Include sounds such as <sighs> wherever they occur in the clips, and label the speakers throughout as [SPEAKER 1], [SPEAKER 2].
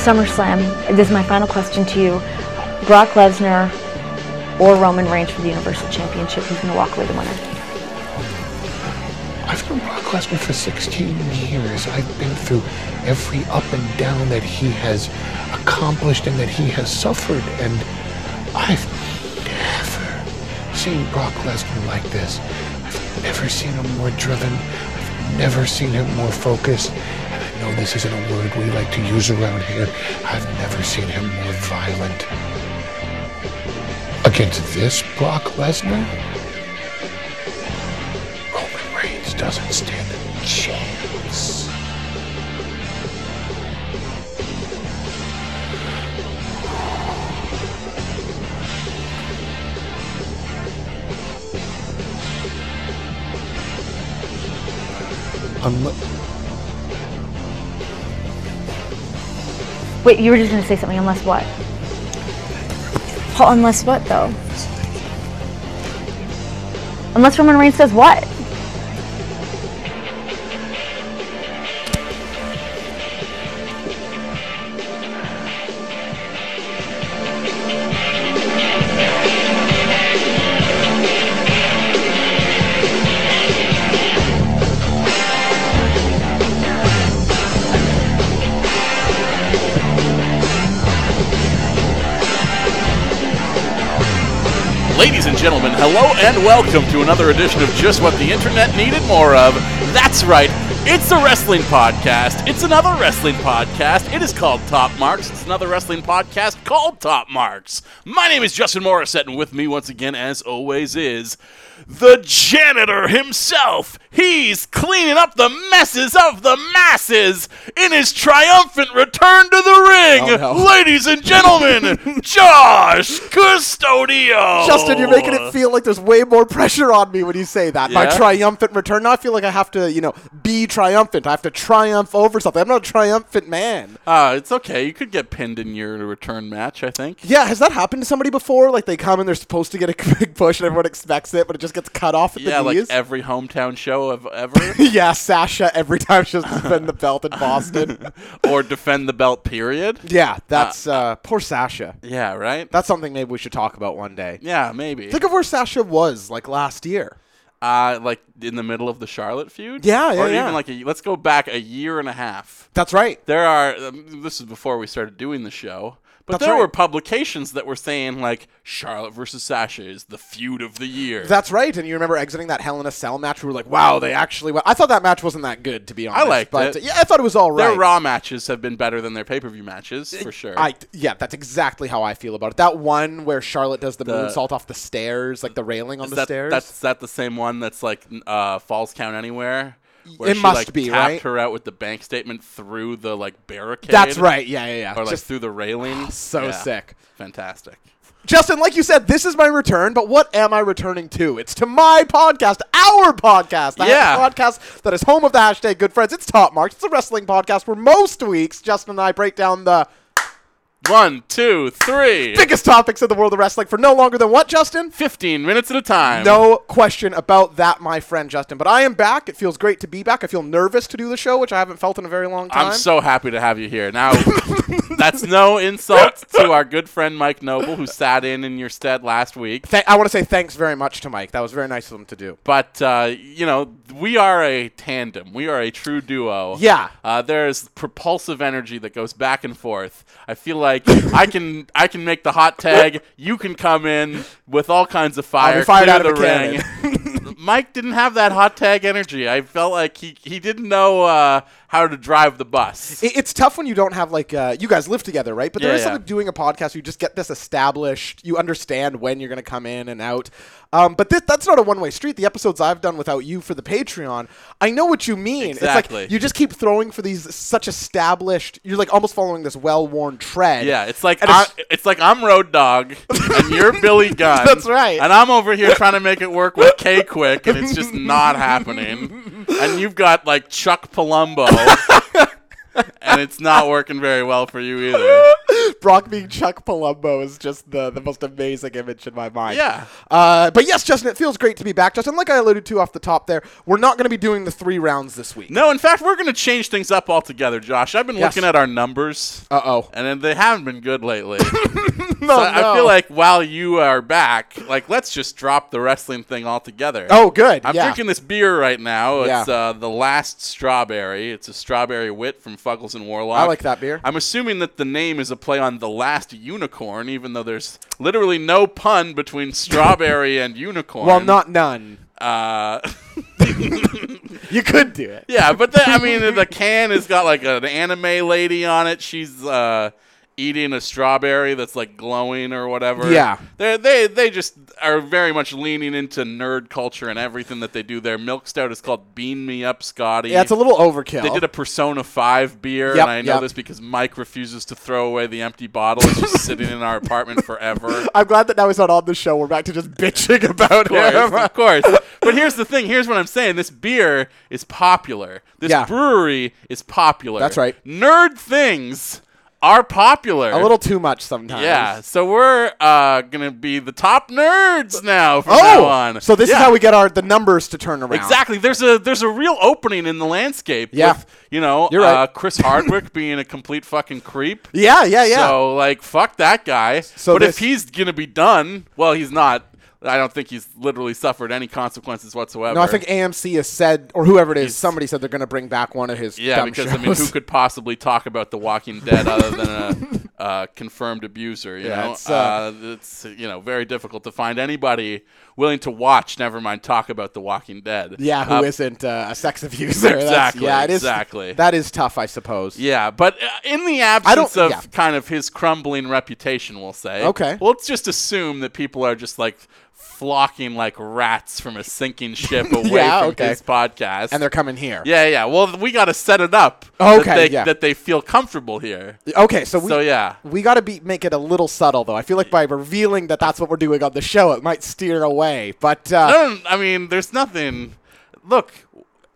[SPEAKER 1] SummerSlam, this is my final question to you. Brock Lesnar or Roman Reigns for the Universal Championship, who's going to walk away the winner?
[SPEAKER 2] I've known Brock Lesnar for 16 years. I've been through every up and down that he has accomplished and that he has suffered, and I've never seen Brock Lesnar like this. I've never seen him more driven. I've never seen him more focused. And I know this isn't a word we like to use around here. I've never seen him more violent. Against this Brock Lesnar? Roman Reigns doesn't stand a chance. Unle-
[SPEAKER 1] Wait, you were just going to say something, unless what?
[SPEAKER 3] Well, unless what though?
[SPEAKER 1] Unless Roman Reigns says what?
[SPEAKER 4] Ladies and gentlemen, hello and welcome to another edition of Just What the Internet Needed More of. That's right, it's a wrestling podcast. It's another wrestling podcast. It is called Top Marks. It's another wrestling podcast called Top Marks. My name is Justin Morissette, and with me once again, as always, is the janitor himself. He's cleaning up the messes of the masses in his triumphant return to the ring.
[SPEAKER 5] Oh, no.
[SPEAKER 4] Ladies and
[SPEAKER 5] <laughs>
[SPEAKER 4] gentlemen, Josh Custodio.
[SPEAKER 5] Justin, you're making it feel like there's way more pressure on me when you say that. My
[SPEAKER 4] Oh. Yeah?
[SPEAKER 5] triumphant return. Now I feel like I have to, you know, be triumphant. I have to triumph over something. I'm not a triumphant man.
[SPEAKER 4] Uh, it's okay. You could get pinned in your return match, I think.
[SPEAKER 5] Yeah, has that happened to somebody before? Like they come and they're supposed to get a <laughs> big push and everyone expects it, but it just gets cut off at
[SPEAKER 4] Yeah,
[SPEAKER 5] the
[SPEAKER 4] like
[SPEAKER 5] knees.
[SPEAKER 4] every hometown show of ever,
[SPEAKER 5] <laughs> yeah, Sasha every time <laughs> she has to defend the belt
[SPEAKER 4] <laughs>
[SPEAKER 5] in Boston.
[SPEAKER 4] or defend the belt. Period.
[SPEAKER 5] <laughs> yeah, that's uh, poor Sasha.
[SPEAKER 4] Yeah, right.
[SPEAKER 5] That's something maybe we should talk about one day.
[SPEAKER 4] Yeah, maybe.
[SPEAKER 5] Think of where Sasha was like last year.
[SPEAKER 4] Uh, like in the middle of the Charlotte feud.
[SPEAKER 5] Yeah, yeah,
[SPEAKER 4] Or
[SPEAKER 5] yeah.
[SPEAKER 4] even like a, let's go back a year and a half.
[SPEAKER 5] That's right.
[SPEAKER 4] There are um, this is before we started doing the show, but
[SPEAKER 5] That's
[SPEAKER 4] there
[SPEAKER 5] right.
[SPEAKER 4] were publications that were saying like Charlotte versus Sasha is the feud of the year.
[SPEAKER 5] That's right. And you remember exiting that Hell in a Cell match? We were like, wow, they actually. Went. I thought that match wasn't that good, to be honest.
[SPEAKER 4] liked
[SPEAKER 5] but
[SPEAKER 4] it.
[SPEAKER 5] Yeah, I thought it was all right.
[SPEAKER 4] Their Raw matches have been better than their pay per view matches for sure.
[SPEAKER 5] I yeah, that's exactly how I feel about it. That one where Charlotte does the,
[SPEAKER 4] The-
[SPEAKER 5] moonsault off the stairs, like the railing on
[SPEAKER 4] Is
[SPEAKER 5] the
[SPEAKER 4] that,
[SPEAKER 5] stairs.
[SPEAKER 4] That's is that the same one that's like n- uh, falls count anywhere.
[SPEAKER 5] It
[SPEAKER 4] she,
[SPEAKER 5] must
[SPEAKER 4] like,
[SPEAKER 5] be,
[SPEAKER 4] tapped
[SPEAKER 5] right?
[SPEAKER 4] her out with the bank statement through the like barricade.
[SPEAKER 5] That's right. Yeah, yeah, yeah.
[SPEAKER 4] Or like
[SPEAKER 5] Just Ah,
[SPEAKER 4] through the railing.
[SPEAKER 5] so
[SPEAKER 4] Yeah.
[SPEAKER 5] sick.
[SPEAKER 4] Fantastic.
[SPEAKER 5] Justin, like you said, this is my return, but what am I returning to? It's to my podcast, our podcast. I have a
[SPEAKER 4] Yeah.
[SPEAKER 5] podcast that is home of the hashtag Good Friends. It's Top Marks. It's a wrestling podcast where most weeks Justin and I break down the
[SPEAKER 4] One, two, three.
[SPEAKER 5] biggest topics in the world of wrestling for no longer than what, Justin?
[SPEAKER 4] Fifteen minutes at a time.
[SPEAKER 5] No question about that, my friend Justin. But I am back. It feels great to be back. I feel nervous to do the show, which I haven't felt in a very long time.
[SPEAKER 4] I'm so happy to have you here.
[SPEAKER 5] <laughs>
[SPEAKER 4] Now, that's no insult to our good friend Mike Noble, who sat in in your stead last week.
[SPEAKER 5] Th- I want to say thanks very much to Mike. That was very nice of him to do.
[SPEAKER 4] But uh, you know, we are a tandem. We are a true duo.
[SPEAKER 5] Yeah.
[SPEAKER 4] Uh, there is propulsive energy that goes back and forth. I feel like I can I can make the hot tag. You can come in with all kinds of fire.
[SPEAKER 5] I'll be fired
[SPEAKER 4] clear
[SPEAKER 5] out of
[SPEAKER 4] the
[SPEAKER 5] a
[SPEAKER 4] ring. Mike didn't have that hot tag energy. I felt like he, he didn't know uh, how to drive the bus.
[SPEAKER 5] It- It's tough when you don't have like uh, you guys live together, right? But there
[SPEAKER 4] Yeah,
[SPEAKER 5] is
[SPEAKER 4] yeah.
[SPEAKER 5] something doing a podcast. Where you just get this established. You understand when you're going to come in and out. Um, but this, that's not a one way street. The episodes I've done without you for the Patreon, I know what you mean. It's
[SPEAKER 4] Exactly.
[SPEAKER 5] like you just keep throwing for these such established. You're like almost following this well worn tread.
[SPEAKER 4] Yeah, it's like
[SPEAKER 5] And
[SPEAKER 4] I,
[SPEAKER 5] it's-
[SPEAKER 4] it's like I'm Road Dog and you're
[SPEAKER 5] <laughs>
[SPEAKER 4] Billy Gunn.
[SPEAKER 5] That's right.
[SPEAKER 4] And I'm over here trying to make it work with K Quick, and
[SPEAKER 5] <laughs>
[SPEAKER 4] it's just not happening. And you've got like Chuck Palumbo. and it's not working very well for you either.
[SPEAKER 5] <laughs> Brock being Chuck Palumbo is just the, the most amazing image in my mind.
[SPEAKER 4] Yeah.
[SPEAKER 5] Uh, but yes, Justin, it feels great to be back. Justin, like I alluded to off the top there, we're not going to be doing the three rounds this week.
[SPEAKER 4] No, in fact, we're going to change things up altogether, Josh. I've been
[SPEAKER 5] Yes.
[SPEAKER 4] looking at our numbers,
[SPEAKER 5] Uh oh.
[SPEAKER 4] and then they haven't been good
[SPEAKER 5] <laughs>
[SPEAKER 4] lately. so
[SPEAKER 5] No,
[SPEAKER 4] I
[SPEAKER 5] no.
[SPEAKER 4] feel like while you are back, like let's just drop the wrestling thing altogether.
[SPEAKER 5] Oh, good.
[SPEAKER 4] I'm
[SPEAKER 5] yeah.
[SPEAKER 4] drinking this beer right now. It's
[SPEAKER 5] Yeah.
[SPEAKER 4] uh, the last strawberry. It's a strawberry wit from Fuggles and Warlock.
[SPEAKER 5] I like that beer.
[SPEAKER 4] I'm assuming that the name is a play on the last unicorn, even though there's literally no pun
[SPEAKER 5] <laughs>
[SPEAKER 4] between strawberry and unicorn.
[SPEAKER 5] Well, not none.
[SPEAKER 4] Uh, <laughs>
[SPEAKER 5] You could do it.
[SPEAKER 4] yeah, but the, I mean, the can has got like an anime lady on it. She's uh, eating a strawberry that's like glowing or whatever.
[SPEAKER 5] Yeah.
[SPEAKER 4] they they they just are very much leaning into nerd culture and everything that they do. Their milk stout is called Bean Me Up, Scotty.
[SPEAKER 5] Yeah, it's a little overkill.
[SPEAKER 4] They did a Persona 5 beer,
[SPEAKER 5] Yep,
[SPEAKER 4] and I know
[SPEAKER 5] yep.
[SPEAKER 4] this because Mike refuses to throw away the empty bottle.
[SPEAKER 5] <laughs>
[SPEAKER 4] It's just sitting in our apartment forever.
[SPEAKER 5] I'm glad that now he's not on the show. We're back
[SPEAKER 4] <laughs>
[SPEAKER 5] to just bitching about
[SPEAKER 4] Of course,
[SPEAKER 5] him.
[SPEAKER 4] of course. But here's the thing. Here's what I'm saying. This beer is popular. This
[SPEAKER 5] Yeah.
[SPEAKER 4] brewery is popular.
[SPEAKER 5] That's right.
[SPEAKER 4] Nerd things are popular.
[SPEAKER 5] a little too much sometimes.
[SPEAKER 4] Yeah. So we're uh, gonna be the top nerds now from now
[SPEAKER 5] Oh,
[SPEAKER 4] on.
[SPEAKER 5] so this
[SPEAKER 4] Yeah.
[SPEAKER 5] is how we get our the numbers to turn around.
[SPEAKER 4] Exactly. There's a there's a real opening in the landscape.
[SPEAKER 5] Yeah.
[SPEAKER 4] With, you know,
[SPEAKER 5] You're
[SPEAKER 4] uh,
[SPEAKER 5] right.
[SPEAKER 4] Chris Hardwick <laughs> being a complete fucking creep.
[SPEAKER 5] Yeah, yeah, yeah.
[SPEAKER 4] So like, fuck that guy.
[SPEAKER 5] So
[SPEAKER 4] but if
[SPEAKER 5] this-
[SPEAKER 4] he's gonna be done, well, he's not. I don't think he's literally suffered any consequences whatsoever.
[SPEAKER 5] no, I think AMC has said, or whoever it is,
[SPEAKER 4] He's-
[SPEAKER 5] somebody said they're going to bring back one of his.
[SPEAKER 4] Yeah,
[SPEAKER 5] dumb
[SPEAKER 4] because
[SPEAKER 5] shows.
[SPEAKER 4] I mean, who could possibly talk about The Walking Dead other
[SPEAKER 5] <laughs>
[SPEAKER 4] than a uh, confirmed abuser? You
[SPEAKER 5] Yeah,
[SPEAKER 4] know,
[SPEAKER 5] it's,
[SPEAKER 4] it's,
[SPEAKER 5] uh,
[SPEAKER 4] uh, it's you know very difficult to find anybody willing to watch. Never mind talk about The Walking Dead.
[SPEAKER 5] <laughs> Yeah,
[SPEAKER 4] Uh,
[SPEAKER 5] who not uh, a sex abuser? That's-
[SPEAKER 4] Exactly,
[SPEAKER 5] yeah, it is.
[SPEAKER 4] exactly.
[SPEAKER 5] That is tough, I suppose.
[SPEAKER 4] Yeah, but uh, in the absence of
[SPEAKER 5] yeah.
[SPEAKER 4] kind of his crumbling reputation, we'll say.
[SPEAKER 5] Okay.
[SPEAKER 4] Well, let's just assume that people are just like flocking like rats from a sinking
[SPEAKER 5] <laughs>
[SPEAKER 4] ship away
[SPEAKER 5] Yeah,
[SPEAKER 4] from
[SPEAKER 5] okay.
[SPEAKER 4] his podcast.
[SPEAKER 5] And they're coming here.
[SPEAKER 4] yeah, yeah. Well, we got to set it up.
[SPEAKER 5] Okay,
[SPEAKER 4] That they,
[SPEAKER 5] yeah.
[SPEAKER 4] that they feel comfortable here.
[SPEAKER 5] Okay, so we
[SPEAKER 4] so yeah.
[SPEAKER 5] we got to be make it a little subtle though. I feel like by revealing that that's what we're doing on the show, it might steer away. But uh,
[SPEAKER 4] I don't. I mean, there's nothing. Look,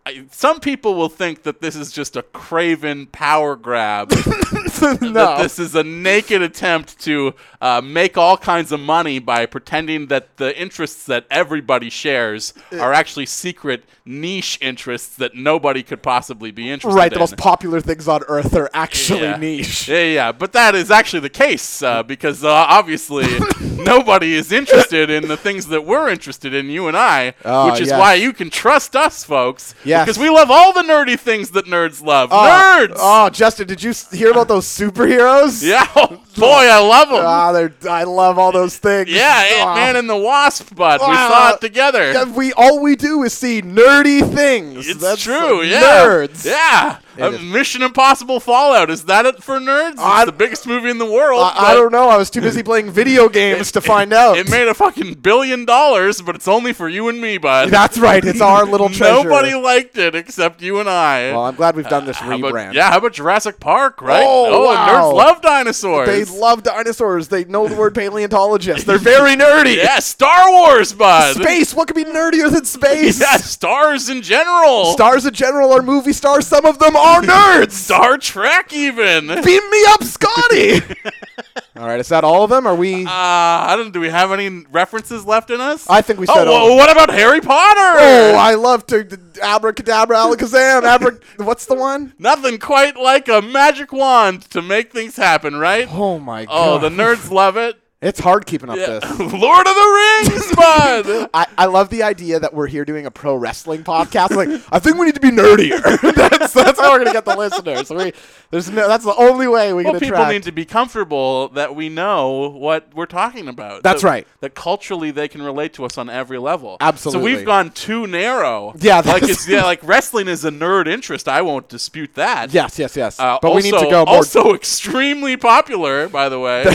[SPEAKER 4] I, some people will think that this is just a craven power grab.
[SPEAKER 5] <laughs>
[SPEAKER 4] that <laughs>
[SPEAKER 5] no,
[SPEAKER 4] this is a naked attempt to uh, make all kinds of money by pretending that the interests that everybody shares are actually secret niche interests that nobody could possibly be interested
[SPEAKER 5] right.
[SPEAKER 4] in.
[SPEAKER 5] The most popular things on Earth are actually
[SPEAKER 4] Yeah.
[SPEAKER 5] niche.
[SPEAKER 4] Yeah, yeah, but that is actually the case uh, because uh,
[SPEAKER 5] <laughs>
[SPEAKER 4] obviously nobody is interested in the things that we're interested in, you and I,
[SPEAKER 5] Oh,
[SPEAKER 4] which is
[SPEAKER 5] yes.
[SPEAKER 4] why you can trust us, folks.
[SPEAKER 5] Yes.
[SPEAKER 4] Because we love all the nerdy things that nerds love.
[SPEAKER 5] Oh,
[SPEAKER 4] nerds!
[SPEAKER 5] Oh, Justin, did you s- hear about those superheroes?
[SPEAKER 4] Yeah, <laughs> oh, boy, I love them.
[SPEAKER 5] Ah, they're, I love all those things. <laughs>
[SPEAKER 4] yeah,
[SPEAKER 5] Ah.
[SPEAKER 4] Ant Man and the Wasp, but we
[SPEAKER 5] Ah.
[SPEAKER 4] saw it together.
[SPEAKER 5] Yeah, we all we do is see nerdy things.
[SPEAKER 4] it's
[SPEAKER 5] That's
[SPEAKER 4] true,
[SPEAKER 5] like
[SPEAKER 4] yeah.
[SPEAKER 5] Nerds.
[SPEAKER 4] Yeah. Uh,
[SPEAKER 5] is.
[SPEAKER 4] Mission Impossible Fallout, is that it for nerds?
[SPEAKER 5] I-
[SPEAKER 4] it's the biggest movie in the world.
[SPEAKER 5] I, I
[SPEAKER 4] but-
[SPEAKER 5] don't know. I was too busy
[SPEAKER 4] <laughs>
[SPEAKER 5] playing video games to find out.
[SPEAKER 4] It made a fucking billion dollars, but it's only for you and me, bud.
[SPEAKER 5] That's right. It's our little
[SPEAKER 4] <laughs>
[SPEAKER 5] treasure.
[SPEAKER 4] Nobody liked it except you and I.
[SPEAKER 5] Well, I'm glad we've done this
[SPEAKER 4] Uh, How about-
[SPEAKER 5] rebrand.
[SPEAKER 4] yeah, how about Jurassic Park, right? and
[SPEAKER 5] Oh, wow.
[SPEAKER 4] nerds love dinosaurs.
[SPEAKER 5] They love dinosaurs. They know the word
[SPEAKER 4] <laughs>
[SPEAKER 5] paleontologist. They're very nerdy.
[SPEAKER 4] yeah, Star Wars, bud.
[SPEAKER 5] Space. What could be nerdier than space?
[SPEAKER 4] Yeah, stars in general.
[SPEAKER 5] Stars in general are movie stars. Some of them
[SPEAKER 4] <laughs>
[SPEAKER 5] are nerds.
[SPEAKER 4] Star Trek, even.
[SPEAKER 5] <laughs>
[SPEAKER 4] Uh,
[SPEAKER 5] Beam me
[SPEAKER 4] <laughs>
[SPEAKER 5] up, Scotty. all right. Is that all of them? Are we?
[SPEAKER 4] Uh, I don't. Do we have any references left in us?
[SPEAKER 5] I think we
[SPEAKER 4] oh,
[SPEAKER 5] said all.
[SPEAKER 4] wha- what about Harry Potter?
[SPEAKER 5] Oh, I love to abracadabra, alakazam, abra. What's the one?
[SPEAKER 4] Nothing quite like a magic wand to make things happen, right?
[SPEAKER 5] Oh my
[SPEAKER 4] Oh,
[SPEAKER 5] god!
[SPEAKER 4] the nerds love
[SPEAKER 5] <laughs>
[SPEAKER 4] it.
[SPEAKER 5] It's hard keeping up
[SPEAKER 4] Yeah. <laughs>
[SPEAKER 5] this.
[SPEAKER 4] Lord of the
[SPEAKER 5] <laughs>
[SPEAKER 4] Rings, bud.
[SPEAKER 5] I, I love the idea that we're here doing a pro wrestling podcast. Like, I think we need to be nerdier. <laughs> that's that's how we're gonna get the listeners. We, there's no, that's the only way we
[SPEAKER 4] Well,
[SPEAKER 5] can
[SPEAKER 4] people
[SPEAKER 5] attract.
[SPEAKER 4] need to be comfortable that we know what we're talking about.
[SPEAKER 5] That's
[SPEAKER 4] That-
[SPEAKER 5] right.
[SPEAKER 4] That culturally they can relate to us on every level. So
[SPEAKER 5] Absolutely.
[SPEAKER 4] we've gone too narrow.
[SPEAKER 5] Yeah,
[SPEAKER 4] Like
[SPEAKER 5] that's-
[SPEAKER 4] it's yeah, like wrestling is a nerd interest. I won't dispute that.
[SPEAKER 5] yes, yes, yes.
[SPEAKER 4] Uh,
[SPEAKER 5] but
[SPEAKER 4] also,
[SPEAKER 5] we need to go more.
[SPEAKER 4] Also extremely popular, by the
[SPEAKER 5] <laughs>
[SPEAKER 4] way.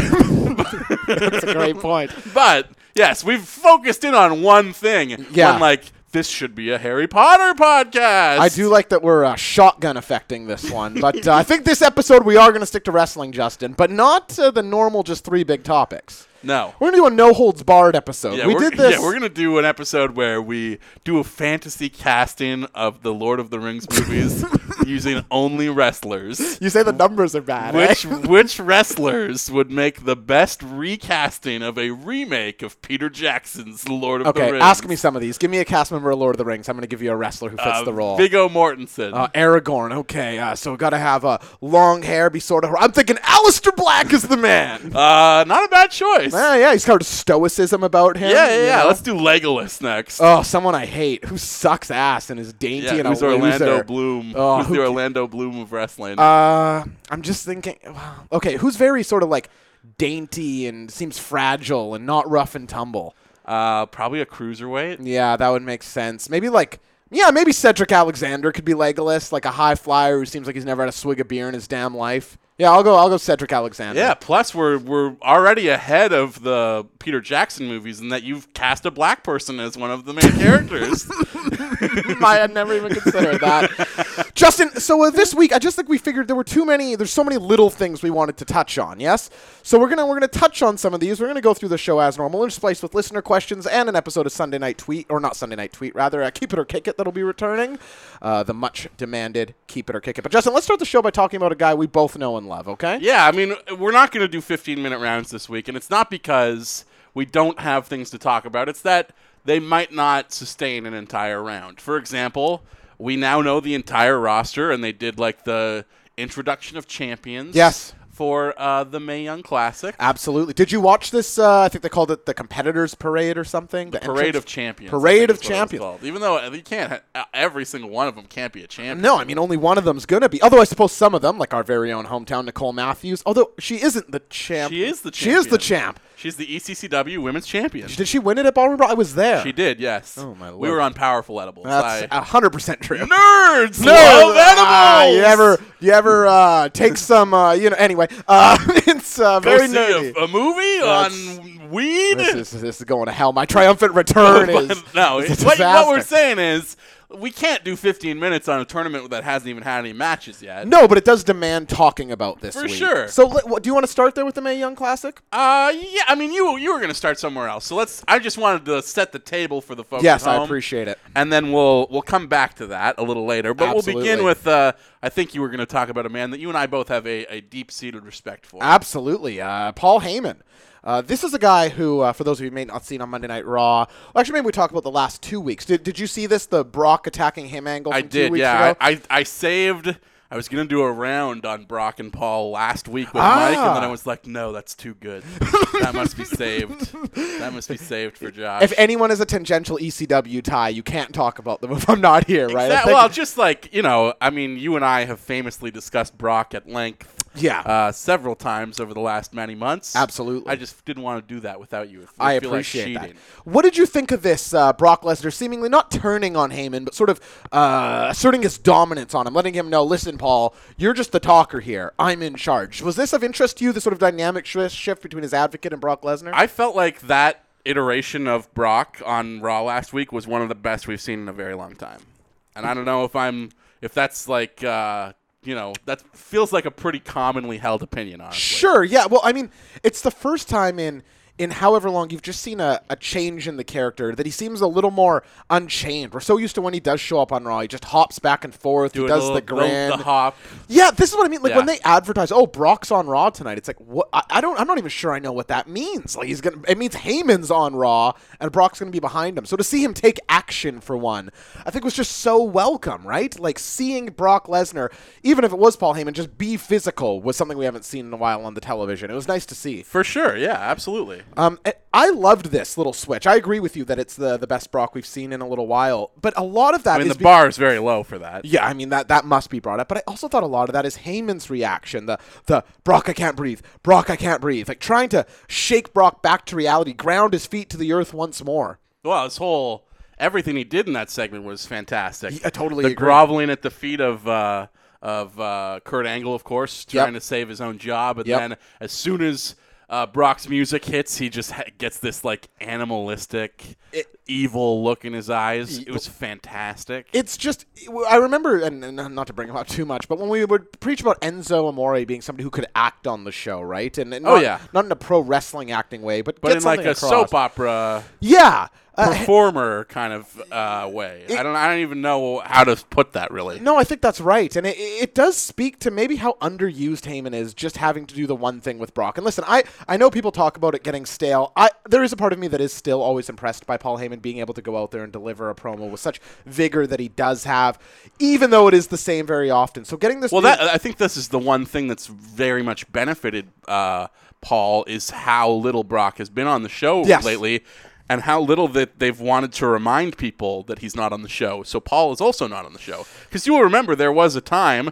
[SPEAKER 5] that's a great
[SPEAKER 4] <laughs>
[SPEAKER 5] point.
[SPEAKER 4] but yes, we've focused in on one thing.
[SPEAKER 5] Yeah.
[SPEAKER 4] When, like this should be a Harry Potter podcast.
[SPEAKER 5] I do like that we're uh, shotgun affecting this one, but uh, I think this episode we are gonna stick to wrestling, Justin, but not uh, the normal just three big topics.
[SPEAKER 4] No.
[SPEAKER 5] We're gonna do a no holds barred episode.
[SPEAKER 4] Yeah,
[SPEAKER 5] we
[SPEAKER 4] we're-
[SPEAKER 5] did this.
[SPEAKER 4] Yeah, we're gonna do
[SPEAKER 5] <laughs>
[SPEAKER 4] an episode where we do a fantasy casting of the Lord of the Rings movies using only wrestlers.
[SPEAKER 5] You say the numbers are bad. eh?
[SPEAKER 4] Which which wrestlers would make the best recasting of a remake of Peter Jackson's Lord of the
[SPEAKER 5] Okay,
[SPEAKER 4] Rings?
[SPEAKER 5] ask me some of these. Give me a cast member of Lord of the Rings. I'm going to give you a wrestler who fits
[SPEAKER 4] Uh,
[SPEAKER 5] the role.
[SPEAKER 4] Viggo Mortensen.
[SPEAKER 5] Uh, Aragorn. Okay, uh, so got to have uh, long hair, be sort of. I'm thinking Alistair Black is the man.
[SPEAKER 4] Uh, not a bad choice.
[SPEAKER 5] Ah, yeah, he's got stoicism about him.
[SPEAKER 4] yeah, yeah,
[SPEAKER 5] you
[SPEAKER 4] yeah.
[SPEAKER 5] know?
[SPEAKER 4] Let's do Legolas next.
[SPEAKER 5] Oh, someone I hate who sucks ass and is dainty
[SPEAKER 4] yeah,
[SPEAKER 5] and
[SPEAKER 4] who's
[SPEAKER 5] a
[SPEAKER 4] Orlando
[SPEAKER 5] loser.
[SPEAKER 4] Bloom?
[SPEAKER 5] Oh,
[SPEAKER 4] who's
[SPEAKER 5] who
[SPEAKER 4] the
[SPEAKER 5] ca-
[SPEAKER 4] Orlando Bloom of wrestling?
[SPEAKER 5] Uh, I'm just thinking. well, Okay, who's very sort of like dainty and seems fragile and not rough and tumble.
[SPEAKER 4] Uh, probably a cruiserweight.
[SPEAKER 5] Yeah, that would make sense. Maybe like. Yeah, maybe Cedric Alexander could be Legolas, like a high flyer who seems like he's never had a swig of beer in his damn life. Yeah, I'll go. I'll go Cedric Alexander.
[SPEAKER 4] Yeah. Plus, we're we're already ahead of the Peter Jackson movies in that you've cast a black person as one of the main
[SPEAKER 5] <laughs>
[SPEAKER 4] characters. <laughs>
[SPEAKER 5] I had never even considered that. <laughs> Justin, so uh, this week I just think we figured there were too many. There's so many little things we wanted to touch on. Yes, so we're gonna we're gonna touch on some of these. We're gonna go through the show as normal, interspliced with listener questions and an episode of Sunday Night Tweet or not Sunday Night Tweet rather. Uh, keep it or kick it that'll be returning. Uh, the much demanded keep it or kick it. But Justin, let's start the show by talking about a guy we both know and love. Okay.
[SPEAKER 4] yeah, I mean, we're not going to do 15 minute rounds this week, and it's not because we don't have things to talk about. It's that they might not sustain an entire round. For example, we now know the entire roster, and they did like the introduction of champions.
[SPEAKER 5] Yes.
[SPEAKER 4] For uh, the May Young Classic.
[SPEAKER 5] Absolutely. Did you watch this? Uh, I think they called it the Competitors Parade or something. The,
[SPEAKER 4] Parade
[SPEAKER 5] entrance-
[SPEAKER 4] of Champions. I
[SPEAKER 5] Parade
[SPEAKER 4] think is
[SPEAKER 5] of
[SPEAKER 4] what it was
[SPEAKER 5] Champions.
[SPEAKER 4] called. Even though uh, you can't, ha- every single one of them can't be a champion.
[SPEAKER 5] No, I mean only one of them's gonna be. Although I suppose some of them, like our very own hometown Nicole Matthews, although she isn't the champ.
[SPEAKER 4] She is the
[SPEAKER 5] She is the
[SPEAKER 4] champion.
[SPEAKER 5] champ.
[SPEAKER 4] She's the E ECCW Women's Champion.
[SPEAKER 5] Did she win it at Ballroom Brawl? I was there.
[SPEAKER 4] She did, yes.
[SPEAKER 5] Oh, my
[SPEAKER 4] We
[SPEAKER 5] lord.
[SPEAKER 4] were on Powerful Edibles.
[SPEAKER 5] That's
[SPEAKER 4] I-
[SPEAKER 5] hundred percent true. <laughs>
[SPEAKER 4] nerds
[SPEAKER 5] No,
[SPEAKER 4] love
[SPEAKER 5] ah,
[SPEAKER 4] edibles.
[SPEAKER 5] you ever, you ever uh, take some? Uh, you know. Anyway, uh, <laughs> it's uh,
[SPEAKER 4] Go
[SPEAKER 5] very
[SPEAKER 4] see a-
[SPEAKER 5] nerdy.
[SPEAKER 4] A, movie
[SPEAKER 5] That's-
[SPEAKER 4] on weed. <laughs>
[SPEAKER 5] this is this is going to hell. My triumphant return
[SPEAKER 4] But
[SPEAKER 5] is
[SPEAKER 4] no,
[SPEAKER 5] is a
[SPEAKER 4] <laughs> what, what we're
[SPEAKER 5] disaster.
[SPEAKER 4] saying is we can't do 15 minutes on a tournament that hasn't even had any matches yet.
[SPEAKER 5] No, but it does demand talking about this
[SPEAKER 4] For
[SPEAKER 5] week.
[SPEAKER 4] sure.
[SPEAKER 5] So, let- what- do you want to start there with the May Young Classic?
[SPEAKER 4] Uh, yeah. I mean, you you were gonna start somewhere else, so let's. I just wanted to set the table for the folks.
[SPEAKER 5] Yes,
[SPEAKER 4] at
[SPEAKER 5] I
[SPEAKER 4] home,
[SPEAKER 5] appreciate it.
[SPEAKER 4] And then we'll we'll come back to that a little later, but we'll begin
[SPEAKER 5] Absolutely.
[SPEAKER 4] with. Uh, I think you were gonna talk about a man that you and I both have a, a deep seated respect for.
[SPEAKER 5] Absolutely. Uh, Paul Heyman. Uh, this is a guy who, uh, for those of you who may not seen on Monday Night Raw, well, actually, maybe we talk about the last two weeks. Did, did you see this? The Brock attacking him angle.
[SPEAKER 4] I
[SPEAKER 5] from
[SPEAKER 4] did,
[SPEAKER 5] Two weeks
[SPEAKER 4] yeah.
[SPEAKER 5] Ago?
[SPEAKER 4] I, I I saved. I was gonna do a round on Brock and Paul last week with Mike, and then I
[SPEAKER 5] Ah.
[SPEAKER 4] was like, no, that's too good. that must be saved. That must be saved for Josh.
[SPEAKER 5] if anyone is a tangential ECW tie, you can't talk about them <laughs> if I'm not here, right? I
[SPEAKER 4] That-
[SPEAKER 5] think-
[SPEAKER 4] well, just like you know, I mean, you and I have famously discussed Brock at length,
[SPEAKER 5] Yeah.
[SPEAKER 4] uh, several times over the last many months.
[SPEAKER 5] Absolutely.
[SPEAKER 4] I just didn't want to do that without you. If
[SPEAKER 5] I
[SPEAKER 4] feel like
[SPEAKER 5] appreciate that.
[SPEAKER 4] cheating.
[SPEAKER 5] What did you think of this uh, Brock Lesnar seemingly not turning on Heyman, but sort of uh, asserting his dominance on him, letting him know, listen, Paul, you're just the talker here. I'm in charge. Was this of interest to you, the sort of dynamic sh- shift between his advocate and Brock Lesnar?
[SPEAKER 4] I felt like that iteration of Brock on Raw last week was one of the best we've seen in a very long time. And I don't know if I'm if that's like uh, you know that feels like a pretty commonly held opinion. Honestly,
[SPEAKER 5] Sure. Yeah. Well, I mean, it's the first time in in however long you've just seen a, a change in the character that he seems a little more unchained. We're so used to when he does show up on Raw, he just hops back and forth.
[SPEAKER 4] Doing
[SPEAKER 5] he does
[SPEAKER 4] a little-
[SPEAKER 5] the grand
[SPEAKER 4] the, the hop.
[SPEAKER 5] Yeah, this is what I mean. Like when
[SPEAKER 4] Yeah.
[SPEAKER 5] they advertise, "Oh, Brock's on Raw tonight," it's like, what? I, I don't. I'm not even sure I know what that means. Like he's gonna. It means Heyman's on Raw and Brock's gonna be behind him. So to see him take action for one, I think was just so welcome, right? Like seeing Brock Lesnar, even if it was Paul Heyman, just be physical was something we haven't seen in a while on the television. It was nice to see.
[SPEAKER 4] For sure, yeah, absolutely.
[SPEAKER 5] Um, I- I loved this little switch. I agree with you that it's the the best Brock we've seen in a little while. But a lot of that Uh, is
[SPEAKER 4] I mean, the
[SPEAKER 5] be-
[SPEAKER 4] bar is very low for that.
[SPEAKER 5] yeah, I mean that that must be brought up, but I also thought a lot of that is Heyman's reaction, the the Brock I can't breathe, Brock I can't breathe, like trying to shake Brock back to reality, ground his feet to the earth once more.
[SPEAKER 4] Well, his whole everything he did in that segment was fantastic.
[SPEAKER 5] I totally
[SPEAKER 4] the
[SPEAKER 5] agree.
[SPEAKER 4] groveling at the feet of uh, of uh, Kurt Angle, of course, trying
[SPEAKER 5] Yep.
[SPEAKER 4] to save his own job, and
[SPEAKER 5] Yep.
[SPEAKER 4] then as soon as uh, Brock's music hits, he just ha- gets this like animalistic,
[SPEAKER 5] It-
[SPEAKER 4] evil look in his eyes. It was fantastic.
[SPEAKER 5] it's just I remember, and, and not to bring him up too much, but when we would preach about Enzo Amore being somebody who could act on the show, right? And, and
[SPEAKER 4] Oh,
[SPEAKER 5] not,
[SPEAKER 4] yeah.
[SPEAKER 5] not in a pro wrestling acting way, but
[SPEAKER 4] but
[SPEAKER 5] get
[SPEAKER 4] in like
[SPEAKER 5] something
[SPEAKER 4] a
[SPEAKER 5] across.
[SPEAKER 4] soap opera
[SPEAKER 5] yeah. Uh,
[SPEAKER 4] performer kind of uh, way. I don't I don't even know how to put that really.
[SPEAKER 5] no, I think that's right, and it, it does speak to maybe how underused Heyman is, just having to do the one thing with Brock. And listen, I, I know people talk about it getting stale. I there is a part of me that is still always impressed by Paul Heyman being able to go out there and deliver a promo with such vigor that he does have, even though it is the same very often. So getting this
[SPEAKER 4] Well,
[SPEAKER 5] new-
[SPEAKER 4] that uh, I think this is the one thing that's very much benefited uh, Paul is how little Brock has been on the show
[SPEAKER 5] Yes.
[SPEAKER 4] lately, and how little that they've wanted to remind people that he's not on the show. So Paul is also not on the show because you will remember there was a time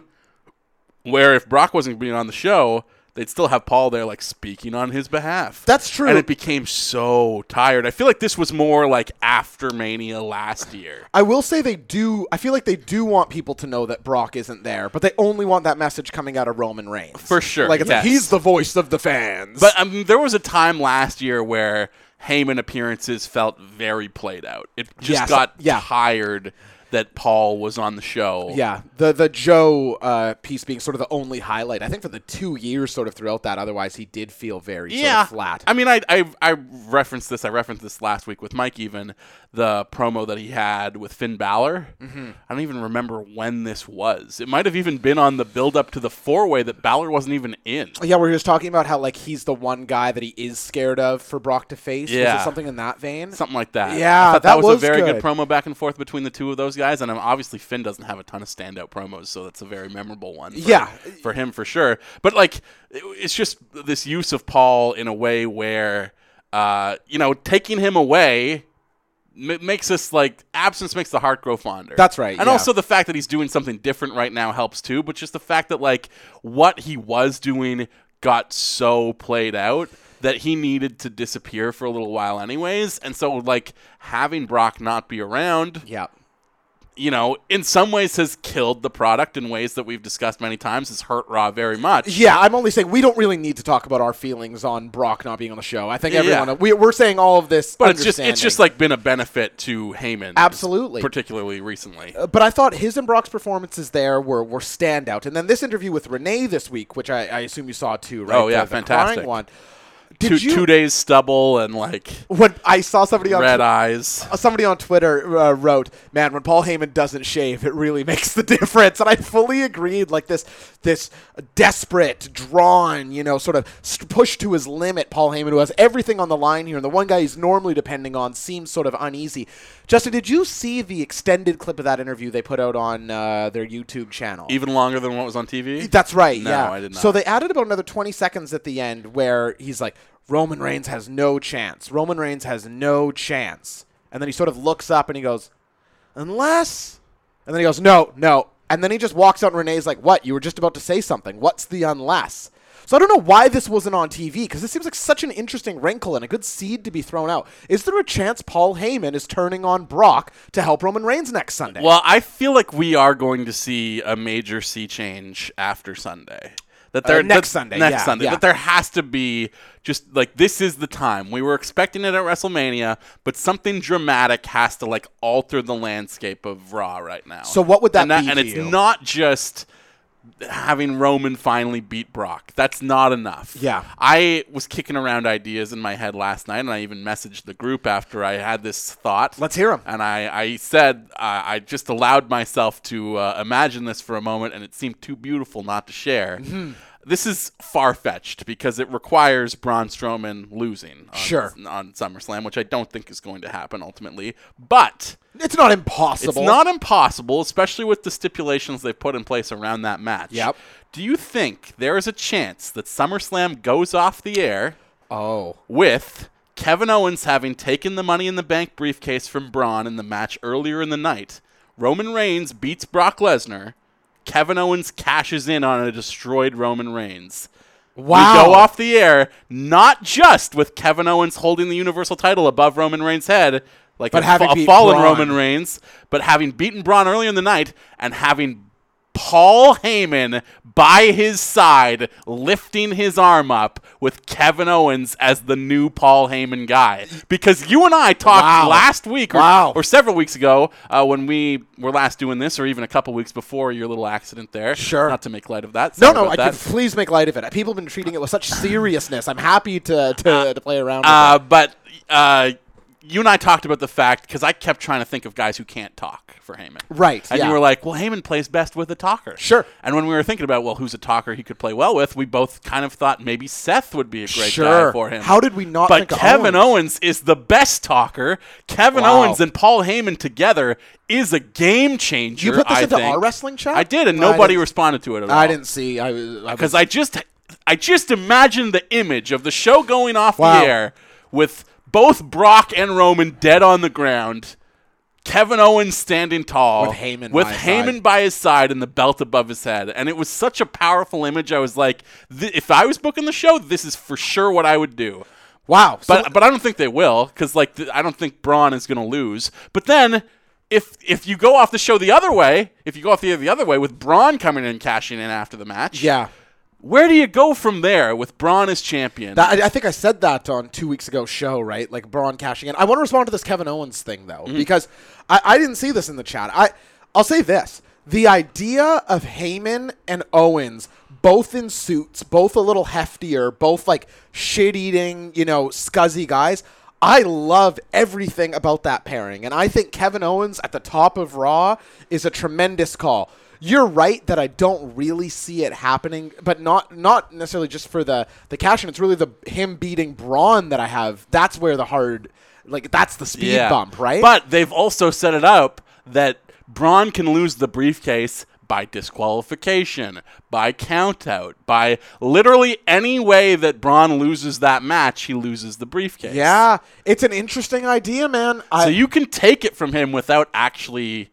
[SPEAKER 4] where if Brock wasn't being on the show. They'd still have Paul there, like speaking on his behalf.
[SPEAKER 5] That's true.
[SPEAKER 4] and it became so tired. I feel like this was more like after Mania last year.
[SPEAKER 5] I will say they do. I feel like they do want people to know that Brock isn't there, but they only want that message coming out of Roman Reigns
[SPEAKER 4] For sure,
[SPEAKER 5] Like, it's
[SPEAKER 4] yes.
[SPEAKER 5] like, he's the voice of the fans.
[SPEAKER 4] But um, there was a time last year where Heyman appearances felt very played out. It just
[SPEAKER 5] Yes,
[SPEAKER 4] got
[SPEAKER 5] yeah.
[SPEAKER 4] tired that Paul was on the show.
[SPEAKER 5] yeah, the the Joe uh, piece being sort of the only highlight. I think for the two years sort of throughout that. Otherwise, he did feel very
[SPEAKER 4] Yeah.
[SPEAKER 5] sort of flat.
[SPEAKER 4] I mean, I, I I referenced this. I referenced this last week with Mike. Even the promo that he had with Finn Balor. Mm-hmm. I don't even remember when this was. It might have even been on the build up to the four way that Balor wasn't even in.
[SPEAKER 5] yeah, where he was talking about how like he's the one guy that he is scared of for Brock to face. Was
[SPEAKER 4] Yeah.
[SPEAKER 5] it something in that vein?
[SPEAKER 4] Something like that.
[SPEAKER 5] Yeah,
[SPEAKER 4] I thought
[SPEAKER 5] that
[SPEAKER 4] that, was,
[SPEAKER 5] was
[SPEAKER 4] a very
[SPEAKER 5] good.
[SPEAKER 4] good. promo back and forth between the two of those guys, and um, obviously Finn doesn't have a ton of standout promos, so that's a very memorable one. For,
[SPEAKER 5] Yeah.
[SPEAKER 4] for him for sure. But like, it- it's just this use of Paul in a way where, uh, you know, taking him away. ma- Makes us like absence makes the heart grow fonder.
[SPEAKER 5] That's right,
[SPEAKER 4] and
[SPEAKER 5] yeah.
[SPEAKER 4] also the fact that he's doing something different right now helps too. But just the fact that like what he was doing got so played out that he needed to disappear for a little while anyways, and so like having Brock not be around,
[SPEAKER 5] yeah.
[SPEAKER 4] you know, in some ways has killed the product in ways that we've discussed many times. Has hurt Raw very much.
[SPEAKER 5] Yeah, I'm only saying we don't really need to talk about our feelings on Brock not being on the show. I think
[SPEAKER 4] Yeah.
[SPEAKER 5] everyone we, we're saying all of this,
[SPEAKER 4] But it's just it's
[SPEAKER 5] understanding.
[SPEAKER 4] just like been a benefit to Heyman.
[SPEAKER 5] Absolutely. Uh,
[SPEAKER 4] Particularly recently.
[SPEAKER 5] but I thought his and Brock's performances there were were standout. And then this interview with Renee this week, which I, I assume you saw too, right?
[SPEAKER 4] Oh, yeah,
[SPEAKER 5] The- the
[SPEAKER 4] fantastic.
[SPEAKER 5] crying one.
[SPEAKER 4] Two,
[SPEAKER 5] Did you
[SPEAKER 4] two days stubble and like
[SPEAKER 5] when I saw somebody on
[SPEAKER 4] red
[SPEAKER 5] tw-
[SPEAKER 4] eyes.
[SPEAKER 5] somebody on Twitter uh, wrote, "Man, when Paul Heyman doesn't shave, it really <laughs> makes the difference." And I fully agreed. Like this, this desperate, drawn, you know, sort of st- pushed to his limit. Paul Heyman, who has everything on the line here, and the one guy he's normally depending on seems sort of uneasy. Justin, did you see the extended clip of that interview they put out on uh, their YouTube channel?
[SPEAKER 4] Even longer than what was on TV.
[SPEAKER 5] <laughs> That's right.
[SPEAKER 4] No,
[SPEAKER 5] yeah.
[SPEAKER 4] I did not.
[SPEAKER 5] So they added about another 20 seconds at the end where he's like, Roman Reigns has no chance. Roman Reigns has no chance. And then he sort of looks up and he goes, unless. And then he goes, no, no. And then he just walks out and Renee's like, what? You were just about to say something. What's the unless? So I don't know why this wasn't on TV because this seems like such an interesting wrinkle and a good seed to be thrown out. Is there a chance Paul Heyman is turning on Brock to help Roman Reigns next Sunday?
[SPEAKER 4] Well, I feel like we are going to see a major sea change after Sunday. That there
[SPEAKER 5] Uh, next
[SPEAKER 4] that-
[SPEAKER 5] Sunday,
[SPEAKER 4] next
[SPEAKER 5] yeah,
[SPEAKER 4] Sunday.
[SPEAKER 5] yeah.
[SPEAKER 4] That there has to be just like this is the time we were expecting it at WrestleMania, but something dramatic has to like alter the landscape of Raw right now.
[SPEAKER 5] So what would that
[SPEAKER 4] and
[SPEAKER 5] be
[SPEAKER 4] And
[SPEAKER 5] to
[SPEAKER 4] it's
[SPEAKER 5] you?
[SPEAKER 4] not just having Roman finally beat Brock. That's not enough.
[SPEAKER 5] Yeah.
[SPEAKER 4] I was kicking around ideas in my head last night, and I even messaged the group after I had this thought.
[SPEAKER 5] Let's hear 'em.
[SPEAKER 4] And I, I said, I, I just allowed myself to uh, imagine this for a moment, and it seemed too beautiful not to share. This is far fetched because it requires Braun Strowman losing on,
[SPEAKER 5] Sure.
[SPEAKER 4] on SummerSlam, which I don't think is going to happen ultimately. But
[SPEAKER 5] it's not impossible.
[SPEAKER 4] it's not impossible, especially with the stipulations they've put in place around that match.
[SPEAKER 5] Yep.
[SPEAKER 4] Do you think there is a chance that SummerSlam goes off the air
[SPEAKER 5] Oh.
[SPEAKER 4] with Kevin Owens having taken the Money in the Bank briefcase from Braun in the match earlier in the night? Roman Reigns beats Brock Lesnar. Kevin Owens cashes in on a destroyed Roman Reigns.
[SPEAKER 5] Wow.
[SPEAKER 4] We go off the air, not just with Kevin Owens holding the Universal title above Roman Reigns' head, like
[SPEAKER 5] But
[SPEAKER 4] a,
[SPEAKER 5] having
[SPEAKER 4] fa- a
[SPEAKER 5] beat
[SPEAKER 4] fallen
[SPEAKER 5] Braun.
[SPEAKER 4] Roman Reigns, but having beaten Braun earlier in the night and having Paul Heyman by his side, lifting his arm up with Kevin Owens as the new Paul Heyman guy. Because you and I talked
[SPEAKER 5] Wow.
[SPEAKER 4] last week or,
[SPEAKER 5] Wow.
[SPEAKER 4] or several weeks ago uh, when we were last doing this, or even a couple weeks before your little accident there.
[SPEAKER 5] Sure.
[SPEAKER 4] Not to make light of that.
[SPEAKER 5] No,
[SPEAKER 4] Sorry
[SPEAKER 5] no,
[SPEAKER 4] about
[SPEAKER 5] I
[SPEAKER 4] that.
[SPEAKER 5] could please make light of it. People have been treating it with such seriousness. I'm happy to, to, to play around with
[SPEAKER 4] Uh, but uh, you and I talked about the fact because I kept trying to think of guys who can't talk for Heyman.
[SPEAKER 5] Right,
[SPEAKER 4] And
[SPEAKER 5] yeah.
[SPEAKER 4] you were like, well, Heyman plays best with a talker.
[SPEAKER 5] Sure.
[SPEAKER 4] And when we were thinking about, well, who's a talker he could play well with, we both kind of thought maybe Seth would be a great guy
[SPEAKER 5] Sure.
[SPEAKER 4] for him.
[SPEAKER 5] How did we not
[SPEAKER 4] But
[SPEAKER 5] think of
[SPEAKER 4] Kevin
[SPEAKER 5] Owens?
[SPEAKER 4] Owens? is the best talker. Kevin
[SPEAKER 5] Wow.
[SPEAKER 4] Owens and Paul Heyman together is a game changer.
[SPEAKER 5] You put this
[SPEAKER 4] I
[SPEAKER 5] into
[SPEAKER 4] think.
[SPEAKER 5] our wrestling chat?
[SPEAKER 4] I did, and
[SPEAKER 5] No, I
[SPEAKER 4] nobody
[SPEAKER 5] didn't-
[SPEAKER 4] responded to it at
[SPEAKER 5] it.
[SPEAKER 4] all
[SPEAKER 5] I didn't see. I was. I was
[SPEAKER 4] because I just I just imagined the image of the show going off
[SPEAKER 5] Wow.
[SPEAKER 4] the air with both Brock and Roman dead on the ground, Kevin Owens standing tall
[SPEAKER 5] With Heyman
[SPEAKER 4] with
[SPEAKER 5] by his
[SPEAKER 4] Heyman
[SPEAKER 5] side.
[SPEAKER 4] by his side and the belt above his head, and it was such a powerful image. I was like, th- if I was booking the show, this is for sure what I would do.
[SPEAKER 5] wow. So
[SPEAKER 4] But but I don't think they will because like th- I don't think Braun is going to lose. But then if if you go off the show the other way, if you go off the the other way with Braun coming in and cashing in after the match,
[SPEAKER 5] yeah.
[SPEAKER 4] where do you go from there with Braun as champion?
[SPEAKER 5] That, I, I think I said that on two weeks ago show, right? Like Braun cashing in. I want to respond to this Kevin Owens thing though,
[SPEAKER 4] Mm-hmm.
[SPEAKER 5] because I, I didn't see this in the chat. I I'll say this: the idea of Heyman and Owens both in suits, both a little heftier, both like shit eating, you know, scuzzy guys. I love everything about that pairing, and I think Kevin Owens at the top of Raw is a tremendous call you're right that I don't really see it happening, but not not necessarily just for the the cash in. It's really the him beating Braun that I have. That's where the hard like that's the speed bump, right?
[SPEAKER 4] But they've also set it up that Braun can lose the briefcase by disqualification, by countout, by literally any way that Braun loses that match, he loses the briefcase.
[SPEAKER 5] yeah, it's an interesting idea, man. I,
[SPEAKER 4] So you can take it from him without actually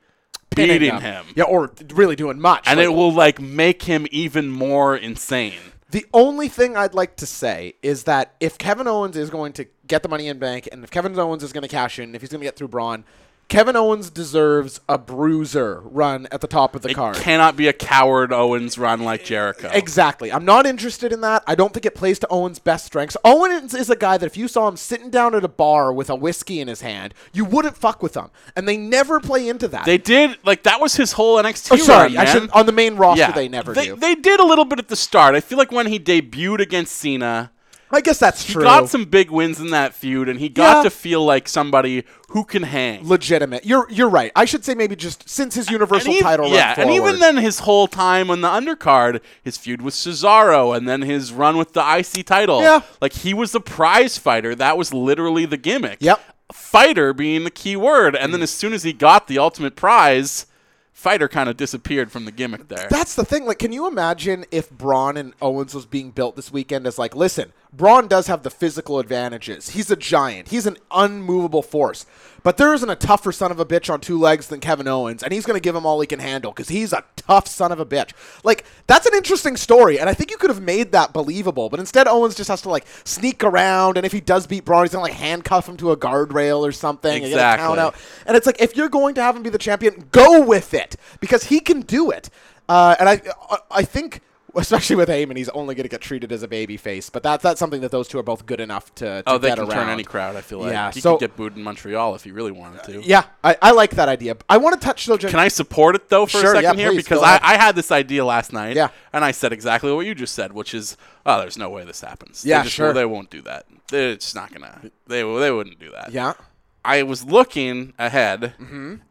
[SPEAKER 5] pinning
[SPEAKER 4] beating him.
[SPEAKER 5] yeah, or really doing much,
[SPEAKER 4] And
[SPEAKER 5] Like,
[SPEAKER 4] it will like make him even more insane.
[SPEAKER 5] The only thing I'd like to say is that if Kevin Owens is going to get the money in bank and if Kevin Owens is going to cash in, if he's going to get through Braun, Kevin Owens deserves a bruiser run at the top of the
[SPEAKER 4] It
[SPEAKER 5] card.
[SPEAKER 4] cannot be a coward Owens run like Jericho.
[SPEAKER 5] Exactly. I'm not interested in that. I don't think it plays to Owen's best strengths. Owens is a guy that if you saw him sitting down at a bar with a whiskey in his hand, you wouldn't fuck with him. And they never play into that.
[SPEAKER 4] They did like that was his whole NXT.
[SPEAKER 5] oh, sorry.
[SPEAKER 4] run,
[SPEAKER 5] I
[SPEAKER 4] man.
[SPEAKER 5] should, on the main roster,
[SPEAKER 4] yeah,
[SPEAKER 5] they never
[SPEAKER 4] they,
[SPEAKER 5] do.
[SPEAKER 4] They did a little bit at the start. I feel like when he debuted against Cena,
[SPEAKER 5] I guess that's
[SPEAKER 4] he
[SPEAKER 5] true.
[SPEAKER 4] got some big wins in that feud, and he got
[SPEAKER 5] Yeah.
[SPEAKER 4] to feel like somebody who can hang.
[SPEAKER 5] legitimate. You're you're right. I should say maybe just since his
[SPEAKER 4] And
[SPEAKER 5] universal
[SPEAKER 4] ev-
[SPEAKER 5] title
[SPEAKER 4] yeah,
[SPEAKER 5] run
[SPEAKER 4] and even
[SPEAKER 5] forward.
[SPEAKER 4] then, his whole time on the undercard, his feud with Cesaro, and then his run with the IC title.
[SPEAKER 5] Yeah.
[SPEAKER 4] like he was the prize fighter. That was literally the gimmick.
[SPEAKER 5] Yep. Mm.
[SPEAKER 4] fighter being the key word. And then as soon as he got the ultimate prize, fighter kind of disappeared from the gimmick there.
[SPEAKER 5] That's the thing. Like, can you imagine if Braun and Owens was being built this weekend as like, listen, Braun does have the physical advantages. He's a giant. He's an unmovable force. But there isn't a tougher son of a bitch on two legs than Kevin Owens, and he's going to give him all he can handle because he's a tough son of a bitch. Like, that's an interesting story, and I think you could have made that believable. But instead, Owens just has to like sneak around, and if he does beat Braun, he's going to like handcuff him to a guardrail or something. and get a
[SPEAKER 4] Exactly.
[SPEAKER 5] count out. And it's like if you're going to have him be the champion, go with it because he can do it. Uh, and I, I- I think especially with Heyman, he's only going to get treated as a baby face. But that's that's something that those two are both good enough to. to
[SPEAKER 4] Oh, they
[SPEAKER 5] get
[SPEAKER 4] can
[SPEAKER 5] around.
[SPEAKER 4] turn any crowd. I feel like
[SPEAKER 5] Yeah,
[SPEAKER 4] he
[SPEAKER 5] so-
[SPEAKER 4] could get booed in Montreal if he really wanted to.
[SPEAKER 5] Yeah, I, I like that idea. I want to touch though. Jen-
[SPEAKER 4] Can I support it though for
[SPEAKER 5] Sure,
[SPEAKER 4] a
[SPEAKER 5] yeah,
[SPEAKER 4] second here?
[SPEAKER 5] please,
[SPEAKER 4] because
[SPEAKER 5] go
[SPEAKER 4] I,
[SPEAKER 5] ahead.
[SPEAKER 4] I had this idea last night.
[SPEAKER 5] Yeah.
[SPEAKER 4] And I said exactly what you just said, which is, oh, there's no way this happens. They
[SPEAKER 5] Yeah,
[SPEAKER 4] just-
[SPEAKER 5] sure.
[SPEAKER 4] They won't do that. They're just not gonna. They they wouldn't do that.
[SPEAKER 5] Yeah. Mm-hmm.
[SPEAKER 4] I was looking ahead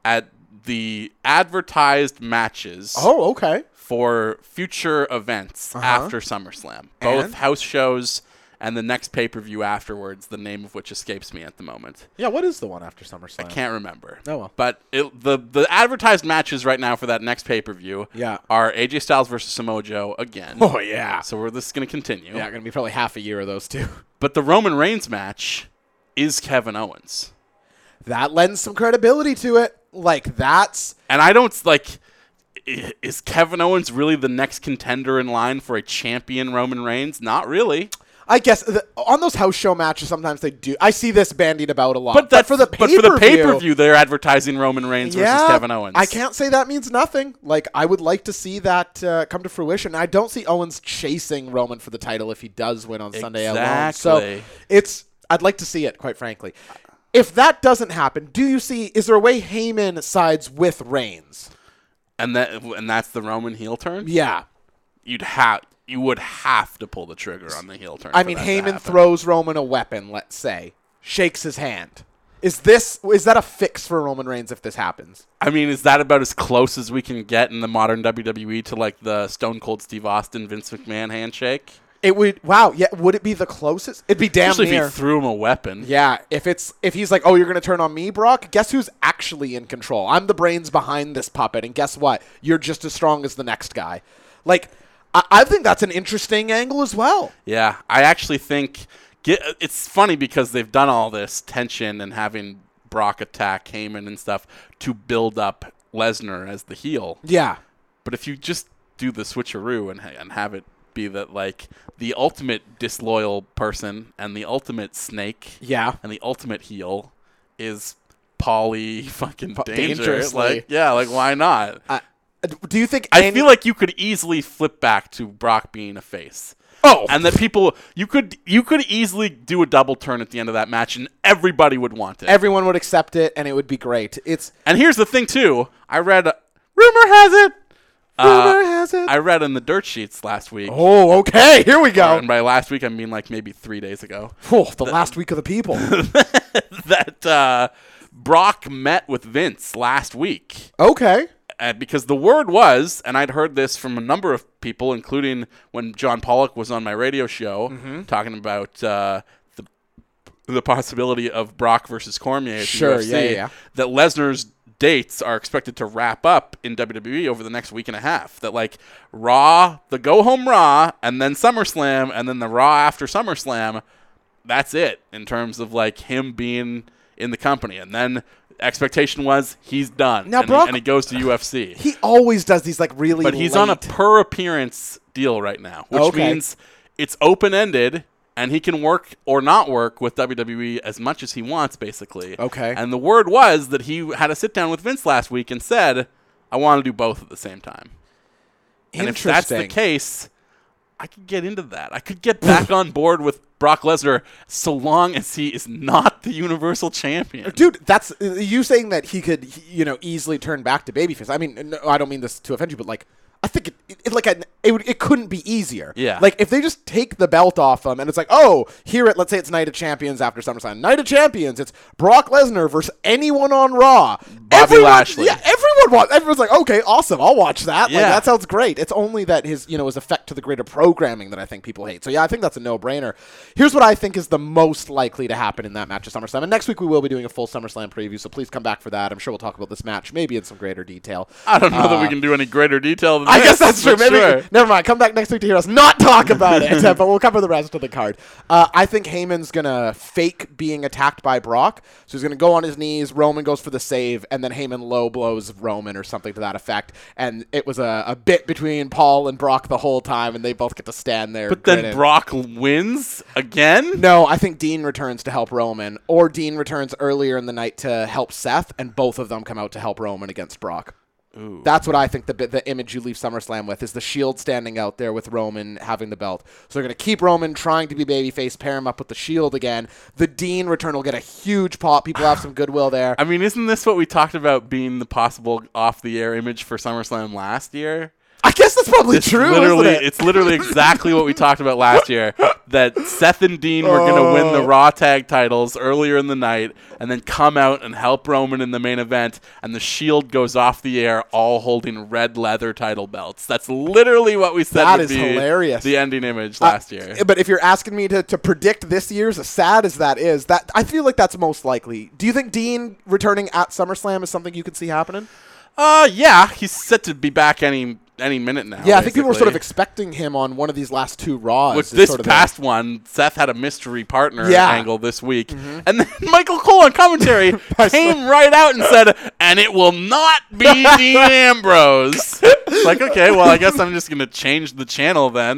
[SPEAKER 4] at the advertised matches
[SPEAKER 5] Oh, okay.
[SPEAKER 4] for future events after SummerSlam, both
[SPEAKER 5] And?
[SPEAKER 4] house shows and the next pay per view afterwards, the name of which escapes me at the moment.
[SPEAKER 5] Yeah. What is the one after SummerSlam?
[SPEAKER 4] Can't remember.
[SPEAKER 5] Oh, well.
[SPEAKER 4] But it, the the advertised matches right now for that next pay per view
[SPEAKER 5] Yeah.
[SPEAKER 4] are AJ Styles versus Samoa Joe again.
[SPEAKER 5] Oh, yeah.
[SPEAKER 4] So we're this is gonna continue.
[SPEAKER 5] Yeah, going to be probably half a year of those two. <laughs>
[SPEAKER 4] But the Roman Reigns match is Kevin Owens,
[SPEAKER 5] That lends some credibility to it. Like that's
[SPEAKER 4] and I don't like. i- Is Kevin Owens really the next contender in line for a champion Roman Reigns? Not really.
[SPEAKER 5] I guess the, on those house show matches, sometimes they do. I see this bandied about a lot.
[SPEAKER 4] But, that's,
[SPEAKER 5] for the
[SPEAKER 4] but for the pay per
[SPEAKER 5] pay-per-view,
[SPEAKER 4] view, they're advertising Roman Reigns versus Kevin Owens.
[SPEAKER 5] I can't say that means nothing. Like I would like to see that uh, come to fruition. I don't see Owens chasing Roman for the title if he does win on Sunday alone. So
[SPEAKER 4] Exactly.
[SPEAKER 5] it's I'd like to see it, quite frankly. If that doesn't happen, do you see? Is there a way Heyman sides with Reigns?
[SPEAKER 4] And that and that's the Roman heel turn.
[SPEAKER 5] Yeah,
[SPEAKER 4] You'd have you would have to pull the trigger on the heel turn.
[SPEAKER 5] I
[SPEAKER 4] for
[SPEAKER 5] mean
[SPEAKER 4] that to
[SPEAKER 5] Heyman
[SPEAKER 4] happen.
[SPEAKER 5] throws Roman a weapon. Let's say shakes his hand. Is this is that a fix for Roman Reigns if this happens?
[SPEAKER 4] I mean, is that about as close as we can get in the modern WWE to like the Stone Cold Steve Austin Vince McMahon handshake?
[SPEAKER 5] It would wow. Yeah, would it be the closest? It'd be damn
[SPEAKER 4] Especially
[SPEAKER 5] near.
[SPEAKER 4] if he threw him a weapon.
[SPEAKER 5] Yeah, if it's if he's like, "Oh, you're going to turn on me, Brock." Guess who's actually in control? I'm the brains behind this puppet, and guess what? You're just as strong as the next guy. Like, I, I think that's an interesting angle as well.
[SPEAKER 4] Yeah, I actually think get, it's funny because they've done all this tension and having Brock attack Heyman and stuff to build up Lesnar as the heel.
[SPEAKER 5] Yeah,
[SPEAKER 4] But if you just do the switcheroo and ha- and have it be that like the ultimate disloyal person and the ultimate snake,
[SPEAKER 5] Yeah.
[SPEAKER 4] and the ultimate heel is Polly fucking dangerous.
[SPEAKER 5] dangerously.
[SPEAKER 4] Like yeah, like why not? I,
[SPEAKER 5] Uh, do you think? any-
[SPEAKER 4] feel like you could easily flip back to Brock being a face.
[SPEAKER 5] Oh.
[SPEAKER 4] and that people you could you could easily do a double turn at the end of that match, and everybody would want it.
[SPEAKER 5] everyone would accept it, and it would be great. It's
[SPEAKER 4] And here's the thing too. I read rumor has it.
[SPEAKER 5] rumor has it.
[SPEAKER 4] I read in the dirt sheets last week.
[SPEAKER 5] Uh, oh, okay. Here we
[SPEAKER 4] And
[SPEAKER 5] go.
[SPEAKER 4] by last week, I mean like maybe three days ago. <laughs>
[SPEAKER 5] Oh, the last week of the people.
[SPEAKER 4] That uh, Brock met with Vince last week
[SPEAKER 5] okay.
[SPEAKER 4] uh, because the word was, and I'd heard this from a number of people, including when John Pollock was on my radio show
[SPEAKER 5] Mm-hmm.
[SPEAKER 4] talking about uh, the the possibility of Brock versus Cormier. At the
[SPEAKER 5] Sure,
[SPEAKER 4] UFC,
[SPEAKER 5] yeah, yeah, yeah.
[SPEAKER 4] That Lesnar's dates are expected to wrap up in WWE over the next week and a half. That like Raw, the go home Raw, and then SummerSlam, and then the Raw after SummerSlam. That's it in terms of like him being in the company, and then. Expectation was he's done.
[SPEAKER 5] Now,
[SPEAKER 4] and he-
[SPEAKER 5] Brock-
[SPEAKER 4] and he goes to UFC.
[SPEAKER 5] He always does these like really.
[SPEAKER 4] But he's on a
[SPEAKER 5] late-
[SPEAKER 4] per appearance deal right now, which
[SPEAKER 5] Okay.
[SPEAKER 4] means it's open ended and he can work or not work with WWE as much as he wants, basically.
[SPEAKER 5] Okay.
[SPEAKER 4] And the word was that he had a sit down with Vince last week and said, I want to do both at the same time. And if
[SPEAKER 5] Interesting.
[SPEAKER 4] that's the case, I could get into that. I could get back on board with Brock Lesnar so long as he is not the Universal Champion.
[SPEAKER 5] dude that's uh, you saying that he could he- you know easily turn back to babyface i mean no, i don't mean this to offend you but like i think it, it, it- like I, it, would, it couldn't be easier
[SPEAKER 4] Yeah.
[SPEAKER 5] like if they just take the belt off him and it's like oh here at let's say it's night of champions after summerslam night of champions it's brock lesnar versus anyone on raw everyone,
[SPEAKER 4] Lashley.
[SPEAKER 5] yeah everyone wa- everyone's like okay awesome i'll watch that like
[SPEAKER 4] Yeah.
[SPEAKER 5] that sounds great it's only that his you know his effect to the greater programming that i think people hate so yeah i think that's a no-brainer here's what i think is the most likely to happen in that match of summerslam and next week we will be doing a full summerslam preview so please come back for that i'm sure we'll talk about this match maybe in some greater detail
[SPEAKER 4] I don't know that we can do any greater detail than
[SPEAKER 5] uh, I
[SPEAKER 4] this,
[SPEAKER 5] guess that's true.
[SPEAKER 4] but
[SPEAKER 5] Maybe
[SPEAKER 4] sure.
[SPEAKER 5] never mind. Come back next week to hear us not talk about it, <laughs> but we'll cover the rest of the card. Uh, I think Heyman's gonna fake being attacked by Brock, so he's gonna go on his knees. Roman goes for the save, and then Heyman low blows Roman or something to that effect. And it was a, a bit between Paul and Brock the whole time, and they both get to stand there.
[SPEAKER 4] But then
[SPEAKER 5] grinning.
[SPEAKER 4] Brock wins again?
[SPEAKER 5] No, I think Dean returns to help Roman, or Dean returns earlier in the night to help Seth, and both of them come out to help Roman against Brock. That's what I think the bi- the image you leave SummerSlam with is the Shield standing out there with Roman having the belt. So they're going to keep Roman trying to be babyface, pair him up with the Shield again. The Dean return will get a huge pop. People have some
[SPEAKER 4] <sighs>
[SPEAKER 5] goodwill there.
[SPEAKER 4] I mean, isn't this what we talked about being the possible off the air image for SummerSlam last year?
[SPEAKER 5] I guess that's probably true.
[SPEAKER 4] literally,
[SPEAKER 5] isn't it?
[SPEAKER 4] it's literally exactly what we talked about last year. That Seth and Dean were going to win
[SPEAKER 5] Oh.
[SPEAKER 4] the Raw tag titles earlier in the night, and then come out and help Roman in the main event, and the Shield goes off the air, all holding red leather title belts. That's literally what we said.
[SPEAKER 5] That
[SPEAKER 4] would
[SPEAKER 5] is
[SPEAKER 4] be
[SPEAKER 5] hilarious.
[SPEAKER 4] The ending image last
[SPEAKER 5] Uh,
[SPEAKER 4] year.
[SPEAKER 5] But if you're asking me to, to predict this year's, as sad as that is, that I feel like that's most likely. Do you think Dean returning at SummerSlam is something you could see happening?
[SPEAKER 4] Uh, yeah, he's set to be back any any minute now.
[SPEAKER 5] Yeah, I think people were sort of
[SPEAKER 4] basically.
[SPEAKER 5] expecting him on one of these last two Raws.
[SPEAKER 4] Which
[SPEAKER 5] is
[SPEAKER 4] this
[SPEAKER 5] sort of the-
[SPEAKER 4] past one, Seth had a mystery partner
[SPEAKER 5] Yeah. Mm-hmm.
[SPEAKER 4] angle this week, and then <laughs> Michael Cole on
[SPEAKER 5] <laughs>
[SPEAKER 4] commentary came right out and said, "And it will not
[SPEAKER 5] <laughs>
[SPEAKER 4] be Dean Ambrose." It's like, okay, well, I guess I'm just gonna change the channel then.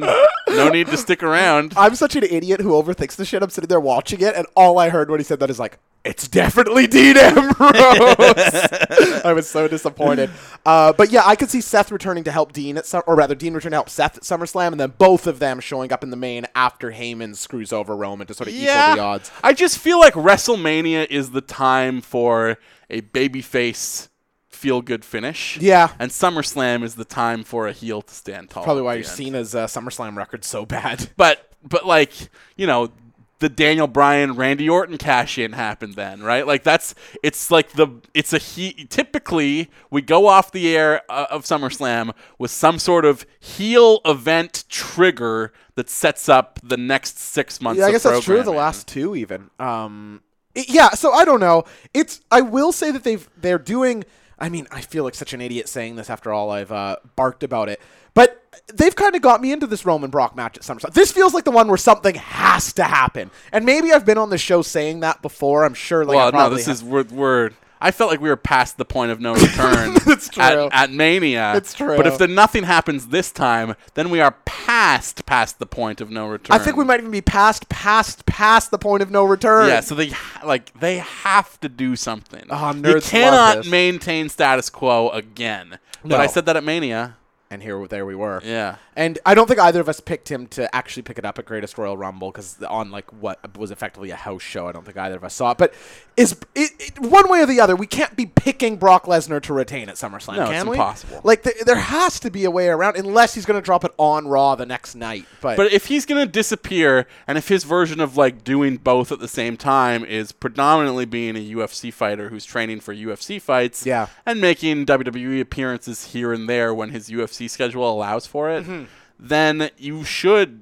[SPEAKER 4] No need to stick around.
[SPEAKER 5] I'm such an idiot who overthinks the shit. I'm sitting there watching it, and all I heard when he said that is like, "It's definitely Dean Ambrose."
[SPEAKER 4] <laughs>
[SPEAKER 5] I was so disappointed. Uh, but yeah, I could see Seth returning to help Dean at some, or rather, Dean returning to help Seth at SummerSlam, and then both of them showing up in the main after Heyman screws over Roman to sort of equal the odds.
[SPEAKER 4] I just feel like WrestleMania is the time for a babyface feel good finish.
[SPEAKER 5] Yeah.
[SPEAKER 4] And SummerSlam is the time for a heel to stand tall.
[SPEAKER 5] Probably
[SPEAKER 4] at
[SPEAKER 5] why
[SPEAKER 4] the
[SPEAKER 5] you're
[SPEAKER 4] end.
[SPEAKER 5] Cena's uh, SummerSlam record so bad.
[SPEAKER 4] But but like, you know, the Daniel Bryan Randy Orton cash in happened then, right? Like that's it's like the it's a he typically we go off the air uh, of SummerSlam with some sort of heel event trigger that sets up the next 6 months
[SPEAKER 5] Yeah, I
[SPEAKER 4] of
[SPEAKER 5] guess that's true. of The
[SPEAKER 4] programming.
[SPEAKER 5] last two, even. Um, i- yeah. So I don't know. It's. I will say that they've they're doing. I mean, I feel like such an idiot saying this after all I've uh, barked about it, but they've kind of got me into this Roman Brock match at SummerSlam. This feels like the one where something has to happen, and maybe I've been on the show saying that before. I'm sure. Like, I
[SPEAKER 4] well, no,
[SPEAKER 5] probably
[SPEAKER 4] this
[SPEAKER 5] have.
[SPEAKER 4] is we're, we're. I felt like we were past the point
[SPEAKER 5] <laughs>
[SPEAKER 4] of no return.
[SPEAKER 5] That's true.
[SPEAKER 4] At, at Mania,
[SPEAKER 5] It's true.
[SPEAKER 4] But if the nothing happens this time, then we are past past the point of no return.
[SPEAKER 5] I think we might even be past, past, past the point of no return.
[SPEAKER 4] Yeah, so they ha- like they have to do something.
[SPEAKER 5] Ah, nerds
[SPEAKER 4] you
[SPEAKER 5] love
[SPEAKER 4] cannot
[SPEAKER 5] this.
[SPEAKER 4] maintain status quo again. But
[SPEAKER 5] No.
[SPEAKER 4] I said that at Mania.
[SPEAKER 5] And here, there we were.
[SPEAKER 4] Yeah.
[SPEAKER 5] And I don't think either of us picked him to actually pick it up at Greatest Royal Rumble because on like what was effectively a house show, I don't think either of us saw it. But is it, it, one way or the other, we can't be picking Brock Lesnar to retain at SummerSlam,
[SPEAKER 4] No,
[SPEAKER 5] can
[SPEAKER 4] it's
[SPEAKER 5] we?
[SPEAKER 4] impossible.
[SPEAKER 5] Like th- there has to be a way around, unless he's going to drop it on Raw the next night. But,
[SPEAKER 4] But if he's gonna disappear, and if his version of like doing both at the same time is predominantly being a UFC fighter who's training for UFC fights,
[SPEAKER 5] Yeah.
[SPEAKER 4] and making WWE appearances here and there when his UFC schedule allows for it,
[SPEAKER 5] Mm-hmm.
[SPEAKER 4] then you should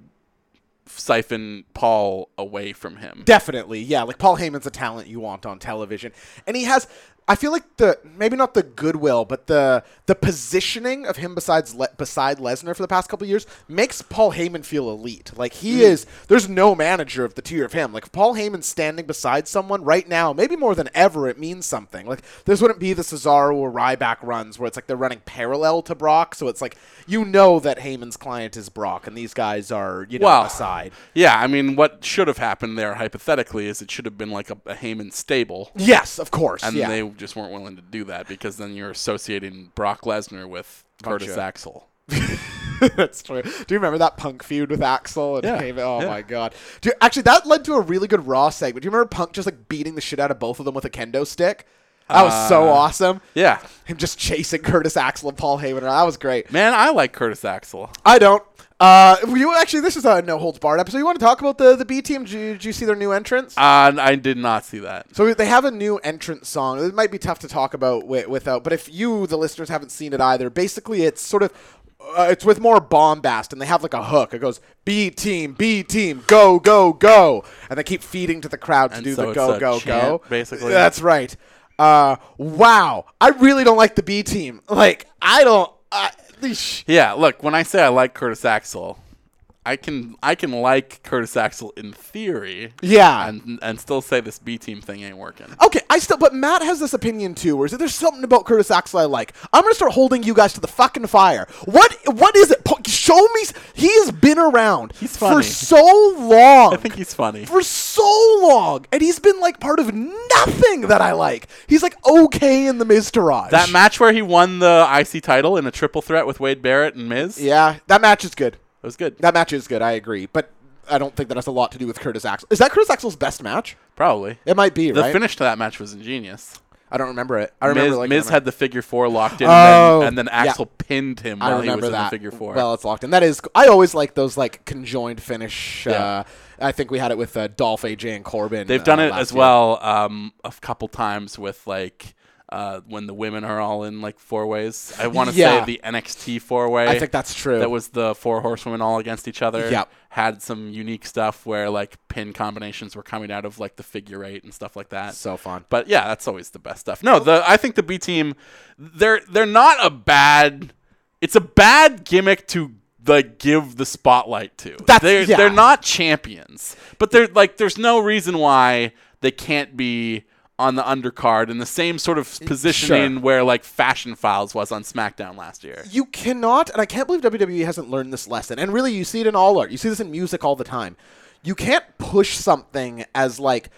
[SPEAKER 4] siphon Paul away from him.
[SPEAKER 5] Definitely, yeah. Like Paul Heyman's a talent you want on television, and he has. I feel like the maybe not the goodwill, but the the positioning of him besides Le- beside Lesnar for the past couple of years makes Paul Heyman feel elite. Like
[SPEAKER 4] Mm.
[SPEAKER 5] he is. There's no manager of the tier of him. Like if Paul Heyman standing beside someone right now, maybe more than ever, it means something. Like this wouldn't be the Cesaro or Ryback runs where it's like they're running parallel to Brock, so it's like you know that Heyman's client is Brock, and these guys are you know
[SPEAKER 4] Well,
[SPEAKER 5] aside.
[SPEAKER 4] Yeah, I mean, what should have happened there hypothetically is it should have been like a, a Heyman stable,
[SPEAKER 5] Yes, of course.
[SPEAKER 4] and
[SPEAKER 5] yeah.
[SPEAKER 4] they just weren't willing to do that because then you're associating Brock Lesnar with Curtis
[SPEAKER 5] Gotcha.
[SPEAKER 4] Axel.
[SPEAKER 5] <laughs> That's true. Do you remember that punk feud with Axel and
[SPEAKER 4] Yeah,
[SPEAKER 5] Heyman? Oh
[SPEAKER 4] yeah.
[SPEAKER 5] my god! Do you- actually, that led to a really good Raw segment. Do you remember Punk just like beating the shit out of both of them with a kendo stick? That was so awesome.
[SPEAKER 4] Uh, Yeah,
[SPEAKER 5] Him just chasing Curtis Axel and Paul Heyman. around. That was great.
[SPEAKER 4] man, I like Curtis Axel.
[SPEAKER 5] I don't. Uh, you actually, this is a no holds barred episode. You want to talk about the the B team? Did you, did you see their new entrance?
[SPEAKER 4] Uh, I did not see that.
[SPEAKER 5] So they have a new entrance song. It might be tough to talk about wi- without, but if you, the listeners, haven't seen it either, basically it's sort of. Uh, it's with more bombast, and they have like a hook. It goes B team, B team, go, go, go, and they keep feeding to the crowd to
[SPEAKER 4] And
[SPEAKER 5] do
[SPEAKER 4] so
[SPEAKER 5] the
[SPEAKER 4] it's
[SPEAKER 5] go,
[SPEAKER 4] a
[SPEAKER 5] go,
[SPEAKER 4] chant,
[SPEAKER 5] go.
[SPEAKER 4] basically.
[SPEAKER 5] that's right. Uh, wow, I really don't like the B team. Like I don't. I, eesh.
[SPEAKER 4] Yeah, look, when I say I like Curtis Axel, I can I can like Curtis Axel in theory.
[SPEAKER 5] Yeah.
[SPEAKER 4] and and still say this B team thing ain't working.
[SPEAKER 5] Okay, I still, but Matt has this opinion too, where is that there's something about Curtis Axel I like. I'm gonna start holding you guys to the fucking fire. What, what is it? Po- show me. s- He has been around
[SPEAKER 4] He's
[SPEAKER 5] for
[SPEAKER 4] funny.
[SPEAKER 5] so long.
[SPEAKER 4] I think he's funny.
[SPEAKER 5] for so long, and he's been like part of nothing that I like. He's like okay in the Miz Taraj.
[SPEAKER 4] That match where he won the IC title in a triple threat with Wade Barrett and Miz, it
[SPEAKER 5] yeah, that match is good.
[SPEAKER 4] was good.
[SPEAKER 5] That match is good. I agree, but I don't think that has a lot to do with Curtis Axel. Is that Curtis Axel's best match?
[SPEAKER 4] Probably.
[SPEAKER 5] It might be
[SPEAKER 4] The
[SPEAKER 5] right.
[SPEAKER 4] finish to that match was ingenious.
[SPEAKER 5] I don't remember it. I remember
[SPEAKER 4] Miz,
[SPEAKER 5] like
[SPEAKER 4] Miz
[SPEAKER 5] that match.
[SPEAKER 4] had the figure four locked in, and,
[SPEAKER 5] Oh,
[SPEAKER 4] then, and then
[SPEAKER 5] yeah.
[SPEAKER 4] Axel pinned him
[SPEAKER 5] I
[SPEAKER 4] while he
[SPEAKER 5] remember
[SPEAKER 4] was in
[SPEAKER 5] that.
[SPEAKER 4] the figure four.
[SPEAKER 5] Well, it's locked in. That is. I always like those like conjoined finish. Uh, I think we had it with uh, Dolph, AJ, and Corbin.
[SPEAKER 4] They've
[SPEAKER 5] uh,
[SPEAKER 4] done it
[SPEAKER 5] last
[SPEAKER 4] as
[SPEAKER 5] year.
[SPEAKER 4] well um, a couple times with like uh, when the women are all in like four ways. I want to say
[SPEAKER 5] Yeah.
[SPEAKER 4] the NXT four way.
[SPEAKER 5] I think that's true.
[SPEAKER 4] That was the four horsewomen all against each other.
[SPEAKER 5] Yep.
[SPEAKER 4] Had some unique stuff where like pin combinations were coming out of like the figure eight and stuff like that.
[SPEAKER 5] So fun.
[SPEAKER 4] But yeah, that's always the best stuff. No, the I think the B team, they're they're not a bad it's a bad gimmick to like give the spotlight to.
[SPEAKER 5] That's-
[SPEAKER 4] they're
[SPEAKER 5] yeah.
[SPEAKER 4] they're not champions, but they're like there's no reason why they can't be on the undercard in the same sort of
[SPEAKER 5] Eh,
[SPEAKER 4] positioning where like Fashion Files was on SmackDown last year.
[SPEAKER 5] You cannot, and I can't believe WWE hasn't learned this lesson. And really, you see it in all art. You see this in music all the time. You can't push something as like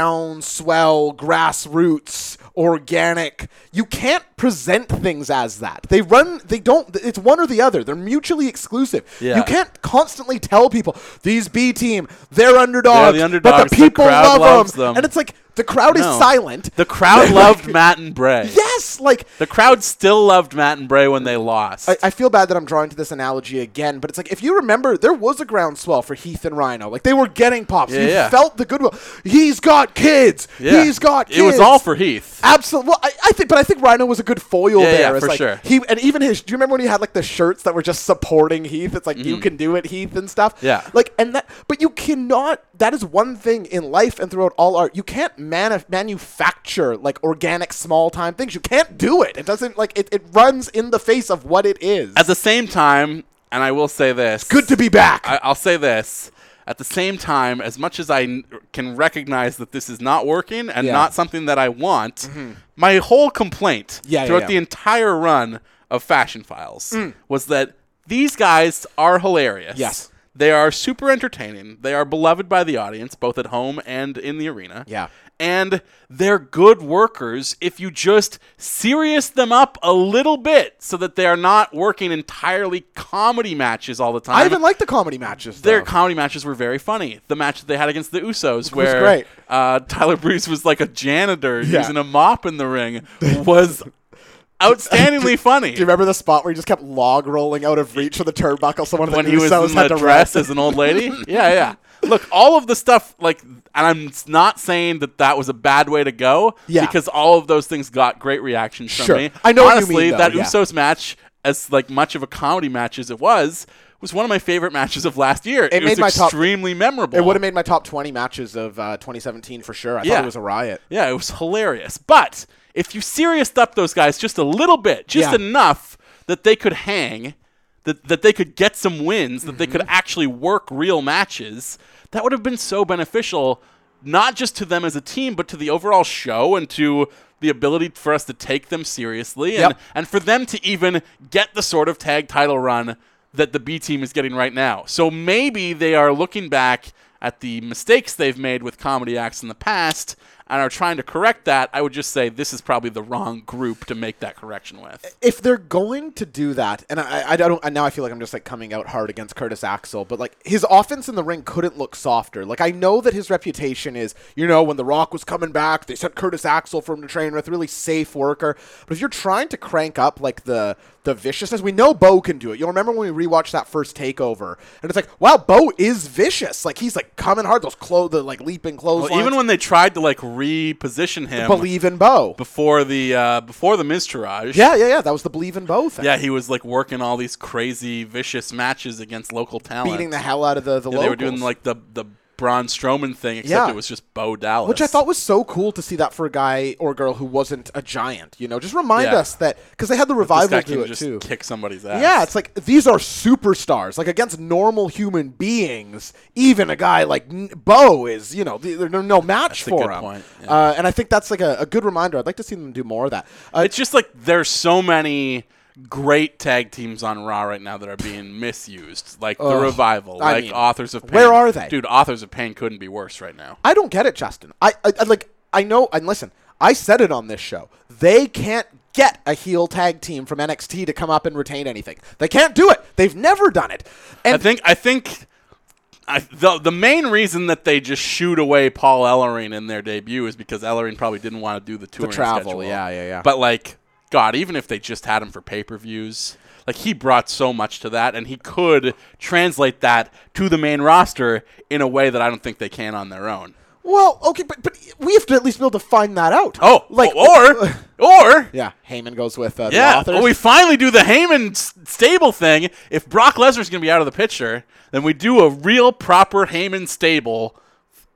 [SPEAKER 5] groundswell, grassroots, organic. You can't present things as that. They run, they don't, it's one or the other. They're mutually exclusive.
[SPEAKER 4] Yeah.
[SPEAKER 5] You can't constantly tell people, these B team, they're underdogs, but
[SPEAKER 4] underdogs,
[SPEAKER 5] the
[SPEAKER 4] the
[SPEAKER 5] people
[SPEAKER 4] crowd
[SPEAKER 5] love 'em."
[SPEAKER 4] loves them.
[SPEAKER 5] And it's like, the crowd is
[SPEAKER 4] No.
[SPEAKER 5] silent.
[SPEAKER 4] The
[SPEAKER 5] <laughs>
[SPEAKER 4] crowd loved Matt and Bray.
[SPEAKER 5] yes, like
[SPEAKER 4] The crowd still loved Matt and Bray when they lost.
[SPEAKER 5] I, I feel bad that I'm drawing to this analogy again, but it's like if you remember, there was a groundswell for Heath and Rhino. Like they were getting pops.
[SPEAKER 4] Yeah,
[SPEAKER 5] you
[SPEAKER 4] yeah.
[SPEAKER 5] felt the goodwill. He's got kids.
[SPEAKER 4] Yeah.
[SPEAKER 5] He's got kids.
[SPEAKER 4] It was all for Heath.
[SPEAKER 5] Absolutely. Well, I, I think, but I think Rhino was a good foil
[SPEAKER 4] Yeah,
[SPEAKER 5] there.
[SPEAKER 4] yeah,
[SPEAKER 5] It's
[SPEAKER 4] for
[SPEAKER 5] like,
[SPEAKER 4] sure.
[SPEAKER 5] He and even his. Do you remember when he had like the shirts that were just supporting Heath? It's like you can do it, Heath, and stuff.
[SPEAKER 4] Mm-hmm. Yeah.
[SPEAKER 5] Like and that, but you cannot. That is one thing in life and throughout all art. You can't manu- manufacture like organic small time things. You can't do it. It doesn't like it. It runs in the face of what it is.
[SPEAKER 4] At the same time, and I will say this.
[SPEAKER 5] good to be back.
[SPEAKER 4] I, I'll say this. At the same time, as much as I n- can recognize that this is not working and
[SPEAKER 5] Yeah. Mm-hmm.
[SPEAKER 4] not something that I want, my whole complaint
[SPEAKER 5] Yeah, yeah,
[SPEAKER 4] throughout
[SPEAKER 5] yeah. Mm.
[SPEAKER 4] the entire run of Fashion Files was that these guys are hilarious.
[SPEAKER 5] Yes.
[SPEAKER 4] They are super entertaining. They are beloved by the audience, both at home and in the arena.
[SPEAKER 5] Yeah.
[SPEAKER 4] And they're good workers if you just serious them up a little bit so that they are not working entirely comedy matches all the time.
[SPEAKER 5] I even like the comedy matches.
[SPEAKER 4] Their
[SPEAKER 5] though.
[SPEAKER 4] comedy matches were very funny. The match that they had against the Usos, where
[SPEAKER 5] great.
[SPEAKER 4] Uh, Tyler Breeze was like a janitor using a mop in the
[SPEAKER 5] <laughs>
[SPEAKER 4] ring, was outstandingly funny.
[SPEAKER 5] do you remember the spot where he just kept log rolling out of reach of the turnbuckle? Someone of the
[SPEAKER 4] when he was
[SPEAKER 5] Usos
[SPEAKER 4] in
[SPEAKER 5] had
[SPEAKER 4] the
[SPEAKER 5] to
[SPEAKER 4] dress
[SPEAKER 5] rest.
[SPEAKER 4] as an old lady.
[SPEAKER 5] <laughs>
[SPEAKER 4] yeah, yeah. Look, all of the stuff, like, and I'm s- not saying that that was a bad way to go,
[SPEAKER 5] Yeah.
[SPEAKER 4] because all of those things got great reactions from
[SPEAKER 5] Sure.
[SPEAKER 4] me.
[SPEAKER 5] I know what you
[SPEAKER 4] Honestly,
[SPEAKER 5] mean, though,
[SPEAKER 4] that
[SPEAKER 5] yeah.
[SPEAKER 4] Usos match, as like much of a comedy match as it was, was one of my favorite matches of last year. It,
[SPEAKER 5] made
[SPEAKER 4] was
[SPEAKER 5] my top-
[SPEAKER 4] extremely memorable.
[SPEAKER 5] It would have made my top 20 matches of uh, 2017 for sure. I
[SPEAKER 4] Yeah.
[SPEAKER 5] thought it was a riot.
[SPEAKER 4] Yeah, it was hilarious. But if you serious up those guys just a little bit, just
[SPEAKER 5] Yeah.
[SPEAKER 4] enough that they could hang, that, that they could get some wins, that they could actually work real matches, that would have been so beneficial, not just to them as a team, but to the overall show and to the ability for us to take them seriously and,
[SPEAKER 5] Yep.
[SPEAKER 4] and for them to even get the sort of tag title run that the B team is getting right now. So maybe they are looking back at the mistakes they've made with comedy acts in the past and are trying to correct that. I would just say this is probably the wrong group to make that correction with.
[SPEAKER 5] If they're going to do that, and I, I don't, and now I feel like I'm just like coming out hard against Curtis Axel, but like his offense in the ring couldn't look softer. Like I know that his reputation is, you know, when The Rock was coming back, they sent Curtis Axel for him to train with, really safe worker. But if you're trying to crank up like the the viciousness, we know Bo can do it. You'll remember when we rewatched that first takeover, and it's like, wow, Bo is vicious. Like he's like coming hard. Those clo- the like leaping clotheslines.
[SPEAKER 4] Well, even when they tried to like reposition him
[SPEAKER 5] believe in Bo.
[SPEAKER 4] before the uh, before the Miztourage,
[SPEAKER 5] Yeah, yeah, yeah. That was the believe in Bo thing.
[SPEAKER 4] yeah, he was like working all these crazy vicious matches against local talent.
[SPEAKER 5] beating the hell out of the the
[SPEAKER 4] Yeah,
[SPEAKER 5] locals.
[SPEAKER 4] they were doing like the the Braun Strowman thing, except
[SPEAKER 5] Yeah.
[SPEAKER 4] it was just Bo Dallas,
[SPEAKER 5] which I thought was so cool to see that for a guy or girl who wasn't a giant. You know, just remind
[SPEAKER 4] Yeah.
[SPEAKER 5] us that because they had the
[SPEAKER 4] this
[SPEAKER 5] revival
[SPEAKER 4] guy
[SPEAKER 5] do
[SPEAKER 4] can
[SPEAKER 5] it
[SPEAKER 4] just
[SPEAKER 5] too.
[SPEAKER 4] kick somebody's ass.
[SPEAKER 5] Yeah, it's like these are superstars. Like against normal human beings, even a guy like N- Bo is, you know, th- they're no
[SPEAKER 4] That's
[SPEAKER 5] match
[SPEAKER 4] a
[SPEAKER 5] for
[SPEAKER 4] good
[SPEAKER 5] him.
[SPEAKER 4] point, yeah.
[SPEAKER 5] Uh, and I think that's like a, a good reminder. I'd like to see them do more of that. Uh,
[SPEAKER 4] it's just like there's so many great tag teams on Raw right now that are being <laughs> misused, like the revival,
[SPEAKER 5] I
[SPEAKER 4] like
[SPEAKER 5] mean,
[SPEAKER 4] Authors of Pain.
[SPEAKER 5] where are they?
[SPEAKER 4] dude? Authors of Pain couldn't be worse right now.
[SPEAKER 5] I don't get it, Justin. I, I, I like I know and listen, I said it on this show. They can't get a heel tag team from NXT to come up and retain anything. They can't do it. They've never done it. And
[SPEAKER 4] I think I think I, the the main reason that they just shoot away Paul Ellering in their debut is because Ellering probably didn't want to do the touring
[SPEAKER 5] travel,
[SPEAKER 4] schedule.
[SPEAKER 5] yeah, yeah, yeah.
[SPEAKER 4] But like, God, even if they just had him for pay per views, like he brought so much to that, and he could translate that to the main roster in a way that I don't think they can on their own.
[SPEAKER 5] well, okay, but but we have to at least be able to find that out.
[SPEAKER 4] Oh, like
[SPEAKER 5] uh,
[SPEAKER 4] or or
[SPEAKER 5] <laughs> yeah, Heyman goes with uh, the
[SPEAKER 4] Yeah,
[SPEAKER 5] authors.
[SPEAKER 4] well, we finally do the Heyman s- stable thing. If Brock Lesnar's going to be out of the picture, then we do a real proper Heyman stable,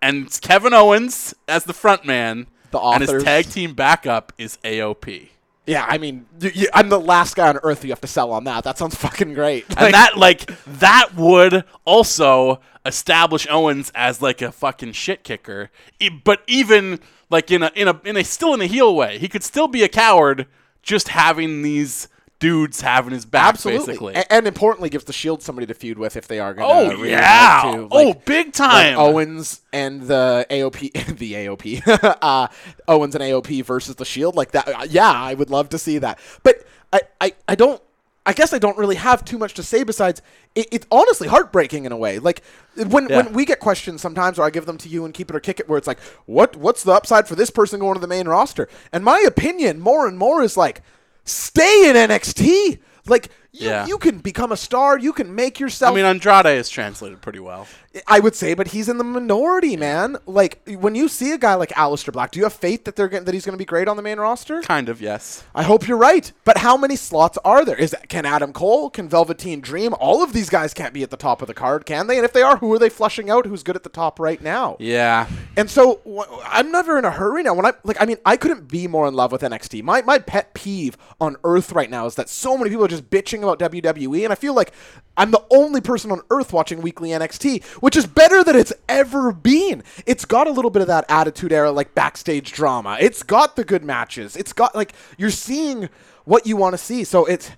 [SPEAKER 4] and it's Kevin Owens as the front man,
[SPEAKER 5] The
[SPEAKER 4] and his
[SPEAKER 5] authors.
[SPEAKER 4] tag team backup is AOP.
[SPEAKER 5] Yeah, I mean, y y I'm the last guy on earth you have to sell on that. That sounds fucking
[SPEAKER 4] <laughs>
[SPEAKER 5] great. Like,
[SPEAKER 4] and that like that would also establish Owens as like a fucking shit kicker, E- but even like in a in a in a still in a heel way, he could still be a coward just having these dudes having his back
[SPEAKER 5] absolutely.
[SPEAKER 4] basically.
[SPEAKER 5] A- and importantly, gives the Shield somebody to feud with if they are
[SPEAKER 4] oh
[SPEAKER 5] going.
[SPEAKER 4] yeah,
[SPEAKER 5] Too.
[SPEAKER 4] oh
[SPEAKER 5] Like,
[SPEAKER 4] big
[SPEAKER 5] like
[SPEAKER 4] time.
[SPEAKER 5] Owens and the AOP, <laughs> the AOP, uh, Owens and AOP versus the Shield, like that. uh, Yeah, I would love to see that. But I, I, I don't. I guess I don't really have too much to say besides it, it's honestly heartbreaking in a way. Like when
[SPEAKER 4] Yeah.
[SPEAKER 5] when we get questions sometimes, or I give them to you and keep it or kick it, where it's like, what what's the upside for this person going to the main roster? And my opinion, more and more, is like, stay in NXT. Like you,
[SPEAKER 4] Yeah.
[SPEAKER 5] you can become a star, you can make yourself.
[SPEAKER 4] I mean, Andrade is translated pretty well.
[SPEAKER 5] I would say, but he's in the minority, man. Like when you see a guy like Aleister Black, do you have faith that they're gonna, that he's going to be great on the main roster?
[SPEAKER 4] Kind of, yes.
[SPEAKER 5] I hope you're right. But how many slots are there? Is can Adam Cole, can Velveteen Dream? All of these guys can't be at the top of the card, can they? And if they are, who are they flushing out? Who's good at the top right now?
[SPEAKER 4] Yeah.
[SPEAKER 5] And so wh- I'm never in a hurry now. When I like, I mean, I couldn't be more in love with NXT. My my pet peeve on Earth right now is that so many people are just bitching about WWE, and I feel like I'm the only person on Earth watching weekly NXT, which is better than it's ever been. It's got a little bit of that Attitude Era like backstage drama. It's got the good matches. It's got like you're seeing what you want to see. So it's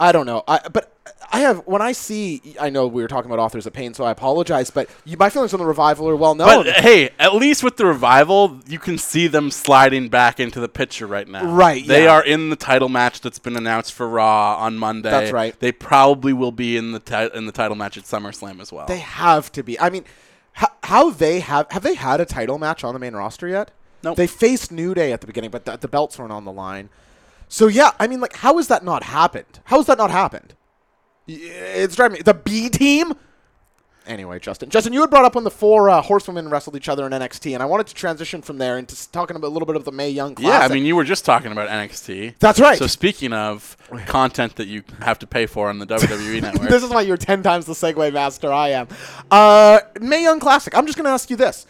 [SPEAKER 5] I don't know. I but I have when I see I know we were talking about authors of pain, so I apologize. But you, my feelings on Oh, the revival are well known.
[SPEAKER 4] But uh, hey, at least with the revival, you can see them sliding back into the picture right now.
[SPEAKER 5] Right,
[SPEAKER 4] They
[SPEAKER 5] yeah.
[SPEAKER 4] are in the title match that's been announced for Raw on Monday.
[SPEAKER 5] That's right.
[SPEAKER 4] They probably will be in the ti- in the title match at SummerSlam as well.
[SPEAKER 5] They have to be. I mean, how, how they have have they had a title match on the main roster yet?
[SPEAKER 4] Nope.
[SPEAKER 5] They faced New Day at the beginning, but the, the belts weren't on the line. So yeah, I mean, like, how has that not happened? How has that not happened? Y- It's driving me. The B team. Anyway, Justin, Justin, you had brought up when the four uh, horsewomen wrestled each other in NXT, and I wanted to transition from there into s- talking about a little bit of the May Young
[SPEAKER 4] yeah,
[SPEAKER 5] Classic.
[SPEAKER 4] I mean, you were just talking about NXT.
[SPEAKER 5] That's right.
[SPEAKER 4] So speaking of content that you have to pay for on the WWE network,
[SPEAKER 5] this is why you're 10 times the segue master I am. Uh, May Young Classic. I'm just going to ask you this.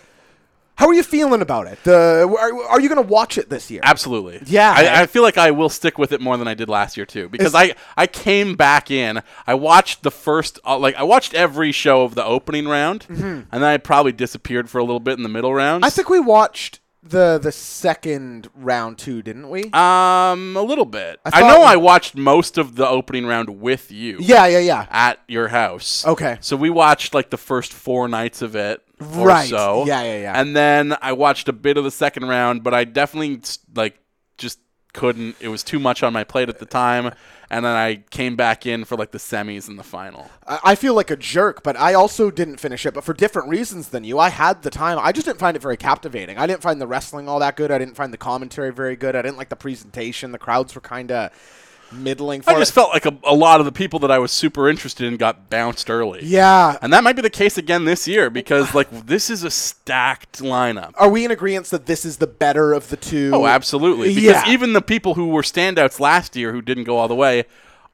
[SPEAKER 5] How are you feeling about it? The, are, are you going to watch it this year?
[SPEAKER 4] Absolutely.
[SPEAKER 5] Yeah.
[SPEAKER 4] I, I feel like I will stick with it more than I did last year too, because I I came back in. I watched the first uh, like I watched every show of the opening round, and then I probably disappeared for a little bit in the middle round.
[SPEAKER 5] Mm-hmm. I think we watched the the second round two, didn't we?
[SPEAKER 4] um, a little bit. I,
[SPEAKER 5] I
[SPEAKER 4] know
[SPEAKER 5] thought-
[SPEAKER 4] I watched most of the opening round with you.
[SPEAKER 5] yeah, yeah, yeah.
[SPEAKER 4] At your house.
[SPEAKER 5] Okay.
[SPEAKER 4] So we watched like the first four nights of it. Or
[SPEAKER 5] Right.
[SPEAKER 4] So.
[SPEAKER 5] Yeah, yeah, yeah.
[SPEAKER 4] And then I watched a bit of the second round, but I definitely s- like just couldn't. It was too much on my plate at the time, and then I came back in for like the semis and the final.
[SPEAKER 5] I I feel like a jerk, but I also didn't finish it, but for different reasons than you. I had the time. I just didn't find it very captivating. I didn't find the wrestling all that good. I didn't find the commentary very good. I didn't like the presentation. The crowds were kind of middling for
[SPEAKER 4] I just
[SPEAKER 5] it.
[SPEAKER 4] felt like a, a lot of the people that I was super interested in got bounced early.
[SPEAKER 5] yeah.
[SPEAKER 4] And that might be the case again this year because like this is a stacked lineup.
[SPEAKER 5] are we in agreement that this is the better of the two?
[SPEAKER 4] Oh, absolutely. Because
[SPEAKER 5] Yeah.
[SPEAKER 4] even the people who were standouts last year who didn't go all the way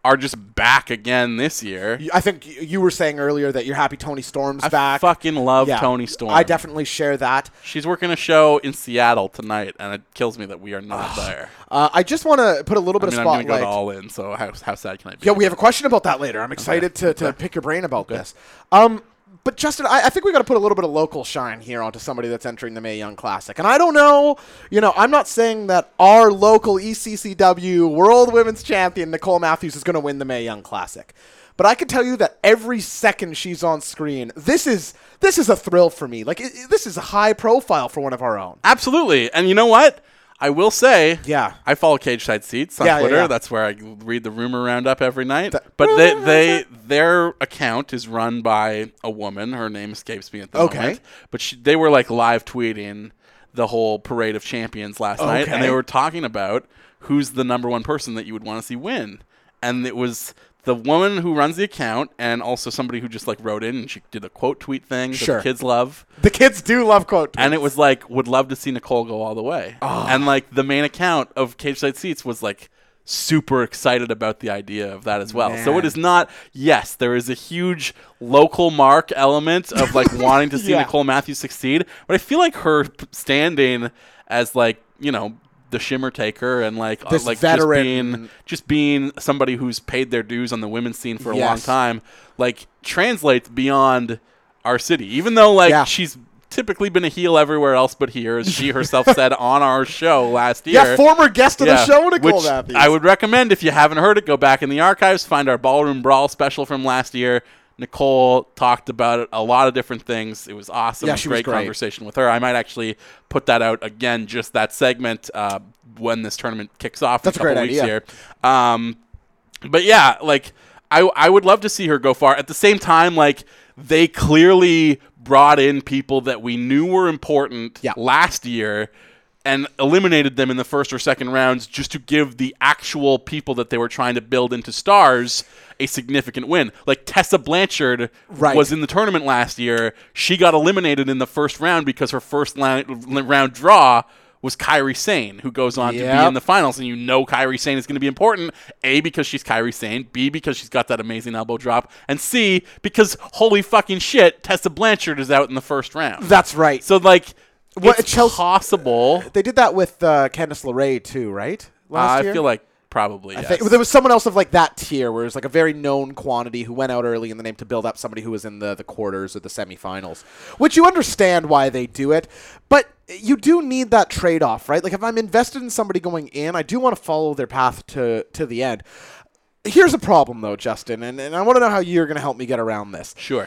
[SPEAKER 4] are just back again this year.
[SPEAKER 5] I think y- you were saying earlier that you're happy Tony Storm's
[SPEAKER 4] I
[SPEAKER 5] back.
[SPEAKER 4] fucking love
[SPEAKER 5] Yeah.
[SPEAKER 4] Tony Storm.
[SPEAKER 5] I definitely share that.
[SPEAKER 4] She's working a show in Seattle tonight, and it kills me that we are not there.
[SPEAKER 5] Uh, I just want to put a little
[SPEAKER 4] I
[SPEAKER 5] bit
[SPEAKER 4] mean,
[SPEAKER 5] of
[SPEAKER 4] I'm going to go
[SPEAKER 5] spotlight.
[SPEAKER 4] to All In, so how, how sad can I be?
[SPEAKER 5] yeah, we have a question about that later. I'm excited to, to pick your brain about this. Um, but Justin, I, I think we got to put a little bit of local shine here onto somebody that's entering the May Young Classic. And I don't know, you know, I'm not saying that our local E ECCW World Women's Champion Nicole Matthews is going to win the May Young Classic. But I can tell you that every second she's on screen, this is this is a thrill for me. Like it, it- this is a high profile for one of our own.
[SPEAKER 4] Absolutely. And you know what? I will say,
[SPEAKER 5] Yeah.
[SPEAKER 4] I follow Cage Side Seats on
[SPEAKER 5] Yeah, yeah,
[SPEAKER 4] Twitter.
[SPEAKER 5] yeah.
[SPEAKER 4] That's where I read the rumor roundup every night. but they, they their account is run by a woman. Her name escapes me at the
[SPEAKER 5] Okay.
[SPEAKER 4] moment. But she, they were like live tweeting the whole parade of champions last night, and
[SPEAKER 5] Okay.
[SPEAKER 4] they were talking about who's the number one person that you would want to see win. And it was the woman who runs the account, and also somebody who just like wrote in and she did a quote tweet thing
[SPEAKER 5] Sure.
[SPEAKER 4] that the kids love
[SPEAKER 5] The kids do love quote.
[SPEAKER 4] and it was like would love to see Nicole go all the way.
[SPEAKER 5] Ah.
[SPEAKER 4] And like the main account of Cage Side Seats was like super excited about the idea of that as well. So it is not yes, there is a huge local mark element of
[SPEAKER 5] <laughs>
[SPEAKER 4] like wanting to see
[SPEAKER 5] Yeah.
[SPEAKER 4] Nicole Matthews succeed, but I feel like her p- standing as like, you know, the shimmer taker and like uh,
[SPEAKER 5] This
[SPEAKER 4] like
[SPEAKER 5] veteran-
[SPEAKER 4] just being just being somebody who's paid their dues on the women's scene for a long
[SPEAKER 5] Yes.
[SPEAKER 4] time, like translates beyond our city. Even though like
[SPEAKER 5] Yeah.
[SPEAKER 4] she's typically been a heel everywhere else but here, as she
[SPEAKER 5] <laughs>
[SPEAKER 4] herself said on our show last year.
[SPEAKER 5] Yeah, former guest of
[SPEAKER 4] Yeah,
[SPEAKER 5] the show, Nicole
[SPEAKER 4] which
[SPEAKER 5] Matthews.
[SPEAKER 4] I would recommend if you haven't heard it, go back in the archives, find our ballroom brawl special from last year. Nicole talked about it, a lot of different things. It was awesome.
[SPEAKER 5] Yeah, she was
[SPEAKER 4] great,
[SPEAKER 5] great.
[SPEAKER 4] conversation with her. I might actually put that out again, just that segment uh, when this tournament kicks off
[SPEAKER 5] That's a
[SPEAKER 4] in a couple
[SPEAKER 5] great
[SPEAKER 4] weeks
[SPEAKER 5] idea.
[SPEAKER 4] here. Um, but yeah, like I I would love to see her go far. At the same time, like they clearly brought in people that we knew were important
[SPEAKER 5] Yeah.
[SPEAKER 4] last year and eliminated them in the first or second rounds just to give the actual people that they were trying to build into stars a significant win. Like Tessa Blanchard
[SPEAKER 5] Right.
[SPEAKER 4] was in the tournament last year. She got eliminated in the first round because her first li- round draw was Kyrie Sane, who goes on to be
[SPEAKER 5] Yep.
[SPEAKER 4] in the finals, and you know Kyrie Sane is going to be important. A because she's Kyrie Sane. B because she's got that amazing elbow drop. And C because holy fucking shit, Tessa Blanchard is out in the first round.
[SPEAKER 5] That's right.
[SPEAKER 4] so like,
[SPEAKER 5] What-
[SPEAKER 4] it's
[SPEAKER 5] Chelsea-
[SPEAKER 4] possible.
[SPEAKER 5] they did that with uh, Candice LeRae too, right? Last
[SPEAKER 4] I
[SPEAKER 5] year?
[SPEAKER 4] feel like probably.
[SPEAKER 5] I
[SPEAKER 4] yes.
[SPEAKER 5] think- there was someone else of like that tier, where it was like a very known quantity who went out early in the name to build up somebody who was in the, the quarters or the semifinals, which you understand why they do it, but you do need that trade off, right? Like if I'm invested in somebody going in, I do want to follow their path to to the end. Here's a problem though, Justin, and, and I want to know how you're going to help me get around this.
[SPEAKER 4] sure.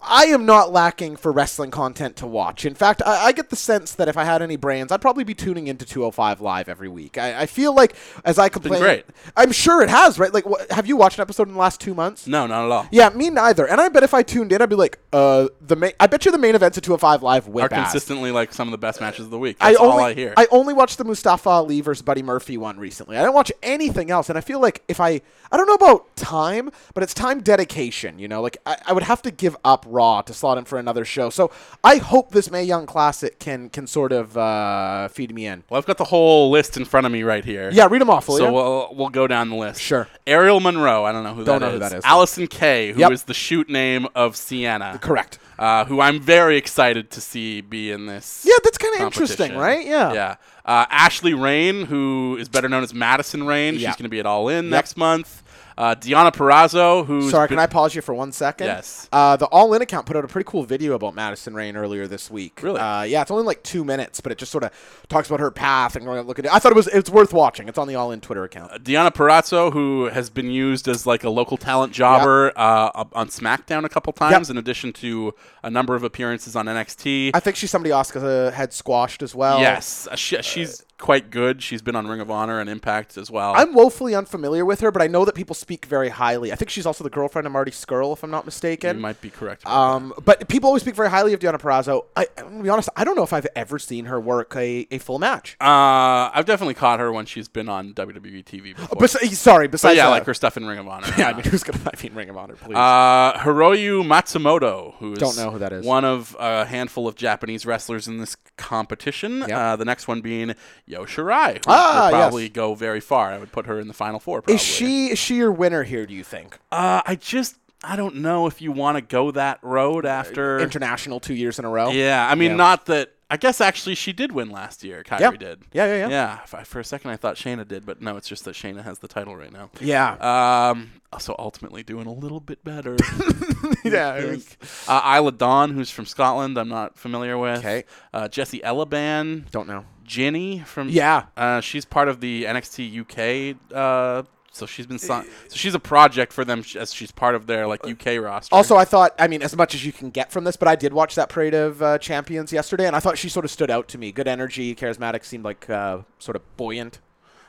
[SPEAKER 5] I am not lacking for wrestling content to watch. In fact, I, I get the sense that if I had any brains, I'd probably be tuning into 205 Live every week. I, I feel like, as I complain,
[SPEAKER 4] great.
[SPEAKER 5] I'm sure it has, right? Like, wha have you watched an episode in the last two months?
[SPEAKER 4] No, not at all.
[SPEAKER 5] Yeah, me neither. And I bet if I tuned in, I'd be like, uh, the main. I bet you the main events of 205 Live whip
[SPEAKER 4] Are
[SPEAKER 5] ass.
[SPEAKER 4] consistently like some of the best matches of the week.
[SPEAKER 5] I
[SPEAKER 4] That's
[SPEAKER 5] only
[SPEAKER 4] all I hear.
[SPEAKER 5] only watched the Mustafa Ali versus Buddy Murphy one recently. I didn't watch anything else, and I feel like if I I don't know about time, but it's time dedication. You know, like I, I would have to give up Raw to slot in for another show. So I hope this May Young Classic can can sort of uh, feed me in.
[SPEAKER 4] well, I've got the whole list in front of me right here.
[SPEAKER 5] Yeah, read them off, will
[SPEAKER 4] So
[SPEAKER 5] ya?
[SPEAKER 4] we'll we'll go down the list.
[SPEAKER 5] Sure.
[SPEAKER 4] Ariel Monroe. I don't know who
[SPEAKER 5] Don't
[SPEAKER 4] that
[SPEAKER 5] know who
[SPEAKER 4] is.
[SPEAKER 5] that is.
[SPEAKER 4] Allison Kay, who is
[SPEAKER 5] Yep.
[SPEAKER 4] the shoot name of Sienna.
[SPEAKER 5] Correct.
[SPEAKER 4] Uh, who I'm very excited to see be in this.
[SPEAKER 5] Yeah, that's kind of interesting,
[SPEAKER 4] competition.
[SPEAKER 5] right? Yeah.
[SPEAKER 4] Yeah. Uh, Ashley Rain, who is better known as Madison Rain,
[SPEAKER 5] Yeah.
[SPEAKER 4] she's going to be at All In next month. Uh, Deanna Perrazzo, who's
[SPEAKER 5] Sorry,
[SPEAKER 4] been-
[SPEAKER 5] can I pause you for one second?
[SPEAKER 4] Yes.
[SPEAKER 5] Uh, the All In account put out a pretty cool video about Madison Rain earlier this week.
[SPEAKER 4] Really?
[SPEAKER 5] Uh, yeah, it's only like two minutes, but it just sort of talks about her path and going out looking. I thought it was it's worth watching. It's on the All In Twitter account.
[SPEAKER 4] Deanna Perazzo, who has been used as like a local talent jobber uh, up on SmackDown a couple times, in addition to a number of appearances on NXT.
[SPEAKER 5] I think she's somebody Oscar had squashed as well.
[SPEAKER 4] yes, uh, she, she's quite good. She's been on Ring of Honor and Impact as well.
[SPEAKER 5] I'm woefully unfamiliar with her, but I know that people speak very highly. I think she's also the girlfriend of Marty Skrull, if I'm not
[SPEAKER 4] you
[SPEAKER 5] mistaken.
[SPEAKER 4] might be correct.
[SPEAKER 5] Um, but people always speak very highly of Deanna Perrazzo. I, I'm gonna be honest, I don't know if I've ever seen her work a, a full match.
[SPEAKER 4] uh, I've definitely caught her when she's been on WWE TV before.
[SPEAKER 5] Bes- sorry,
[SPEAKER 4] but
[SPEAKER 5] besides
[SPEAKER 4] yeah,
[SPEAKER 5] that-
[SPEAKER 4] like her stuff in Ring of Honor.
[SPEAKER 5] <laughs> Yeah, I mean, who's gonna I mean Ring of Honor, please?
[SPEAKER 4] Uh, Hiroyu Matsumoto, who is
[SPEAKER 5] Don't know who that is.
[SPEAKER 4] one of a handful of Japanese wrestlers in this competition. Uh, the next one being Yo Shirai, who
[SPEAKER 5] Ah,
[SPEAKER 4] would probably
[SPEAKER 5] yes.
[SPEAKER 4] go very far. I would put her in the final four. Probably.
[SPEAKER 5] is she is she your winner here? Do you think
[SPEAKER 4] Uh, I just I don't know if you want to go that road after.
[SPEAKER 5] international two years in a row?
[SPEAKER 4] yeah, I mean,
[SPEAKER 5] Yeah.
[SPEAKER 4] not that. I guess actually she did win last year. Kyrie
[SPEAKER 5] Yeah.
[SPEAKER 4] did.
[SPEAKER 5] Yeah, yeah, yeah.
[SPEAKER 4] Yeah. if I- For a second, I thought Shayna did, but no, it's just that Shayna has the title right now.
[SPEAKER 5] yeah,
[SPEAKER 4] Um, so ultimately doing a little bit better.
[SPEAKER 5] <laughs> yeah.
[SPEAKER 4] I
[SPEAKER 5] it was-
[SPEAKER 4] think. Uh, Isla Dawn, who's from Scotland, I'm not familiar with.
[SPEAKER 5] 'Kay.
[SPEAKER 4] Uh, Jesse Elaban,
[SPEAKER 5] don't know.
[SPEAKER 4] Ginny from
[SPEAKER 5] Yeah.
[SPEAKER 4] Uh, she's part of the NXT UK. Uh, so she's been
[SPEAKER 5] Eh.
[SPEAKER 4] si- so she's a project for them sh- as she's part of their like UK roster.
[SPEAKER 5] Uh, Also, I thought, I mean, as much as you can get from this, but I did watch that Parade of uh, Champions yesterday, and I thought she sort of stood out to me. Good energy, charismatic, seemed like uh, sort of buoyant.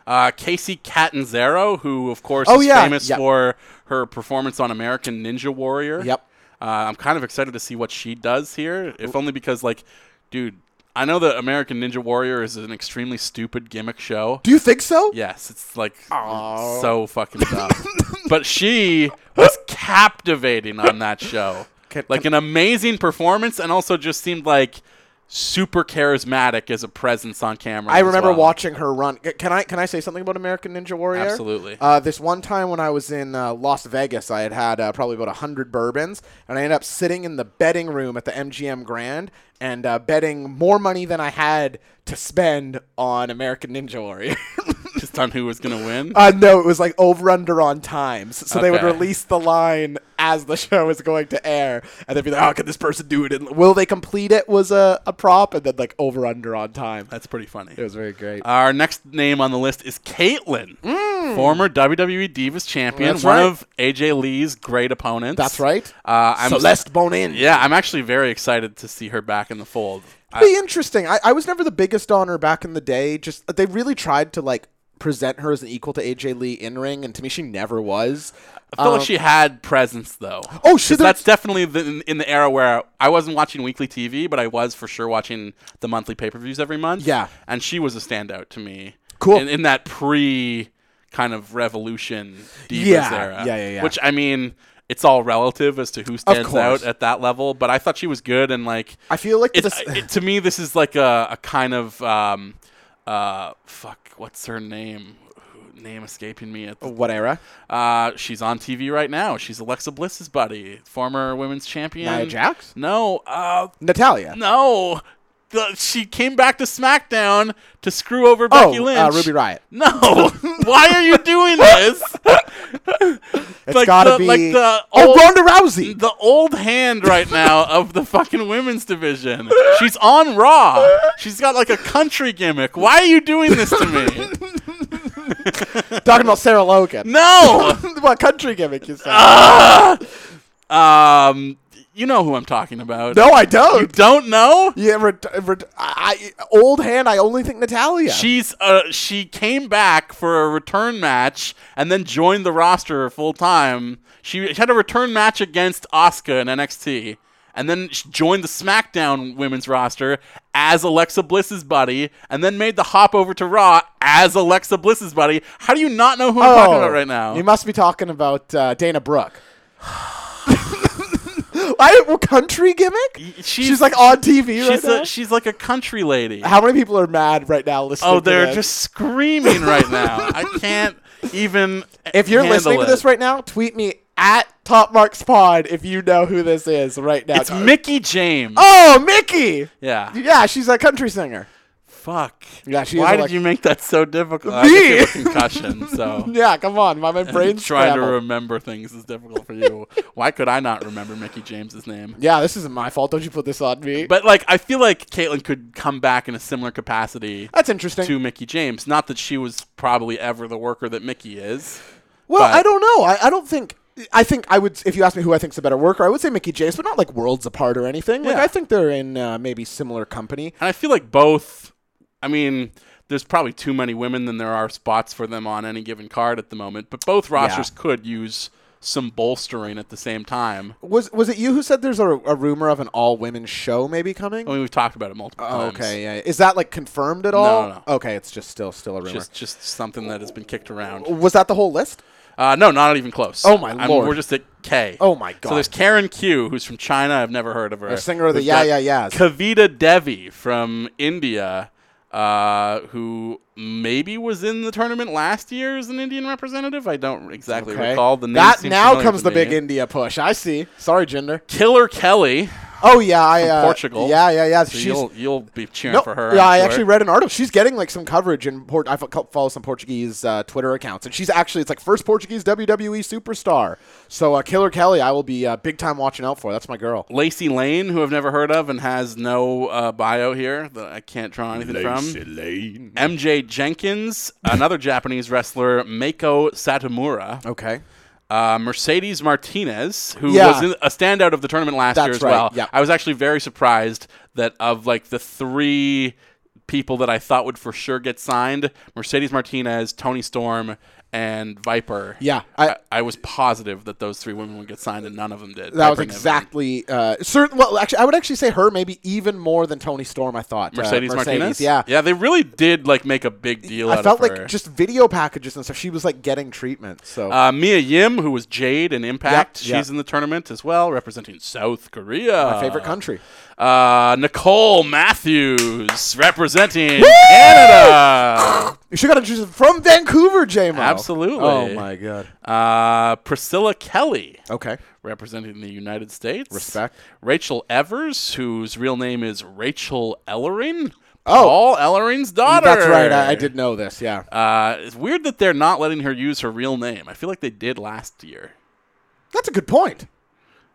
[SPEAKER 4] uh, Casey Catanzaro, who of course
[SPEAKER 5] Oh,
[SPEAKER 4] is
[SPEAKER 5] yeah.
[SPEAKER 4] famous
[SPEAKER 5] Yep.
[SPEAKER 4] for her performance on American Ninja Warrior.
[SPEAKER 5] Yep.
[SPEAKER 4] Uh, I'm kind of excited to see what she does here, if only because like, dude, I know that American Ninja Warrior is an extremely stupid gimmick show.
[SPEAKER 5] Do you think so?
[SPEAKER 4] Yes, it's like so fucking
[SPEAKER 5] <laughs>
[SPEAKER 4] dumb. but she was captivating on that show.
[SPEAKER 5] Can-
[SPEAKER 4] like an amazing performance and also just seemed like super charismatic as a presence on camera.
[SPEAKER 5] I
[SPEAKER 4] as
[SPEAKER 5] remember
[SPEAKER 4] well.
[SPEAKER 5] watching her run. C- Can I can I say something about American Ninja Warrior?
[SPEAKER 4] Absolutely.
[SPEAKER 5] Uh, this one time when I was in uh, Las Vegas, I had had uh, probably about hundred bourbons, and I ended up sitting in the betting room at the MGM Grand and uh, betting more money than I had to spend on American Ninja Warrior.
[SPEAKER 4] <laughs>
[SPEAKER 5] <laughs>
[SPEAKER 4] just on who was gonna win.
[SPEAKER 5] uh, no, it was like over under on times, so they would
[SPEAKER 4] Okay.
[SPEAKER 5] release the line as the <laughs> show was going to air, and they'd be like, "How can this person do it? And will they complete it?" Was a, a prop, and then like over under on time. Uh,
[SPEAKER 4] That's pretty funny.
[SPEAKER 5] It was very great.
[SPEAKER 4] Our next name on the list is Caitlyn, former WWE Divas Champion,
[SPEAKER 5] Mm. That's
[SPEAKER 4] one
[SPEAKER 5] right.
[SPEAKER 4] of AJ Lee's great opponents.
[SPEAKER 5] That's right.
[SPEAKER 4] Uh, I'm
[SPEAKER 5] Celeste Bonin.
[SPEAKER 4] Yeah, I'm actually very excited to see her back in the
[SPEAKER 5] <laughs>
[SPEAKER 4] fold. I-
[SPEAKER 5] It'd be interesting. I, I was never the biggest on her back in the day. Just they really tried to like present her as an equal to AJ Lee in ring, and to me, she never was.
[SPEAKER 4] I feel like she had presence though.
[SPEAKER 5] Uh, Oh, she-
[SPEAKER 4] 'Cause That's definitely the, in, in the era where I wasn't watching weekly TV, but I was for sure watching the monthly pay per views every month.
[SPEAKER 5] Yeah.
[SPEAKER 4] and she was a standout to me.
[SPEAKER 5] Cool.
[SPEAKER 4] In, in that pre kind of revolution divas
[SPEAKER 5] Yeah,
[SPEAKER 4] era.
[SPEAKER 5] yeah, yeah, yeah.
[SPEAKER 4] Which I mean, it's all relative as to who stands
[SPEAKER 5] course.
[SPEAKER 4] out at that level. But I thought she was good, and like
[SPEAKER 5] I feel like
[SPEAKER 4] it,
[SPEAKER 5] this- <sighs>
[SPEAKER 4] it- to me, this is like a, a kind of um, uh, fuck. What's her name? Name escaping me at the
[SPEAKER 5] What era?
[SPEAKER 4] uh, she's on TV right now. She's Alexa Bliss's buddy, former women's champion.
[SPEAKER 5] Nia Jax?
[SPEAKER 4] No, uh,
[SPEAKER 5] Natalia.
[SPEAKER 4] no. The- she came back to SmackDown to screw over Becky
[SPEAKER 5] uh,
[SPEAKER 4] Lynch.
[SPEAKER 5] Ruby Riot.
[SPEAKER 4] No, <laughs> why are you doing this?
[SPEAKER 5] It's
[SPEAKER 4] like
[SPEAKER 5] gotta
[SPEAKER 4] the-
[SPEAKER 5] be
[SPEAKER 4] like the
[SPEAKER 5] oh
[SPEAKER 4] old-
[SPEAKER 5] Ronda Rousey.
[SPEAKER 4] the old hand right now of the fucking women's division. She's on Raw. She's got like a country gimmick. Why are you doing this to
[SPEAKER 5] <laughs>
[SPEAKER 4] me?
[SPEAKER 5] Talking about Sarah Logan.
[SPEAKER 4] No.
[SPEAKER 5] <laughs>
[SPEAKER 4] <laughs> Ah.
[SPEAKER 5] what country gimmick you said?
[SPEAKER 4] Um, you know who I'm talking about.
[SPEAKER 5] no, I
[SPEAKER 4] You
[SPEAKER 5] don't.
[SPEAKER 4] don't know?
[SPEAKER 5] Yeah, ret- ret- I, I- old hand. I only think
[SPEAKER 4] <laughs>
[SPEAKER 5] Natalia.
[SPEAKER 4] She's uh, she came back for a return match and then joined the roster full time. She she had a return match against Asuka in NXT, and then she joined the SmackDown women's roster as Alexa Bliss's buddy, and then made the hop over to Raw as Alexa Bliss's buddy. How do you not know who I'm talking about right now?
[SPEAKER 5] Oh. You must be talking about uh, Dana Brooke. <sighs> I, well, country gimmick?
[SPEAKER 4] she's-
[SPEAKER 5] like on TV
[SPEAKER 4] she's
[SPEAKER 5] right now.
[SPEAKER 4] a, she's like a country lady.
[SPEAKER 5] How many people are mad right now listening?
[SPEAKER 4] oh,
[SPEAKER 5] to
[SPEAKER 4] they're
[SPEAKER 5] this?
[SPEAKER 4] just screaming right now.
[SPEAKER 5] <laughs>
[SPEAKER 4] I can't even.
[SPEAKER 5] If you're
[SPEAKER 4] handle
[SPEAKER 5] listening to
[SPEAKER 4] it.
[SPEAKER 5] this right now, tweet me at Top Marks Pod if you know who this is right now.
[SPEAKER 4] it's Mickey James.
[SPEAKER 5] Oh, Mickey.
[SPEAKER 4] Yeah.
[SPEAKER 5] Yeah, she's a country singer.
[SPEAKER 4] Fuck.
[SPEAKER 5] Yeah, she is
[SPEAKER 4] Why
[SPEAKER 5] a
[SPEAKER 4] did
[SPEAKER 5] like-
[SPEAKER 4] you make that so difficult? I guess
[SPEAKER 5] Me!
[SPEAKER 4] you have a
[SPEAKER 5] <laughs>
[SPEAKER 4] concussion, so
[SPEAKER 5] Yeah, come on,
[SPEAKER 4] <laughs>
[SPEAKER 5] my, my brain's
[SPEAKER 4] trying to
[SPEAKER 5] scrambled.
[SPEAKER 4] remember things is difficult for you. Why could I not remember Mickey James's name?
[SPEAKER 5] yeah, this isn't my fault. Don't you put this on me?
[SPEAKER 4] But like, I feel like Caitlyn could come back in a similar capacity
[SPEAKER 5] that's interesting.
[SPEAKER 4] to Mickey James. Not that she was probably ever the worker that Mickey is.
[SPEAKER 5] Well,
[SPEAKER 4] but-
[SPEAKER 5] I don't know. I, I don't think. I think I would. If you ask me who I think's a better worker, I would say Mickey James, but not like worlds apart or anything. Like
[SPEAKER 4] Yeah.
[SPEAKER 5] I think they're in uh, maybe similar company.
[SPEAKER 4] And I feel like both. I mean, there's probably too many women than there are spots for them on any given card at the moment. But both rosters could use some bolstering at the same time.
[SPEAKER 5] Was was it you who said there's a, a rumor of an all women show maybe coming?
[SPEAKER 4] I mean, we've talked about it multiple
[SPEAKER 5] Oh,
[SPEAKER 4] times.
[SPEAKER 5] okay, yeah. yeah. Is that like confirmed at all?
[SPEAKER 4] no,
[SPEAKER 5] Okay, it's just still still a rumor.
[SPEAKER 4] just just something that has been kicked around.
[SPEAKER 5] was that the whole list?
[SPEAKER 4] Uh, no, not even close.
[SPEAKER 5] Oh, my
[SPEAKER 4] I mean,
[SPEAKER 5] lord.
[SPEAKER 4] we're just at K.
[SPEAKER 5] Oh, my God.
[SPEAKER 4] So there's Karen Q, who's from China. I've never heard of her.
[SPEAKER 5] The singer of the
[SPEAKER 4] We've
[SPEAKER 5] Yeah,
[SPEAKER 4] got
[SPEAKER 5] Yeah, Yeahs.
[SPEAKER 4] Kavita Devi from India, uh, who maybe was in the tournament last year as an Indian representative. I don't exactly
[SPEAKER 5] Okay.
[SPEAKER 4] recall the name.
[SPEAKER 5] that
[SPEAKER 4] seems
[SPEAKER 5] now
[SPEAKER 4] familiar
[SPEAKER 5] comes
[SPEAKER 4] to
[SPEAKER 5] the
[SPEAKER 4] me.
[SPEAKER 5] big India push. I see. Sorry, gender.
[SPEAKER 4] Killer Kelly.
[SPEAKER 5] Oh yeah, I uh,
[SPEAKER 4] Portugal.
[SPEAKER 5] Yeah, yeah, yeah.
[SPEAKER 4] So
[SPEAKER 5] she's
[SPEAKER 4] you'll you'll be cheering
[SPEAKER 5] no,
[SPEAKER 4] for her.
[SPEAKER 5] yeah,
[SPEAKER 4] I'm
[SPEAKER 5] I
[SPEAKER 4] sure.
[SPEAKER 5] actually read an article. She's getting like some coverage in Port. I fo- follow some Portuguese uh, Twitter accounts, and she's actually it's like first Portuguese WWE superstar. So uh, Killer Kelly, I will be uh, big time watching out for. That's my girl.
[SPEAKER 4] Lacey Lane, who I've never heard of and has no uh, bio here that I can't draw anything from.
[SPEAKER 2] Lane.
[SPEAKER 4] MJ Jenkins, another Japanese wrestler, Mako Satomura,
[SPEAKER 5] Okay.
[SPEAKER 4] uh, Mercedes Martinez, who
[SPEAKER 5] Yeah.
[SPEAKER 4] was in a standout of the tournament last year
[SPEAKER 5] That's
[SPEAKER 4] as
[SPEAKER 5] right,
[SPEAKER 4] well.
[SPEAKER 5] yeah.
[SPEAKER 4] I was actually very surprised that of like the three people that I thought would for sure get signed, Mercedes Martinez, Tony Storm, and Viper.
[SPEAKER 5] Yeah,
[SPEAKER 4] I,
[SPEAKER 5] I-
[SPEAKER 4] I, was positive that those three women would get signed, and none of them did.
[SPEAKER 5] That was
[SPEAKER 4] Viper never-
[SPEAKER 5] exactly uh, certain. Well, actually, I would actually say her maybe even more than Tony Storm. I thought Uh,
[SPEAKER 4] Mercedes, Martinez.
[SPEAKER 5] Yeah,
[SPEAKER 4] yeah, they really did like make a big deal. out
[SPEAKER 5] I felt
[SPEAKER 4] of
[SPEAKER 5] like
[SPEAKER 4] her.
[SPEAKER 5] just video packages and stuff. She was like getting treatment. So
[SPEAKER 4] Uh, Mia Yim, who was Jade in Impact,
[SPEAKER 5] Yeah, yeah.
[SPEAKER 4] she's in the tournament as well, representing South Korea.
[SPEAKER 5] my favorite country.
[SPEAKER 4] Uh, Nicole Matthews, representing Canada.
[SPEAKER 5] She got introduced from Vancouver, JMO.
[SPEAKER 4] Absolutely.
[SPEAKER 5] Oh my god.
[SPEAKER 4] Uh, Priscilla Kelly,
[SPEAKER 5] Okay.
[SPEAKER 4] representing the United States.
[SPEAKER 5] Respect.
[SPEAKER 4] Rachel Evers, whose real name is Rachel Ellering.
[SPEAKER 5] Oh.
[SPEAKER 4] Paul Ellering's daughter.
[SPEAKER 5] That's right. I, I did know this. Yeah.
[SPEAKER 4] Uh, it's weird that they're not letting her use her real name. I feel like they did last year.
[SPEAKER 5] That's a good point.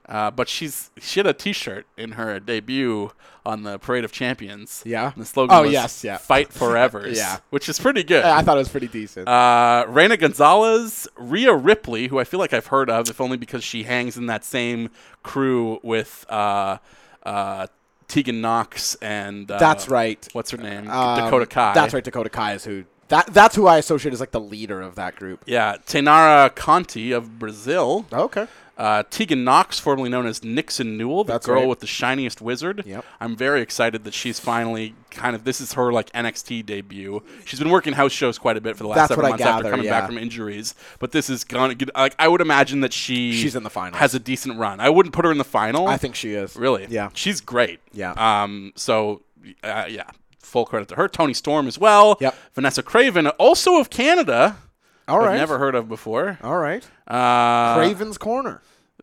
[SPEAKER 4] Uh, but she's she had a T-shirt in her debut on the Parade of Champions.
[SPEAKER 5] Yeah.
[SPEAKER 4] And the slogan
[SPEAKER 5] Oh,
[SPEAKER 4] was
[SPEAKER 5] yes, yeah.
[SPEAKER 4] "Fight Forever."
[SPEAKER 5] <laughs> Yeah.
[SPEAKER 4] which is pretty good.
[SPEAKER 5] I I thought it was pretty decent.
[SPEAKER 4] Uh, Raina Gonzalez, Rhea Ripley, who I feel like I've heard of, if only because she hangs in that same crew with uh, uh, Tegan Knox and uh,
[SPEAKER 5] That's right.
[SPEAKER 4] What's her name?
[SPEAKER 5] Um,
[SPEAKER 4] Dakota Kai.
[SPEAKER 5] That's right. Dakota Kai is who. That that's who I associate as like the leader of that group.
[SPEAKER 4] Yeah, Tenara Conti of Brazil.
[SPEAKER 5] Okay.
[SPEAKER 4] Uh, Tegan Knox, formerly known as Nixon Newell, the
[SPEAKER 5] That's
[SPEAKER 4] girl
[SPEAKER 5] right.
[SPEAKER 4] with the shiniest wizard.
[SPEAKER 5] Yep.
[SPEAKER 4] I'm very excited that she's finally kind of this is her like NXT debut. She's been working house shows quite a bit for the last
[SPEAKER 5] That's
[SPEAKER 4] several
[SPEAKER 5] what
[SPEAKER 4] months
[SPEAKER 5] I
[SPEAKER 4] after
[SPEAKER 5] gather,
[SPEAKER 4] coming
[SPEAKER 5] yeah.
[SPEAKER 4] back from injuries, but this is gonna get, like I would imagine that she
[SPEAKER 5] She's in the finals.
[SPEAKER 4] has a decent run. I wouldn't put her in the final.
[SPEAKER 5] I think she is.
[SPEAKER 4] really,
[SPEAKER 5] Yeah.
[SPEAKER 4] she's great.
[SPEAKER 5] Yeah.
[SPEAKER 4] Um. So, uh, yeah, full credit to her. Tony Storm as well.
[SPEAKER 5] Yep.
[SPEAKER 4] Vanessa Craven, also of Canada.
[SPEAKER 5] All
[SPEAKER 4] I've
[SPEAKER 5] right.
[SPEAKER 4] never heard of before.
[SPEAKER 5] All right.
[SPEAKER 4] Uh,
[SPEAKER 5] Craven's Corner.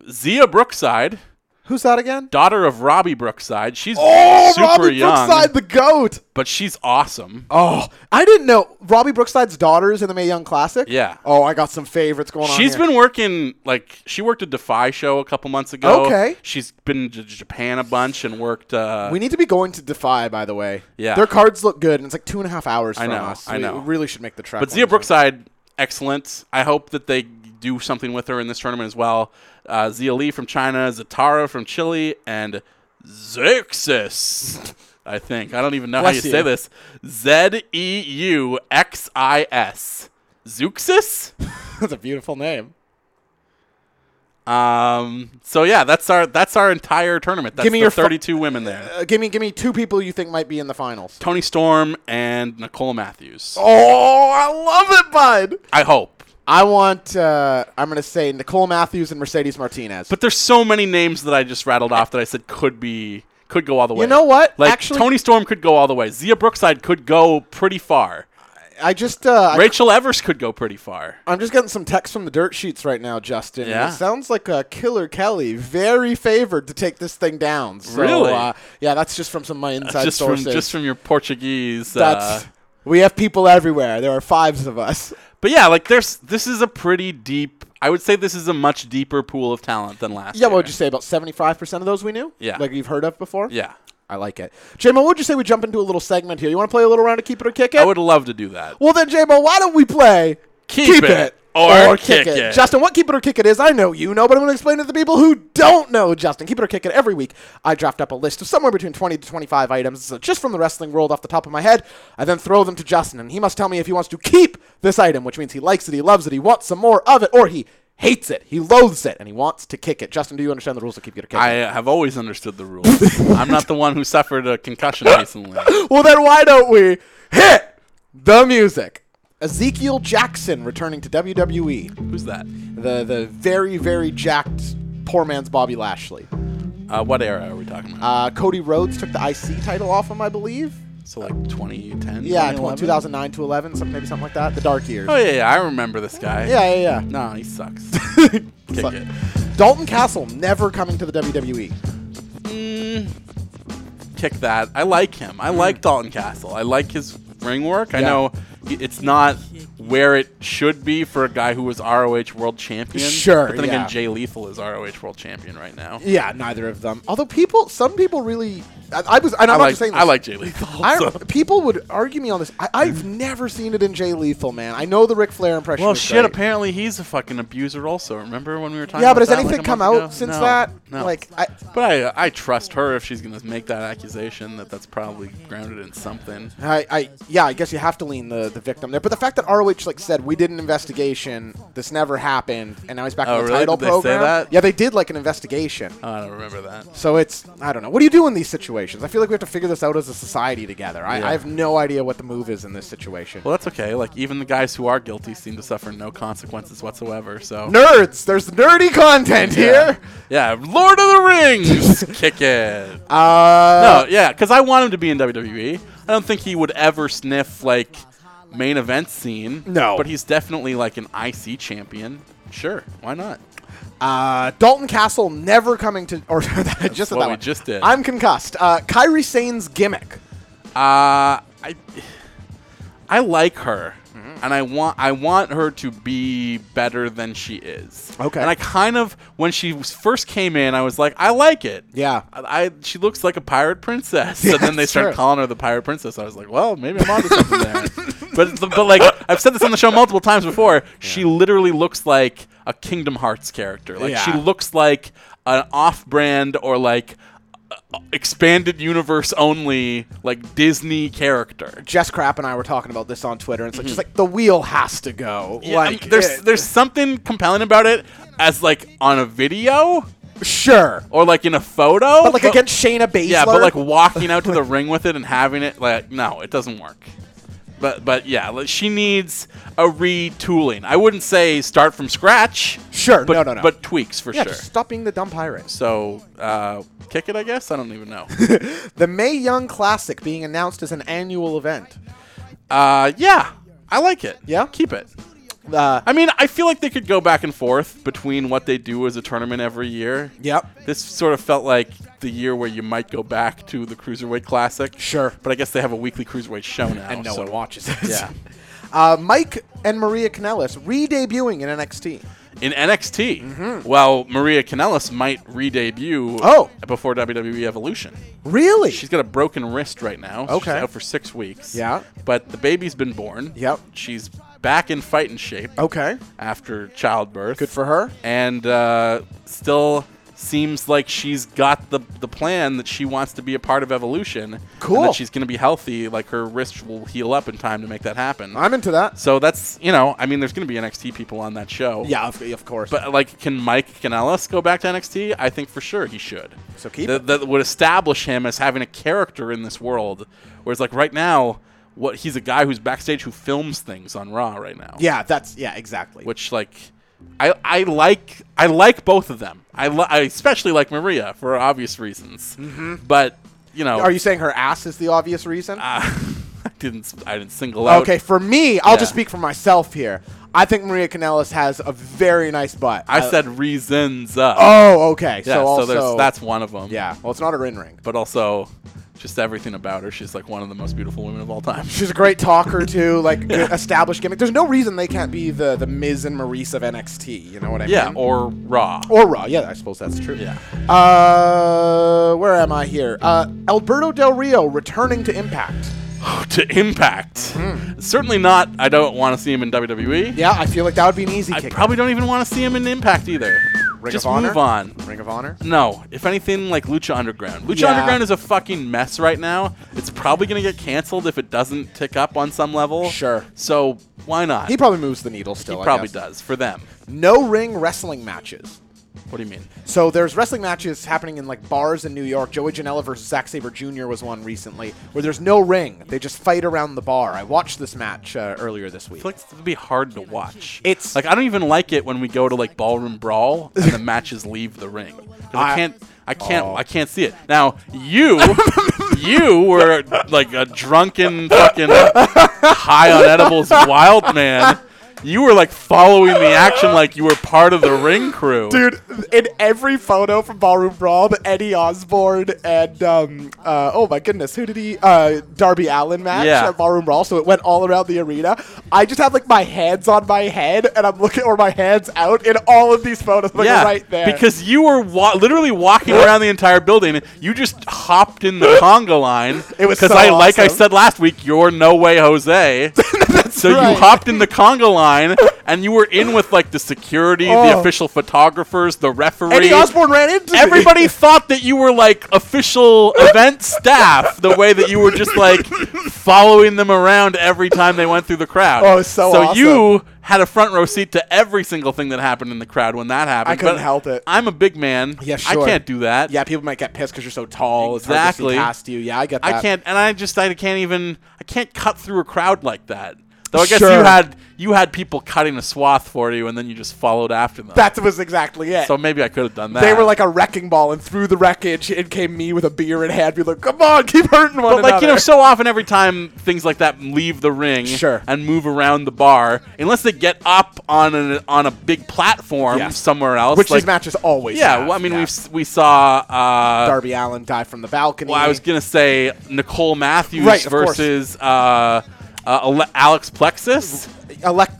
[SPEAKER 4] Zia Brookside,
[SPEAKER 5] Who's that again?
[SPEAKER 4] daughter of Robbie Brookside. She's
[SPEAKER 5] Oh,
[SPEAKER 4] super
[SPEAKER 5] Robbie
[SPEAKER 4] young,
[SPEAKER 5] Brookside, the goat.
[SPEAKER 4] but she's awesome.
[SPEAKER 5] Oh, I didn't know Robbie Brookside's daughter is in the Mae Young Classic.
[SPEAKER 4] Yeah.
[SPEAKER 5] Oh, I got some favorites going on.
[SPEAKER 4] She's
[SPEAKER 5] here.
[SPEAKER 4] been working like she worked a Defy show a couple months ago.
[SPEAKER 5] Okay.
[SPEAKER 4] she's been to Japan a bunch and worked. Uh,
[SPEAKER 5] We need to be going to Defy, by the way.
[SPEAKER 4] Yeah.
[SPEAKER 5] Their cards look good, and it's like two and a half hours
[SPEAKER 4] I
[SPEAKER 5] from
[SPEAKER 4] know,
[SPEAKER 5] us.
[SPEAKER 4] I
[SPEAKER 5] We
[SPEAKER 4] know.
[SPEAKER 5] really should make the trek.
[SPEAKER 4] but
[SPEAKER 5] one
[SPEAKER 4] Zia
[SPEAKER 5] of these
[SPEAKER 4] Brookside, excellent. I hope that they do something with her in this tournament as well. Uh, Zia Lee from China, Zatara from Chile, and Zeuxis. I think I don't even know how you,
[SPEAKER 5] Bless you.
[SPEAKER 4] say this. Z e u x i s. Zeuxis.
[SPEAKER 5] days. That's a beautiful name.
[SPEAKER 4] Um. So yeah, that's our that's our entire tournament. That's
[SPEAKER 5] Give me
[SPEAKER 4] the
[SPEAKER 5] your fu-
[SPEAKER 4] 32 women there.
[SPEAKER 5] Uh, give me, give me two people you think might be in the finals.
[SPEAKER 4] Tony Storm and Nicole Matthews.
[SPEAKER 5] Oh, I love it, bud.
[SPEAKER 4] I hope.
[SPEAKER 5] I want. Uh, I'm gonna say Nicole Matthews and Mercedes Martinez.
[SPEAKER 4] But there's so many names that I just rattled off that I said could be could go all the way.
[SPEAKER 5] know what?
[SPEAKER 4] Like
[SPEAKER 5] Actually-
[SPEAKER 4] Tony Storm could go all the way. Zia Brookside could go pretty far.
[SPEAKER 5] I just. Uh, I,
[SPEAKER 4] Rachel Evers could go pretty far.
[SPEAKER 5] I'm just getting some texts from the dirt sheets right now, Justin. and
[SPEAKER 4] Yeah.
[SPEAKER 5] It sounds like uh, Killer Kelly very favored to take this thing down. So,
[SPEAKER 4] Really?
[SPEAKER 5] Uh, yeah, that's just from some of my inside
[SPEAKER 4] Just from
[SPEAKER 5] sources.
[SPEAKER 4] just from your Portuguese.
[SPEAKER 5] that's.
[SPEAKER 4] uh,
[SPEAKER 5] we have people everywhere. There are fives of <laughs> us.
[SPEAKER 4] but yeah, like there's this is a pretty deep. I would say this is a much deeper pool of talent than last.
[SPEAKER 5] Yeah,
[SPEAKER 4] year.
[SPEAKER 5] what would you say? About 75% of those we knew?
[SPEAKER 4] Yeah.
[SPEAKER 5] Like you've heard of before?
[SPEAKER 4] Yeah,
[SPEAKER 5] I like it. JMO, what would you say we jump into a little segment here? You want to play a little round of Keep It or Kick It?
[SPEAKER 4] I would love to do that.
[SPEAKER 5] well, then, JMO, why don't we play
[SPEAKER 4] Keep It or Kick It.
[SPEAKER 5] Justin, what Keep It or Kick It is, I know you know, but I'm going to explain it to the people who don't know, Justin. Keep It or Kick It every week. I draft up a list of somewhere between 20 to 25 items so just from the wrestling world off the top of my head. I then throw them to Justin, and he must tell me if he wants to keep this item, which means he likes it, he loves it, he wants some more of it, or he hates it, he loathes it, and he wants to kick it. Justin, do you understand the rules of Keep It or Kick It?
[SPEAKER 4] I have always understood the rules. <laughs> I'm not the one who suffered a concussion
[SPEAKER 5] <laughs>
[SPEAKER 4] recently.
[SPEAKER 5] Well, then why don't we hit the music? Ezekiel Jackson returning to WWE.
[SPEAKER 4] Who's that?
[SPEAKER 5] The the very very jacked poor man's Bobby Lashley.
[SPEAKER 4] Uh, what era are we talking about?
[SPEAKER 5] Uh, Cody Rhodes took the IC title off him, I believe.
[SPEAKER 4] so like 2010?
[SPEAKER 5] Yeah,
[SPEAKER 4] 2011?
[SPEAKER 5] 2009 to 11, something maybe something like that. The dark years.
[SPEAKER 4] Oh yeah, yeah, I remember this guy.
[SPEAKER 5] Yeah, yeah, yeah.
[SPEAKER 4] No, he
[SPEAKER 5] <laughs>
[SPEAKER 4] sucks. Kick
[SPEAKER 5] Suck.
[SPEAKER 4] it.
[SPEAKER 5] Dalton Castle never coming to the E. WWE.
[SPEAKER 4] Kick that. I like him. I like Dalton Castle. I like his ring work. I
[SPEAKER 5] Yeah.
[SPEAKER 4] know i- it's not where it should be for a guy who was ROH world champion.
[SPEAKER 5] Sure,
[SPEAKER 4] But then
[SPEAKER 5] yeah.
[SPEAKER 4] again, Jay Lethal is ROH world champion right now.
[SPEAKER 5] Yeah, neither of them. Although people, some people really, I, I was, and I'm
[SPEAKER 4] I
[SPEAKER 5] not
[SPEAKER 4] like,
[SPEAKER 5] just saying this.
[SPEAKER 4] I like Jay Lethal.
[SPEAKER 5] I,
[SPEAKER 4] so-
[SPEAKER 5] people would argue me on this. I, I've never seen it in Jay Lethal, man. I know the Ric Flair impression.
[SPEAKER 4] Well,
[SPEAKER 5] was
[SPEAKER 4] shit.
[SPEAKER 5] great.
[SPEAKER 4] Apparently, he's a fucking abuser. Also, remember when we were talking?
[SPEAKER 5] Yeah,
[SPEAKER 4] about
[SPEAKER 5] but has
[SPEAKER 4] that,
[SPEAKER 5] anything
[SPEAKER 4] like, a
[SPEAKER 5] come
[SPEAKER 4] month
[SPEAKER 5] out
[SPEAKER 4] ago?
[SPEAKER 5] since
[SPEAKER 4] No,
[SPEAKER 5] that?
[SPEAKER 4] No.
[SPEAKER 5] Like, I,
[SPEAKER 4] but I, I trust her if she's gonna make that accusation that that's probably grounded in something.
[SPEAKER 5] I, I, yeah, I guess you have to lean the, the victim there. But the fact that ROH Lynch like said we did an investigation. This never happened, and now he's back
[SPEAKER 4] Oh,
[SPEAKER 5] on the
[SPEAKER 4] really?
[SPEAKER 5] title
[SPEAKER 4] Did they say
[SPEAKER 5] program.
[SPEAKER 4] that?
[SPEAKER 5] Yeah, they did like an investigation.
[SPEAKER 4] Oh, I don't remember that.
[SPEAKER 5] So it's I don't know. What do you do in these situations? I feel like we have to figure this out as a society together. I,
[SPEAKER 4] Yeah.
[SPEAKER 5] I have no idea what the move is in this situation.
[SPEAKER 4] Well, that's okay. Like even the guys who are guilty seem to suffer no consequences whatsoever. So
[SPEAKER 5] Nerds, there's nerdy content
[SPEAKER 4] yeah.
[SPEAKER 5] here.
[SPEAKER 4] yeah, Lord of the
[SPEAKER 5] <laughs>
[SPEAKER 4] Rings, kick it.
[SPEAKER 5] Uh,
[SPEAKER 4] No, yeah, because I want him to be in WWE. I don't think he would ever sniff like main event scene.
[SPEAKER 5] No.
[SPEAKER 4] but he's definitely like an IC champion. Sure, why not?
[SPEAKER 5] Uh, Dalton Castle never coming to or <laughs> just
[SPEAKER 4] what
[SPEAKER 5] that
[SPEAKER 4] we
[SPEAKER 5] one.
[SPEAKER 4] just did.
[SPEAKER 5] I'm concussed. Uh, Kyrie Sane's gimmick.
[SPEAKER 4] Uh, I I like her,
[SPEAKER 5] Mm-hmm.
[SPEAKER 4] and I want I want her to be better than she is.
[SPEAKER 5] Okay.
[SPEAKER 4] And I kind of when she was- first came in, I was like, I like it.
[SPEAKER 5] Yeah.
[SPEAKER 4] I, I she looks like a pirate
[SPEAKER 5] <laughs>
[SPEAKER 4] princess, and then they
[SPEAKER 5] that's
[SPEAKER 4] start
[SPEAKER 5] true.
[SPEAKER 4] calling her the pirate princess. I was like, well, maybe I'm onto something
[SPEAKER 5] <laughs>
[SPEAKER 4] there. But the- but like I've said this on the show multiple times before, she literally looks like a Kingdom Hearts character. Like she
[SPEAKER 5] Yeah.
[SPEAKER 4] looks like an off-brand or like uh, expanded universe only like Disney character.
[SPEAKER 5] Jess Crap and I were talking about this on Twitter, and it's like just like the wheel has to go.
[SPEAKER 4] Mm-hmm. Yeah, I mean,
[SPEAKER 5] like
[SPEAKER 4] there's
[SPEAKER 5] it-
[SPEAKER 4] there's something compelling about it as like on a video
[SPEAKER 5] sure,
[SPEAKER 4] or like in a photo,
[SPEAKER 5] but like against Shayna Baszler.
[SPEAKER 4] yeah, but like walking out to the ring with it and having it like no, it doesn't work. But but yeah, like, she needs a retooling. I wouldn't say start from scratch.
[SPEAKER 5] Sure,
[SPEAKER 4] but,
[SPEAKER 5] no, no, no.
[SPEAKER 4] But tweaks for
[SPEAKER 5] yeah,
[SPEAKER 4] sure.
[SPEAKER 5] just stop being the dumb pirates.
[SPEAKER 4] So uh, kick it, I guess. I don't even know.
[SPEAKER 5] The May Young Classic being announced as an annual event.
[SPEAKER 4] uh, yeah, I like it.
[SPEAKER 5] Yeah?
[SPEAKER 4] keep it.
[SPEAKER 5] Uh,
[SPEAKER 4] I mean, I feel like they could go back and forth between what they do as a tournament every year.
[SPEAKER 5] Yep. <laughs>
[SPEAKER 4] This sort of felt like the year where you might go back to the Cruiserweight Classic.
[SPEAKER 5] Sure.
[SPEAKER 4] But I guess they have a weekly Cruiserweight show now.
[SPEAKER 5] and no
[SPEAKER 4] so-
[SPEAKER 5] one watches it.
[SPEAKER 4] Yeah.
[SPEAKER 5] Uh, Mike and Maria Kanellis re-debuting in NXT.
[SPEAKER 4] in NXT. Well, Maria Kanellis might re-debut
[SPEAKER 5] Mm-hmm. Oh.
[SPEAKER 4] before WWE Evolution.
[SPEAKER 5] Really?
[SPEAKER 4] She's got a broken wrist right now. so
[SPEAKER 5] Okay.
[SPEAKER 4] She's out for six weeks.
[SPEAKER 5] Yeah.
[SPEAKER 4] But the baby's been born.
[SPEAKER 5] Yep.
[SPEAKER 4] She's back in fighting shape
[SPEAKER 5] okay.
[SPEAKER 4] after childbirth.
[SPEAKER 5] Good for her.
[SPEAKER 4] And uh, still seems like she's got the, the plan that she wants to be a part of Evolution. And
[SPEAKER 5] Cool.
[SPEAKER 4] that she's going to be healthy. Like her wrist will heal up in time to make that happen.
[SPEAKER 5] I'm into that.
[SPEAKER 4] so that's, you know, I mean, there's going to be NXT people on that show.
[SPEAKER 5] Yeah, of, of course.
[SPEAKER 4] But like, can Mike Kanellis go back to NXT? I think for sure he should.
[SPEAKER 5] So keep
[SPEAKER 4] that, that would establish him as having a character in this world. Whereas like right now, what he's a guy who's backstage who films things on Raw right now.
[SPEAKER 5] yeah, that's yeah, exactly.
[SPEAKER 4] Which like, I I like I like both of them. I li- I especially like Maria for obvious reasons. But you know,
[SPEAKER 5] Mm-hmm. Are you saying her ass is the obvious
[SPEAKER 4] Uh,
[SPEAKER 5] reason?
[SPEAKER 4] <laughs> I didn't s- I didn't single out.
[SPEAKER 5] okay, for me, I'll
[SPEAKER 4] Yeah.
[SPEAKER 5] just speak for myself here. I think Maria Kanellis has a very nice butt. Uh,
[SPEAKER 4] I said reasons. Uh,
[SPEAKER 5] Oh, okay.
[SPEAKER 4] yeah.
[SPEAKER 5] so
[SPEAKER 4] So,
[SPEAKER 5] also,
[SPEAKER 4] there's that's one of them.
[SPEAKER 5] yeah. Well, it's not her in ring.
[SPEAKER 4] but also just everything about her. She's like one of the most beautiful women of all time. <laughs>
[SPEAKER 5] She's a great talker too, like good established gimmick. There's no reason they can't be the the Miz and Maurice of NXT. You know what I
[SPEAKER 4] Yeah,
[SPEAKER 5] mean?
[SPEAKER 4] or Raw.
[SPEAKER 5] or Raw. Yeah, I suppose that's true.
[SPEAKER 4] Yeah.
[SPEAKER 5] Uh, where am I here? Uh, Alberto Del Rio returning to Impact. Oh.
[SPEAKER 4] <laughs> to Impact. Certainly not. I don't want to see him in WWE.
[SPEAKER 5] Mm-hmm. Yeah, I feel like that would be an easy
[SPEAKER 4] I
[SPEAKER 5] kick.
[SPEAKER 4] probably don't even want to see him in Impact either.
[SPEAKER 5] Ring
[SPEAKER 4] just
[SPEAKER 5] of Honor?
[SPEAKER 4] move on.
[SPEAKER 5] Ring of Honor.
[SPEAKER 4] No, if anything, like Lucha Underground. Lucha
[SPEAKER 5] Yeah.
[SPEAKER 4] Underground is a fucking mess right now. It's probably gonna get canceled if it doesn't tick up on some level.
[SPEAKER 5] Sure.
[SPEAKER 4] So why not?
[SPEAKER 5] He probably moves the needle
[SPEAKER 4] He
[SPEAKER 5] still. I
[SPEAKER 4] probably
[SPEAKER 5] guess.
[SPEAKER 4] does for them.
[SPEAKER 5] No ring wrestling matches.
[SPEAKER 4] What do you mean?
[SPEAKER 5] So there's wrestling matches happening in like bars in New York. Joey Janela versus Zack Saber Jr. was one recently where there's no ring. They just fight around the bar. I watched this match uh, earlier this week.
[SPEAKER 4] I feel like this would be hard to watch.
[SPEAKER 5] It's-
[SPEAKER 4] like I don't even like it when we go to like ballroom brawl and the matches leave the ring. 'Cause I,
[SPEAKER 5] I- Oh.
[SPEAKER 4] can't, I can't, I can't see it. Now you, you were like a drunken fucking high on edibles wild man. You were like following the action like you were part of the ring crew.
[SPEAKER 5] Dude, in every photo from Ballroom Brawl, the Eddie Osborne and um, uh, oh my goodness, who did he? Uh, Darby Allen match
[SPEAKER 4] Yeah.
[SPEAKER 5] at Ballroom Brawl. So it went all around the arena. I just have like my hands on my head and I'm looking, or my hands out in all of these photos, like right there.
[SPEAKER 4] Because you were wa- literally walking around the entire building. You just hopped in
[SPEAKER 5] <laughs>
[SPEAKER 4] the conga line.
[SPEAKER 5] It was
[SPEAKER 4] because
[SPEAKER 5] so
[SPEAKER 4] I, like I
[SPEAKER 5] awesome.
[SPEAKER 4] said last week, you're no way
[SPEAKER 5] <laughs>
[SPEAKER 4] Jose. so you
[SPEAKER 5] right.
[SPEAKER 4] hopped in the conga line, and you were in with like the security, the
[SPEAKER 5] Oh.
[SPEAKER 4] official photographers, the referee.
[SPEAKER 5] Eddie Osborne ran into me.
[SPEAKER 4] Everybody thought that you were like official event staff, the way that you were just like following them around every time they went through the crowd.
[SPEAKER 5] Oh, so awesome.
[SPEAKER 4] you had a front row seat to every single thing that happened in the crowd when that happened.
[SPEAKER 5] I couldn't
[SPEAKER 4] but
[SPEAKER 5] help it.
[SPEAKER 4] I'm a big man.
[SPEAKER 5] Yeah,
[SPEAKER 4] I
[SPEAKER 5] sure.
[SPEAKER 4] can't do that.
[SPEAKER 5] Yeah, people might get pissed because you're so tall.
[SPEAKER 4] Exactly.
[SPEAKER 5] It's hard to see past you. Yeah, I get that.
[SPEAKER 4] I can't, and I just I can't even I can't cut through a crowd like that. Though I guess
[SPEAKER 5] Sure.
[SPEAKER 4] you had you had people cutting a swath for you, and then you just followed after them.
[SPEAKER 5] That was exactly it.
[SPEAKER 4] so maybe I could have done that.
[SPEAKER 5] they were like a wrecking ball, and through the wreckage, it came me with a beer in hand. Be like, come on, keep hurting one
[SPEAKER 4] But like you know,
[SPEAKER 5] another."
[SPEAKER 4] so often every time things like that leave the ring
[SPEAKER 5] Sure.
[SPEAKER 4] and move around the bar, unless they get up on an, on a big platform
[SPEAKER 5] Yes.
[SPEAKER 4] somewhere else,
[SPEAKER 5] which
[SPEAKER 4] like,
[SPEAKER 5] these matches always.
[SPEAKER 4] yeah.
[SPEAKER 5] have.
[SPEAKER 4] Well, I mean,
[SPEAKER 5] Yeah.
[SPEAKER 4] we we we saw. Uh,
[SPEAKER 5] Darby Allen die from the balcony.
[SPEAKER 4] well, I was gonna say Nicole Matthews
[SPEAKER 5] Right, of course.
[SPEAKER 4] versus uh, uh, Ale- Alex Plexus.
[SPEAKER 5] Elec-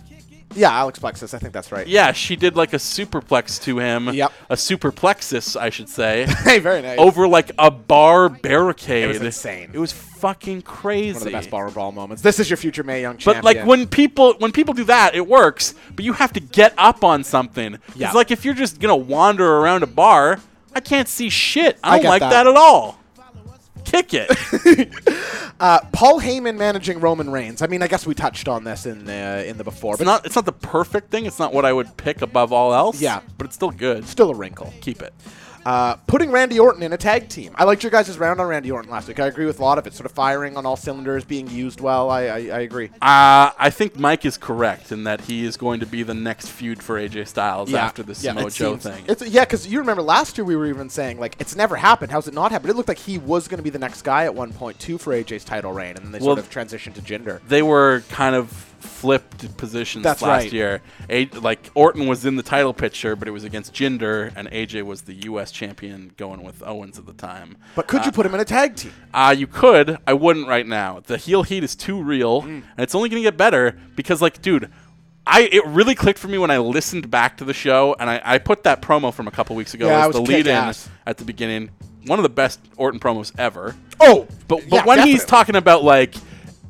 [SPEAKER 5] yeah, Alex Plexus. I think that's right.
[SPEAKER 4] Yeah, she did like a superplex to him.
[SPEAKER 5] Yep.
[SPEAKER 4] A superplexus, I should say. <laughs>
[SPEAKER 5] Hey, very nice.
[SPEAKER 4] over like a bar barricade.
[SPEAKER 5] It was insane.
[SPEAKER 4] It was fucking crazy.
[SPEAKER 5] One of the best Barber Brawl moments. This is your future May Young
[SPEAKER 4] But
[SPEAKER 5] champion.
[SPEAKER 4] like when people when people do that, it works. But you have to get up on something.
[SPEAKER 5] Yeah.
[SPEAKER 4] It's like if you're just gonna wander around a bar, I can't see shit. I
[SPEAKER 5] I
[SPEAKER 4] don't
[SPEAKER 5] get
[SPEAKER 4] like
[SPEAKER 5] that.
[SPEAKER 4] that at all. Kick it.
[SPEAKER 5] Paul Heyman managing Roman Reigns. I mean, I guess we touched on this in the in the before,
[SPEAKER 4] it's
[SPEAKER 5] but
[SPEAKER 4] not it's not the perfect thing. It's not what I would pick above all else.
[SPEAKER 5] Yeah.
[SPEAKER 4] But it's still good.
[SPEAKER 5] still a wrinkle.
[SPEAKER 4] Keep it.
[SPEAKER 5] Uh, putting Randy Orton in a tag team. I liked your guys' round on Randy Orton last week. I agree with a lot of it. Sort of firing on all cylinders, being used well. I I, I agree.
[SPEAKER 4] Uh, I think Mike is correct in that he is going to be the next feud for AJ Styles after this
[SPEAKER 5] yeah,
[SPEAKER 4] Samoa
[SPEAKER 5] it
[SPEAKER 4] Joe
[SPEAKER 5] seems-
[SPEAKER 4] thing.
[SPEAKER 5] It's, yeah, because you remember last year we were even saying like it's never happened. How's it not happened? It looked like he was going to be the next guy at one point too for AJ's title reign, and then they
[SPEAKER 4] Well-
[SPEAKER 5] sort of transitioned to gender.
[SPEAKER 4] they were kind of flipped positions
[SPEAKER 5] That's
[SPEAKER 4] last
[SPEAKER 5] right.
[SPEAKER 4] year. A- like Orton was in the title picture, but it was against Jinder, and AJ was the U.S. champion going with Owens at the time.
[SPEAKER 5] But could you put him in a tag team?
[SPEAKER 4] Uh, you could. I wouldn't right now. The heel heat is too
[SPEAKER 5] Mm.
[SPEAKER 4] real, and it's only going to get better because, like, dude, I it really clicked for me when I listened back to the show, and I, I put that promo from a couple weeks ago
[SPEAKER 5] Yeah,
[SPEAKER 4] as
[SPEAKER 5] it was
[SPEAKER 4] the lead in
[SPEAKER 5] kick-ass.
[SPEAKER 4] at the beginning. One of the best Orton promos ever.
[SPEAKER 5] Oh,
[SPEAKER 4] But, but when he's talking about like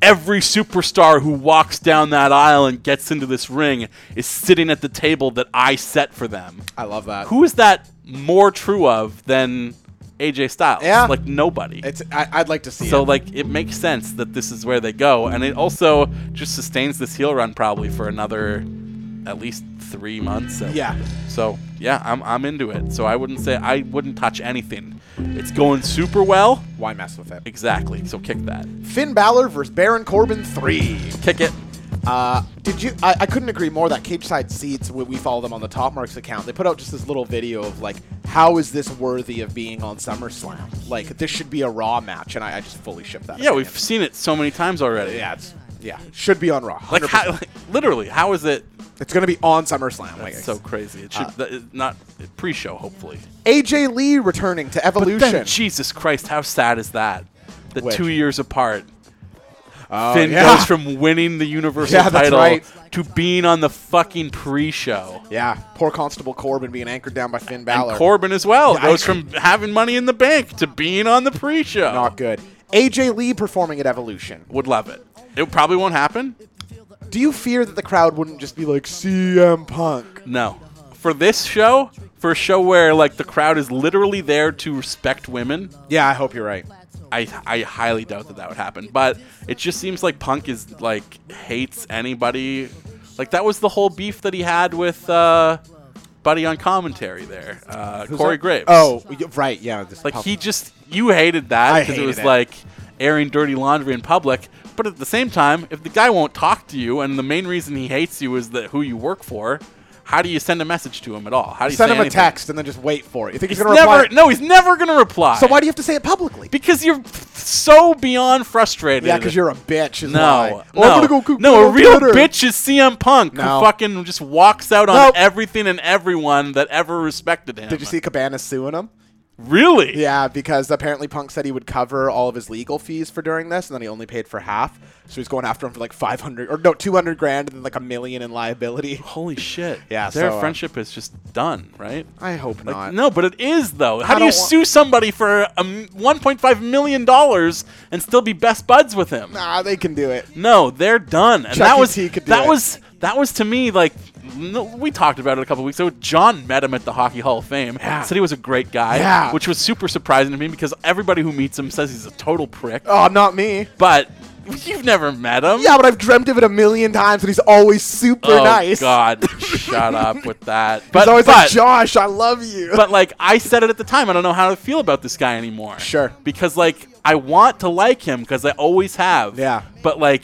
[SPEAKER 4] every superstar who walks down that aisle and gets into this ring is sitting at the table that I set for them.
[SPEAKER 5] I love that.
[SPEAKER 4] Who is that more true of than AJ Styles?
[SPEAKER 5] Yeah.
[SPEAKER 4] Like nobody.
[SPEAKER 5] It's I, I'd like to see.
[SPEAKER 4] so
[SPEAKER 5] it.
[SPEAKER 4] like it makes sense that this is where they go and it also just sustains this heel run probably for another at least 3 months. So-
[SPEAKER 5] Yeah.
[SPEAKER 4] So yeah, I'm I'm into it. So I wouldn't say I wouldn't touch anything. It's going super well.
[SPEAKER 5] why mess with it?
[SPEAKER 4] Exactly. So kick that.
[SPEAKER 5] Finn Balor versus Baron Corbin three.
[SPEAKER 4] Kick it.
[SPEAKER 5] Uh, did you? I, I couldn't agree more. That Cage Side Seats, we, we follow them on the Top Marks account. They put out just this little video of like, how is this worthy of being on SummerSlam? Like, this should be a Raw match, and I, I just fully ship that.
[SPEAKER 4] Yeah,
[SPEAKER 5] opinion.
[SPEAKER 4] we've seen it so many times already.
[SPEAKER 5] yeah, it's, yeah, should be on Raw.
[SPEAKER 4] Like,
[SPEAKER 5] 100%.
[SPEAKER 4] how, like literally, how is it
[SPEAKER 5] it's gonna be on SummerSlam. Like,
[SPEAKER 4] so crazy?
[SPEAKER 5] Uh,
[SPEAKER 4] It should th- it- not pre-show, hopefully.
[SPEAKER 5] AJ Lee returning to Evolution.
[SPEAKER 4] Jesus Christ, how sad is that? The
[SPEAKER 5] Which? Oh,
[SPEAKER 4] two years apart, Finn
[SPEAKER 5] yeah.
[SPEAKER 4] goes from winning the Universal
[SPEAKER 5] Yeah, that's
[SPEAKER 4] title
[SPEAKER 5] right.
[SPEAKER 4] to being on the fucking pre-show.
[SPEAKER 5] yeah, poor Constable Corbin being anchored down by Finn
[SPEAKER 4] And
[SPEAKER 5] Balor.
[SPEAKER 4] Corbin as well
[SPEAKER 5] Yeah, I-
[SPEAKER 4] goes from having money in the bank to being on the pre-show.
[SPEAKER 5] Not good. AJ Lee performing at Evolution.
[SPEAKER 4] Would love it. It probably won't happen.
[SPEAKER 5] Do you fear that the crowd wouldn't just be like CM Punk?
[SPEAKER 4] No. For this show, for a show where like the crowd is literally there to respect women,
[SPEAKER 5] Yeah, I hope you're right.
[SPEAKER 4] I I highly doubt that that would happen. But it just seems like Punk is like hates anybody. Like that was the whole beef that he had with uh, Buddy on commentary there, uh, Corey
[SPEAKER 5] that?
[SPEAKER 4] Graves.
[SPEAKER 5] Oh, y- right, yeah. This
[SPEAKER 4] like he
[SPEAKER 5] pop-
[SPEAKER 4] just you hated that
[SPEAKER 5] I
[SPEAKER 4] because it
[SPEAKER 5] hated
[SPEAKER 4] was
[SPEAKER 5] it.
[SPEAKER 4] like airing dirty laundry in public. But at the same time, if the guy won't talk to you, and the main reason he hates you is that who you work for, how do you send a message to him at all? How do you
[SPEAKER 5] send
[SPEAKER 4] say
[SPEAKER 5] him
[SPEAKER 4] anything?
[SPEAKER 5] a text and then just wait for it. You think he's,
[SPEAKER 4] He's
[SPEAKER 5] gonna
[SPEAKER 4] never.
[SPEAKER 5] reply?
[SPEAKER 4] No, he's never gonna reply.
[SPEAKER 5] So why do you have to say it publicly?
[SPEAKER 4] Because you're so beyond frustrated.
[SPEAKER 5] yeah, because you're a bitch. Is
[SPEAKER 4] No,
[SPEAKER 5] why. Well, I'm
[SPEAKER 4] no,
[SPEAKER 5] gonna go cook
[SPEAKER 4] no.
[SPEAKER 5] it
[SPEAKER 4] A
[SPEAKER 5] on
[SPEAKER 4] real
[SPEAKER 5] Twitter.
[SPEAKER 4] bitch is CM Punk,
[SPEAKER 5] No.
[SPEAKER 4] who fucking just walks out on
[SPEAKER 5] Nope.
[SPEAKER 4] everything and everyone that ever respected him.
[SPEAKER 5] Did you see Cabana suing him?
[SPEAKER 4] Really?
[SPEAKER 5] Yeah, because apparently Punk said he would cover all of his legal fees for during this, and then he only paid for half. So he's going after him for like five hundred or no, two hundred grand, and then like a million in liability.
[SPEAKER 4] Holy shit.
[SPEAKER 5] Yeah,
[SPEAKER 4] Their
[SPEAKER 5] so, uh,
[SPEAKER 4] friendship is just done, right?
[SPEAKER 5] I hope
[SPEAKER 4] Like,
[SPEAKER 5] not.
[SPEAKER 4] no, but it is though. How do you
[SPEAKER 5] don't wa-
[SPEAKER 4] sue somebody for um, 1.5 million dollars and still be best buds with him?
[SPEAKER 5] Nah, Ah, they can do it.
[SPEAKER 4] No, they're done. And
[SPEAKER 5] Chuck
[SPEAKER 4] that
[SPEAKER 5] E.
[SPEAKER 4] was
[SPEAKER 5] T could do
[SPEAKER 4] that
[SPEAKER 5] it.
[SPEAKER 4] was that was to me like no, we talked about it a couple weeks ago. John met him at the Hockey Hall of Fame. Said he was a great guy,
[SPEAKER 5] Yeah.
[SPEAKER 4] which was super surprising to me because everybody who meets him says he's a total prick.
[SPEAKER 5] Oh, not me.
[SPEAKER 4] But <laughs> You've never met him.
[SPEAKER 5] Yeah, but I've dreamt of it a million times, and he's always super
[SPEAKER 4] oh,
[SPEAKER 5] nice. <laughs>
[SPEAKER 4] God, shut up with that.
[SPEAKER 5] He's
[SPEAKER 4] But
[SPEAKER 5] always
[SPEAKER 4] but,
[SPEAKER 5] like, Josh, I love you.
[SPEAKER 4] <laughs> but like I said it at the time, I don't know how to feel about this guy anymore.
[SPEAKER 5] Sure.
[SPEAKER 4] Because like I want to like him because I always have.
[SPEAKER 5] Yeah.
[SPEAKER 4] But like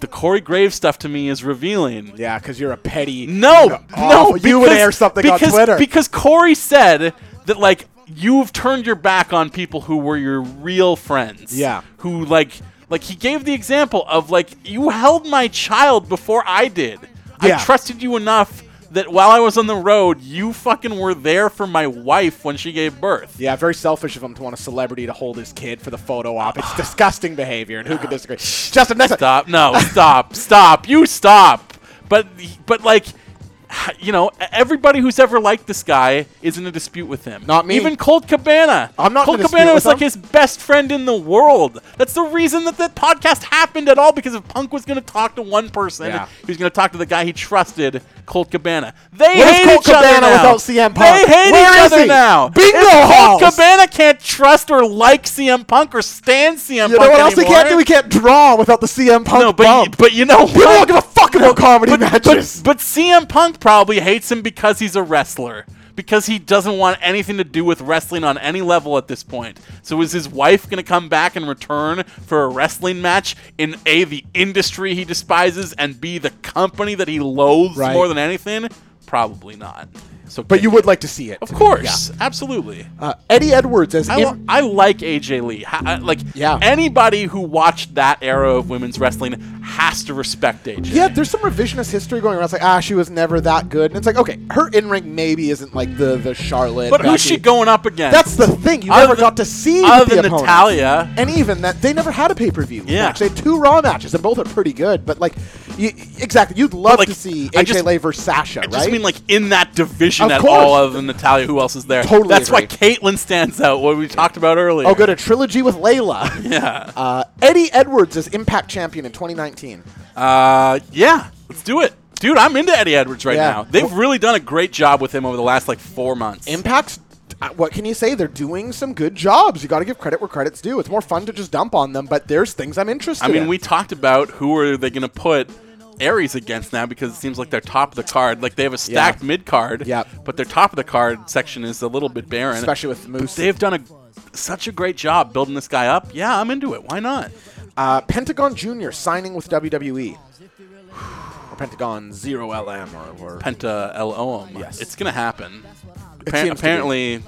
[SPEAKER 4] the Corey Graves stuff to me is revealing.
[SPEAKER 5] yeah, because you're a petty.
[SPEAKER 4] No, no,
[SPEAKER 5] awful- Oh, you would
[SPEAKER 4] because-
[SPEAKER 5] air something on
[SPEAKER 4] because-
[SPEAKER 5] Twitter.
[SPEAKER 4] because Corey said that like you've turned your back on people who were your real friends.
[SPEAKER 5] Yeah.
[SPEAKER 4] who like like he gave the example of like you held my child before I did.
[SPEAKER 5] Yeah.
[SPEAKER 4] I trusted you enough that while I was on the road, you fucking were there for my wife when she gave birth.
[SPEAKER 5] yeah, very selfish of him to want a celebrity to hold his kid for the photo
[SPEAKER 4] <sighs>
[SPEAKER 5] op. It's disgusting behavior, and who could disagree? Justin, next time.
[SPEAKER 4] Stop! No, stop! Stop! You stop! But but like. You know, everybody who's ever liked this guy is in a dispute with him.
[SPEAKER 5] Not me.
[SPEAKER 4] Even Colt Cabana.
[SPEAKER 5] I'm not in
[SPEAKER 4] Colt
[SPEAKER 5] a dispute
[SPEAKER 4] Cabana was
[SPEAKER 5] with
[SPEAKER 4] like
[SPEAKER 5] him.
[SPEAKER 4] his best friend in the world. That's the reason that that podcast happened at all because if Punk was going to talk to one person,
[SPEAKER 5] Yeah.
[SPEAKER 4] he was going to talk to the guy he trusted, Colt Cabana. They
[SPEAKER 5] Where's
[SPEAKER 4] hate
[SPEAKER 5] Colt
[SPEAKER 4] each other
[SPEAKER 5] Cabana
[SPEAKER 4] now.
[SPEAKER 5] without CM Punk?
[SPEAKER 4] They hate
[SPEAKER 5] Where
[SPEAKER 4] each
[SPEAKER 5] is
[SPEAKER 4] other
[SPEAKER 5] he?
[SPEAKER 4] now.
[SPEAKER 5] Bingo
[SPEAKER 4] If Colt
[SPEAKER 5] halls.
[SPEAKER 4] Cabana can't trust or like CM Punk or stand CM
[SPEAKER 5] You know
[SPEAKER 4] Punk
[SPEAKER 5] what else we
[SPEAKER 4] anymore-
[SPEAKER 5] can't do? We can't draw without the CM Punk
[SPEAKER 4] no, but
[SPEAKER 5] bump.
[SPEAKER 4] but you know
[SPEAKER 5] People
[SPEAKER 4] what?
[SPEAKER 5] don't give a fuck about comedy
[SPEAKER 4] but,
[SPEAKER 5] matches.
[SPEAKER 4] But, but CM Punk probably hates him because he's a wrestler. Because he doesn't want anything to do with wrestling on any level at this point. So is his wife going to come back and return for a wrestling match in A, the industry he despises, and B, the company that he loathes
[SPEAKER 5] Right.
[SPEAKER 4] more than anything? Probably not. So,
[SPEAKER 5] But you would like to see it.
[SPEAKER 4] Of course. Absolutely.
[SPEAKER 5] Uh, Eddie Edwards as
[SPEAKER 4] I,
[SPEAKER 5] im-
[SPEAKER 4] li- I like AJ Lee. Ha- I- like
[SPEAKER 5] Yeah.
[SPEAKER 4] anybody who watched that era of women's wrestling has to respect AJ.
[SPEAKER 5] Yeah, there's some revisionist history going around. It's like, ah, she was never that good. And it's like, okay, her in ring maybe isn't like the the Charlotte.
[SPEAKER 4] But who's
[SPEAKER 5] Becky.
[SPEAKER 4] she going up against?
[SPEAKER 5] That's the thing. You
[SPEAKER 4] Other
[SPEAKER 5] never
[SPEAKER 4] than-
[SPEAKER 5] got to see
[SPEAKER 4] other
[SPEAKER 5] with the
[SPEAKER 4] than
[SPEAKER 5] opponents.
[SPEAKER 4] Natalya.
[SPEAKER 5] and even that they never had a pay per view.
[SPEAKER 4] Yeah.
[SPEAKER 5] they had two Raw matches, and both are pretty good. But like, you, exactly, you'd love
[SPEAKER 4] like,
[SPEAKER 5] to see
[SPEAKER 4] I
[SPEAKER 5] AJ
[SPEAKER 4] just-
[SPEAKER 5] Lay versus Sasha,
[SPEAKER 4] I
[SPEAKER 5] right?
[SPEAKER 4] just mean like in that division
[SPEAKER 5] Of
[SPEAKER 4] at
[SPEAKER 5] course.
[SPEAKER 4] all other than Natalia. Who else is there?
[SPEAKER 5] Totally
[SPEAKER 4] That's why
[SPEAKER 5] agree.
[SPEAKER 4] Caitlyn stands out. What we talked about earlier.
[SPEAKER 5] oh, good, a trilogy with Layla.
[SPEAKER 4] <laughs> Yeah.
[SPEAKER 5] Uh, Eddie Edwards is Impact Champion in 2019.
[SPEAKER 4] Uh, yeah. Let's do it, dude. I'm into Eddie Edwards right
[SPEAKER 5] Yeah.
[SPEAKER 4] now. They've really done a great job with him over the last like four months.
[SPEAKER 5] Impact's. uh, What can you say? They're doing some good jobs. You got to give credit where credit's due. It's more fun to just dump on them, but there's things I'm interested.
[SPEAKER 4] I mean,
[SPEAKER 5] in.
[SPEAKER 4] we talked about who are they going to put Aries against now because it seems like they're top of the card. Like they have a stacked mid card,
[SPEAKER 5] Yep.
[SPEAKER 4] but their top of the card section is a little bit barren.
[SPEAKER 5] especially with Moose.
[SPEAKER 4] They've done a such a great job building this guy up. Yeah, I'm into it. Why not?
[SPEAKER 5] Uh, Pentagon Junior signing with WWE. or Pentagon Zero LM or, or
[SPEAKER 4] Penta L O M.
[SPEAKER 5] Yes.
[SPEAKER 4] It's gonna happen.
[SPEAKER 5] It
[SPEAKER 4] Appa-
[SPEAKER 5] seems to be.
[SPEAKER 4] apparently,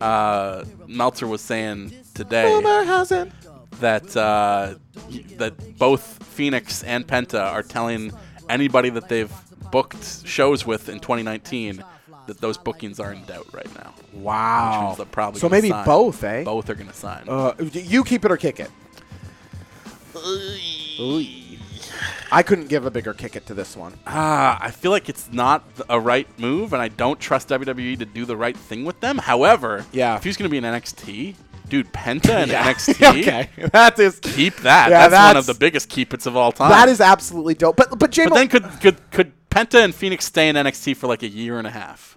[SPEAKER 4] uh, Meltzer was saying today
[SPEAKER 5] Wilmerhausen.
[SPEAKER 4] that uh, y- that both Phoenix and Penta are telling anybody that they've booked shows with in 2019 that those bookings are in doubt right now. Which
[SPEAKER 5] Wow.
[SPEAKER 4] means they're probably
[SPEAKER 5] so
[SPEAKER 4] gonna
[SPEAKER 5] maybe
[SPEAKER 4] sign.
[SPEAKER 5] both, eh?
[SPEAKER 4] Both are gonna sign.
[SPEAKER 5] Uh, y- you keep it or kick it. I couldn't give a bigger kick it to
[SPEAKER 4] <laughs>
[SPEAKER 5] this one.
[SPEAKER 4] Ah, I feel like it's not th- a right move, and I don't trust WWE to do the right thing with them. However,
[SPEAKER 5] Yeah.
[SPEAKER 4] if he's going to be in NXT, dude, Penta in
[SPEAKER 5] <laughs>
[SPEAKER 4] NXT,
[SPEAKER 5] okay, that is
[SPEAKER 4] keep that.
[SPEAKER 5] Yeah,
[SPEAKER 4] that's, one of
[SPEAKER 5] that's-
[SPEAKER 4] the biggest keep it's of all time.
[SPEAKER 5] that is absolutely dope. But but J
[SPEAKER 4] But
[SPEAKER 5] Mo-
[SPEAKER 4] then could could could Penta and Phoenix stay in NXT for like a year and a half?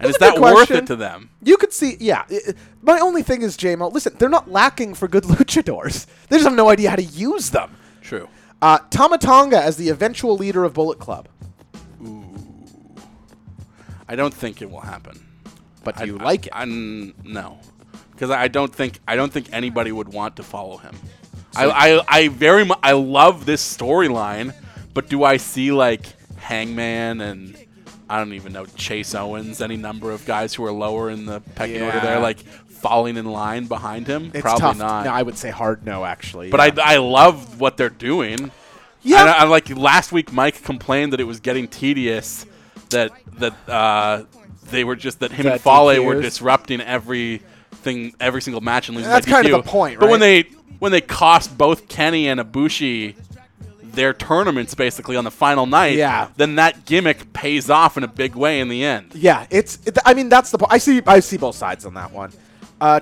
[SPEAKER 4] And is
[SPEAKER 5] a good
[SPEAKER 4] that worth
[SPEAKER 5] question.
[SPEAKER 4] it to them?
[SPEAKER 5] You could see, yeah. i- i- my only thing is, JMO, listen, they're not lacking for good <laughs> luchadors. They just have no idea how to use them.
[SPEAKER 4] True.
[SPEAKER 5] Uh, Tama Tonga as the eventual leader of Bullet Club.
[SPEAKER 4] I don't think it will happen.
[SPEAKER 5] But do
[SPEAKER 4] I-
[SPEAKER 5] you
[SPEAKER 4] I-
[SPEAKER 5] like it?
[SPEAKER 4] I, n- no, because I I don't think I don't think anybody would want to follow him. I, I I very mu- I love this storyline, but do I see like Hangman and I don't even know Chase Owens, any number of guys who are lower in the pecking order
[SPEAKER 5] Yeah.
[SPEAKER 4] there, like falling in line behind him?
[SPEAKER 5] It's
[SPEAKER 4] Probably
[SPEAKER 5] tough.
[SPEAKER 4] not.
[SPEAKER 5] No, I would say hard no, actually.
[SPEAKER 4] but I I love what they're doing.
[SPEAKER 5] Yeah.
[SPEAKER 4] And I, I like last week Mike complained that it was getting tedious that that uh, they were just that him
[SPEAKER 5] That
[SPEAKER 4] and Fale were
[SPEAKER 5] DQs.
[SPEAKER 4] disrupting everything every single match and losing
[SPEAKER 5] That's
[SPEAKER 4] by
[SPEAKER 5] kind of
[SPEAKER 4] DQ.
[SPEAKER 5] the point,
[SPEAKER 4] But when they
[SPEAKER 5] right?
[SPEAKER 4] when they cost both Kenny and Ibushi their tournaments basically on the final night,
[SPEAKER 5] Yeah.
[SPEAKER 4] then that gimmick pays off in a big way in the end.
[SPEAKER 5] yeah, it's. It, I mean, that's the. Po- I see. I see both sides on that one. Uh,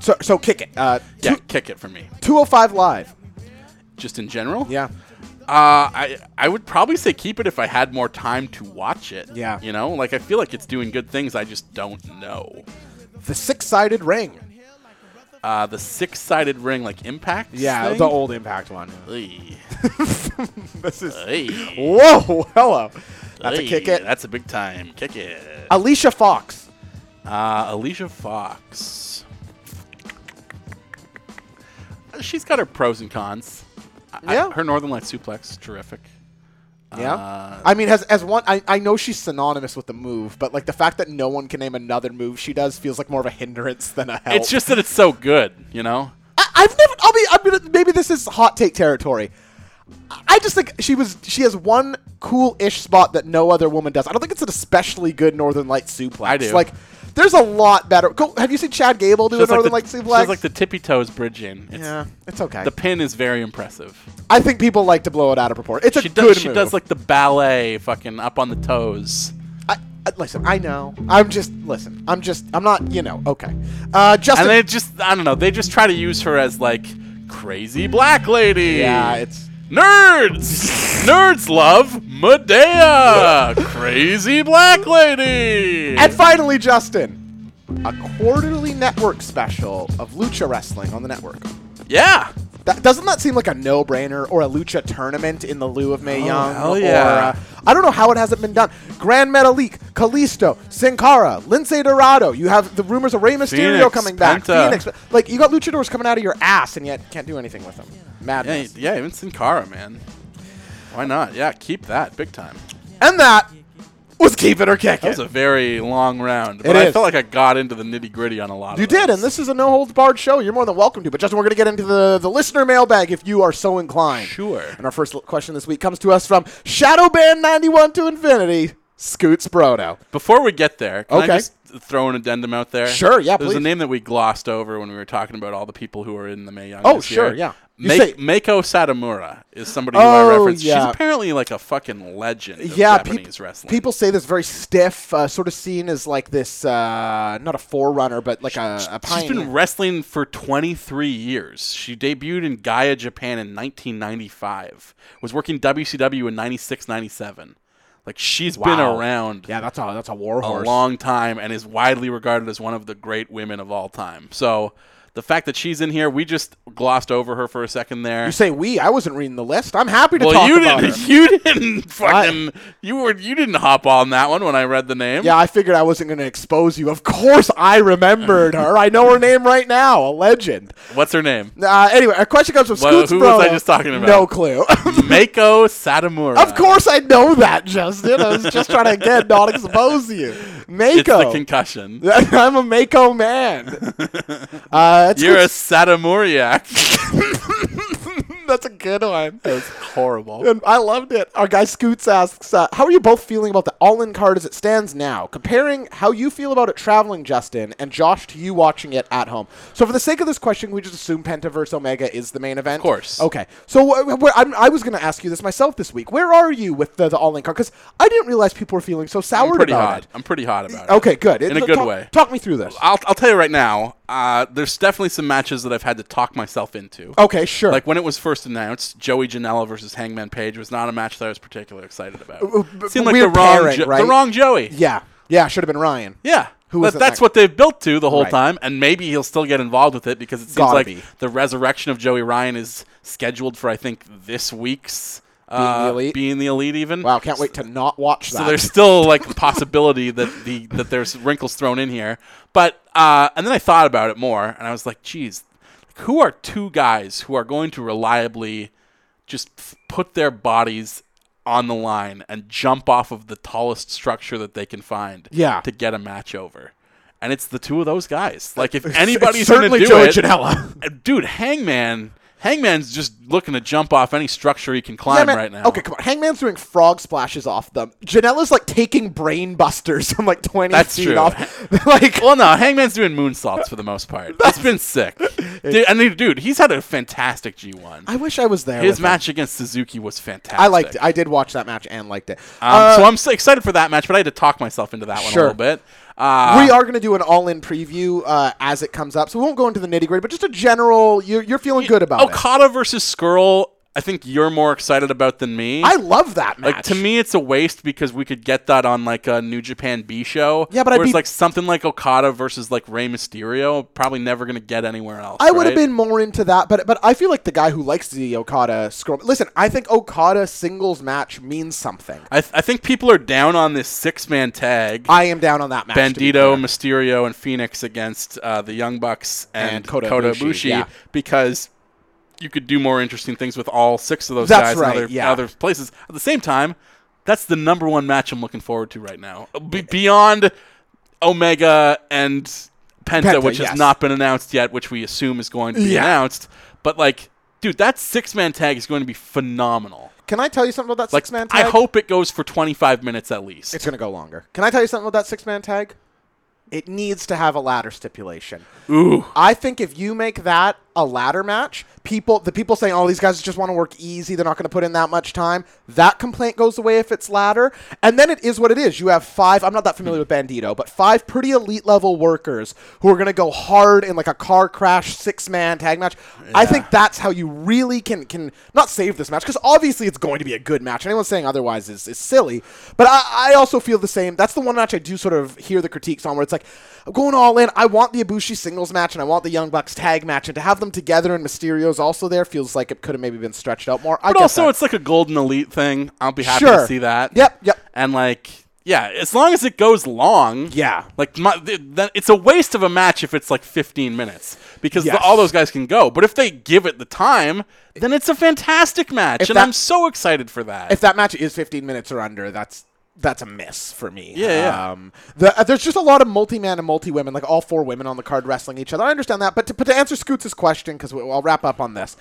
[SPEAKER 5] so so kick it. Uh,
[SPEAKER 4] Yeah,
[SPEAKER 5] two,
[SPEAKER 4] kick it for me.
[SPEAKER 5] 205 live.
[SPEAKER 4] Just in general.
[SPEAKER 5] Yeah.
[SPEAKER 4] Uh, I I would probably say keep it if I had more time to watch it.
[SPEAKER 5] Yeah.
[SPEAKER 4] You know, like I feel like it's doing good things. I just don't know.
[SPEAKER 5] The six sided ring.
[SPEAKER 4] uh, the six sided ring like impact.
[SPEAKER 5] Yeah,
[SPEAKER 4] thing?
[SPEAKER 5] the old Impact one.
[SPEAKER 4] Hey.
[SPEAKER 5] <laughs> This is
[SPEAKER 4] Hey.
[SPEAKER 5] whoa, hello. <laughs> That's a
[SPEAKER 4] Hey.
[SPEAKER 5] kick it.
[SPEAKER 4] That's a big time kick it.
[SPEAKER 5] Alicia Fox.
[SPEAKER 4] Uh, Alicia Fox. Uh, She's got her pros and cons. I-
[SPEAKER 5] Yeah.
[SPEAKER 4] her Northern Light suplex, terrific.
[SPEAKER 5] Yeah,
[SPEAKER 4] Uh,
[SPEAKER 5] I mean, as as one, I, I know she's synonymous with the move, but like the fact that no one can name another move she does feels like more of a hindrance than a help.
[SPEAKER 4] It's just that it's so good, you know?
[SPEAKER 5] I, I've never. I'll be. I'm gonna, maybe this is hot take territory. I- I just think she was. She has one cool-ish spot that no other woman does. I don't think it's an especially good Northern Light suplex.
[SPEAKER 4] I do.
[SPEAKER 5] Like, there's a lot better. Go, have you seen Chad Gable do
[SPEAKER 4] Just
[SPEAKER 5] a Northern
[SPEAKER 4] like
[SPEAKER 5] Light
[SPEAKER 4] the,
[SPEAKER 5] suplex?
[SPEAKER 4] just like the tippy toes bridging. It's,
[SPEAKER 5] yeah, it's okay.
[SPEAKER 4] The pin is very impressive.
[SPEAKER 5] I think people like to blow it out of proportion. It's a
[SPEAKER 4] she
[SPEAKER 5] good
[SPEAKER 4] does, she
[SPEAKER 5] move.
[SPEAKER 4] does like the ballet fucking up on the toes.
[SPEAKER 5] I, I, listen, I know. I'm just listen. I'm just. I'm not. You know. Okay. Uh, Justin.
[SPEAKER 4] And they just, I don't know, they just try to use her as like crazy black lady.
[SPEAKER 5] yeah, it's.
[SPEAKER 4] <laughs> Nerds! Nerds love <laughs> Medea! Crazy black lady!
[SPEAKER 5] And finally, Justin, a quarterly network special of lucha wrestling on the network.
[SPEAKER 4] yeah!
[SPEAKER 5] That, doesn't that seem like a no-brainer or a lucha tournament in the lieu of Mae Young?
[SPEAKER 4] Oh, hell
[SPEAKER 5] or,
[SPEAKER 4] yeah.
[SPEAKER 5] uh, I don't know how it hasn't been done. Grand Metalik, Kalisto, Sin Cara, Lince Dorado. You have the rumors of Rey Mysterio
[SPEAKER 4] Phoenix,
[SPEAKER 5] coming back.
[SPEAKER 4] Penta.
[SPEAKER 5] Phoenix. Like you got luchadors coming out of your ass, and yet can't do anything with them.
[SPEAKER 4] Yeah,
[SPEAKER 5] Madness.
[SPEAKER 4] yeah, even Sin Cara, man. Why not? Yeah, keep that big time.
[SPEAKER 5] And that was keep it or kick
[SPEAKER 4] That
[SPEAKER 5] it.
[SPEAKER 4] was a very long round, but
[SPEAKER 5] It
[SPEAKER 4] I
[SPEAKER 5] is.
[SPEAKER 4] felt like I got into the nitty gritty on a lot.
[SPEAKER 5] You
[SPEAKER 4] of those.
[SPEAKER 5] did, and this is a no holds barred show. You're more than welcome to. But Justin, we're going to get into the, the listener mailbag if you are so inclined.
[SPEAKER 4] Sure.
[SPEAKER 5] And our first l- question this week comes to us from Shadowband91 to Infinity, Scoots Brodo.
[SPEAKER 4] Before we get there, can
[SPEAKER 5] Okay.
[SPEAKER 4] I just throw an addendum out there?
[SPEAKER 5] Sure, yeah,
[SPEAKER 4] There's a
[SPEAKER 5] please.
[SPEAKER 4] name that we glossed over when we were talking about all the people who are in the Mae Young.
[SPEAKER 5] Oh,
[SPEAKER 4] this
[SPEAKER 5] sure,
[SPEAKER 4] year.
[SPEAKER 5] yeah. You
[SPEAKER 4] Ma-
[SPEAKER 5] say-
[SPEAKER 4] Mako Satomura is somebody who
[SPEAKER 5] Oh,
[SPEAKER 4] I referenced.
[SPEAKER 5] yeah.
[SPEAKER 4] She's apparently like a fucking legend of
[SPEAKER 5] yeah, peop-
[SPEAKER 4] Japanese wrestling.
[SPEAKER 5] people say this very stiff, uh, sort of seen as like this, uh, not a forerunner, but like a, a
[SPEAKER 4] She's
[SPEAKER 5] pioneer.
[SPEAKER 4] been wrestling for 23 years. She debuted in Gaia, Japan in 1995. Was working WCW in 96, 97. Like she's been
[SPEAKER 5] Wow.
[SPEAKER 4] around
[SPEAKER 5] yeah, that's a that's a war
[SPEAKER 4] a
[SPEAKER 5] horse.
[SPEAKER 4] long time and is widely regarded as one of the great women of all time. So the fact that she's in here, we just glossed over her for a second there.
[SPEAKER 5] you say we? I wasn't reading the list. I'm happy to
[SPEAKER 4] well,
[SPEAKER 5] talk
[SPEAKER 4] you
[SPEAKER 5] about
[SPEAKER 4] didn't. <laughs>
[SPEAKER 5] her.
[SPEAKER 4] You didn't
[SPEAKER 5] <laughs>
[SPEAKER 4] fucking. you were. You didn't hop on that one when I read the name.
[SPEAKER 5] Yeah, I figured I wasn't going to expose you. Of course, I remembered her. I know her name right now. A legend.
[SPEAKER 4] What's her name?
[SPEAKER 5] Uh, anyway, our question comes from
[SPEAKER 4] Well,
[SPEAKER 5] Scoots
[SPEAKER 4] who was I
[SPEAKER 5] Brodo.
[SPEAKER 4] just talking about? <laughs>
[SPEAKER 5] No clue.
[SPEAKER 4] Mako Satomura.
[SPEAKER 5] of course, I know that, Justin. I was just trying to again not expose you.
[SPEAKER 4] It's the
[SPEAKER 5] Mako.
[SPEAKER 4] concussion.
[SPEAKER 5] <laughs> I'm a
[SPEAKER 4] <laughs>
[SPEAKER 5] Mako man. Uh, that's,
[SPEAKER 4] You're a Satomuriac.
[SPEAKER 5] <laughs> that's a good one.
[SPEAKER 4] That's horrible.
[SPEAKER 5] And I loved it. Our guy Scoots asks, uh, "How are you both feeling about the all-in card as it stands now? Comparing how you feel about it traveling, Justin, and Josh, to you watching it at home." So, for the sake of this question, we just assume Penta versus Omega is the main event. Of
[SPEAKER 4] course.
[SPEAKER 5] Okay. So, wh- wh- I'm, I was going to ask you this myself this week. Where are you with the, the all-in card? Because I didn't realize people were feeling so
[SPEAKER 4] I'm
[SPEAKER 5] soured
[SPEAKER 4] pretty
[SPEAKER 5] about
[SPEAKER 4] hot.
[SPEAKER 5] it.
[SPEAKER 4] I'm pretty hot about it.
[SPEAKER 5] Okay, good.
[SPEAKER 4] In a
[SPEAKER 5] It-
[SPEAKER 4] good
[SPEAKER 5] talk-
[SPEAKER 4] way.
[SPEAKER 5] Talk me through this.
[SPEAKER 4] I'll, I'll tell you right now. Uh, there's definitely some matches that I've had to talk myself into.
[SPEAKER 5] Okay, sure.
[SPEAKER 4] Like when it was first announced, Joey Janela versus Hangman Page was not a match that I was particularly excited about.
[SPEAKER 5] Uh, b-
[SPEAKER 4] Seemed like the
[SPEAKER 5] weird
[SPEAKER 4] wrong,
[SPEAKER 5] pairing,
[SPEAKER 4] Jo-
[SPEAKER 5] right?
[SPEAKER 4] the wrong Joey.
[SPEAKER 5] yeah, yeah, should have been Ryan.
[SPEAKER 4] Yeah.
[SPEAKER 5] Who
[SPEAKER 4] That-
[SPEAKER 5] was it
[SPEAKER 4] that's
[SPEAKER 5] next?
[SPEAKER 4] what they've built to the whole
[SPEAKER 5] Right.
[SPEAKER 4] time, and maybe he'll still get involved with it because it seems
[SPEAKER 5] Gotta
[SPEAKER 4] like
[SPEAKER 5] be.
[SPEAKER 4] the resurrection of Joey Ryan is scheduled for I think this week's uh,
[SPEAKER 5] Elite?
[SPEAKER 4] being the elite even.
[SPEAKER 5] Wow, can't wait to not watch that.
[SPEAKER 4] So there's still like a possibility that the that there's wrinkles thrown in here. But uh, and then I thought about it more, and I was like, geez, who are two guys who are going to reliably just f- put their bodies on the line and jump off of the tallest structure that they can find
[SPEAKER 5] Yeah.
[SPEAKER 4] to get a match over? And it's the two of those guys. Like if
[SPEAKER 5] <laughs> It's
[SPEAKER 4] anybody's going to
[SPEAKER 5] certainly
[SPEAKER 4] do
[SPEAKER 5] Joey
[SPEAKER 4] it,
[SPEAKER 5] Janela.
[SPEAKER 4] Uh, dude, Hangman, Hangman's just looking to jump off any structure he can
[SPEAKER 5] Yeah,
[SPEAKER 4] climb
[SPEAKER 5] man.
[SPEAKER 4] right now.
[SPEAKER 5] Okay, come on. Hangman's doing frog splashes off them. Janela's like taking brain busters from like twenty
[SPEAKER 4] That's
[SPEAKER 5] feet
[SPEAKER 4] true.
[SPEAKER 5] off. <laughs> like
[SPEAKER 4] Well, no, Hangman's doing moonsaults for the most part. That's been
[SPEAKER 5] <laughs>
[SPEAKER 4] sick. Dude, and he- dude, he's had a fantastic G1.
[SPEAKER 5] I wish I was there.
[SPEAKER 4] His
[SPEAKER 5] with
[SPEAKER 4] match against Suzuki was fantastic.
[SPEAKER 5] him. I liked. it. I did watch that match and liked it.
[SPEAKER 4] Um, so I'm so excited for that match, but I had to talk myself into that one
[SPEAKER 5] Sure.
[SPEAKER 4] a little bit. Uh,
[SPEAKER 5] we are going to do an all-in preview uh, as
[SPEAKER 4] Oh,
[SPEAKER 5] it comes up, so we won't go into the nitty-gritty, but just a general. You're, you're feeling good about it.
[SPEAKER 4] Okada versus Skrull I think you're more excited about than me.
[SPEAKER 5] I love that match.
[SPEAKER 4] Like to me, it's a waste because we could get that on like a New Japan B show.
[SPEAKER 5] Yeah, but I'd
[SPEAKER 4] where it's
[SPEAKER 5] be-
[SPEAKER 4] like something like Okada versus like Rey Mysterio, probably never gonna get anywhere else.
[SPEAKER 5] I would have
[SPEAKER 4] right?
[SPEAKER 5] been more into that, but but I feel like the guy who likes the Okada scrum. Listen, I think Okada singles match means something.
[SPEAKER 4] I, th- I think people are down on this six man tag.
[SPEAKER 5] I am down on that match. to be
[SPEAKER 4] Bandito,
[SPEAKER 5] fair.
[SPEAKER 4] Mysterio, and Phoenix against uh, the Young Bucks and,
[SPEAKER 5] And Kota
[SPEAKER 4] Kota,
[SPEAKER 5] Ibushi,
[SPEAKER 4] Ibushi
[SPEAKER 5] yeah.
[SPEAKER 4] because you could do more interesting things with all six of those
[SPEAKER 5] That's
[SPEAKER 4] guys
[SPEAKER 5] right,
[SPEAKER 4] in other,
[SPEAKER 5] yeah.
[SPEAKER 4] other places. At the same time, that's the number one match I'm looking forward to right now. Be- beyond Omega and Penta,
[SPEAKER 5] Penta,
[SPEAKER 4] which
[SPEAKER 5] yes.
[SPEAKER 4] has not been announced yet, which we assume is going to be
[SPEAKER 5] Yeah.
[SPEAKER 4] announced. But, like, dude, that six man tag is going to be phenomenal.
[SPEAKER 5] Can I tell you something about that
[SPEAKER 4] Like,
[SPEAKER 5] six man tag?
[SPEAKER 4] I hope it goes for 25 minutes at least.
[SPEAKER 5] it's gonna go longer. Can I tell you something about that six man tag? It needs to have a ladder stipulation.
[SPEAKER 4] Ooh.
[SPEAKER 5] I think if you make that a ladder match, people the people saying, "Oh, these guys just want to work easy; they're not going to put in that much time." That complaint goes away if it's ladder, and then it is what it is. You have five. I'm not that familiar with Bandito, but five pretty elite level workers who are going to go hard in like a car crash six man tag match. I think that's how you really can can not save this match because obviously it's going to be a good match. Anyone saying otherwise is, is silly. But I, I also feel the same. That's the one match I do sort of hear the critiques on where it's like, I'm going all in. I want the Ibushi singles match and I want the Young Bucks tag match. And to have them together and Mysterio's also there feels like it could have maybe been stretched out more. I
[SPEAKER 4] But
[SPEAKER 5] get
[SPEAKER 4] also,
[SPEAKER 5] that.
[SPEAKER 4] it's like a golden elite thing. I'll be happy
[SPEAKER 5] Sure.
[SPEAKER 4] to see that.
[SPEAKER 5] Yep, yep.
[SPEAKER 4] And like, yeah, as long as it goes long.
[SPEAKER 5] Yeah.
[SPEAKER 4] Like, my, th- then it's a waste of a match if it's like 15 minutes because
[SPEAKER 5] Yes.
[SPEAKER 4] the, all those guys can go. But if they give it the time, then it's a fantastic match,
[SPEAKER 5] If
[SPEAKER 4] and
[SPEAKER 5] that-
[SPEAKER 4] I'm so excited for that.
[SPEAKER 5] if that match is 15 minutes or under, that's that's a miss for me.
[SPEAKER 4] Yeah, yeah.
[SPEAKER 5] Um, the, uh, there's just a lot of multi-man and multi-women, like all four women on the card wrestling each other. I understand that, but to, but to answer Scoots' question, because I'll wrap up on this.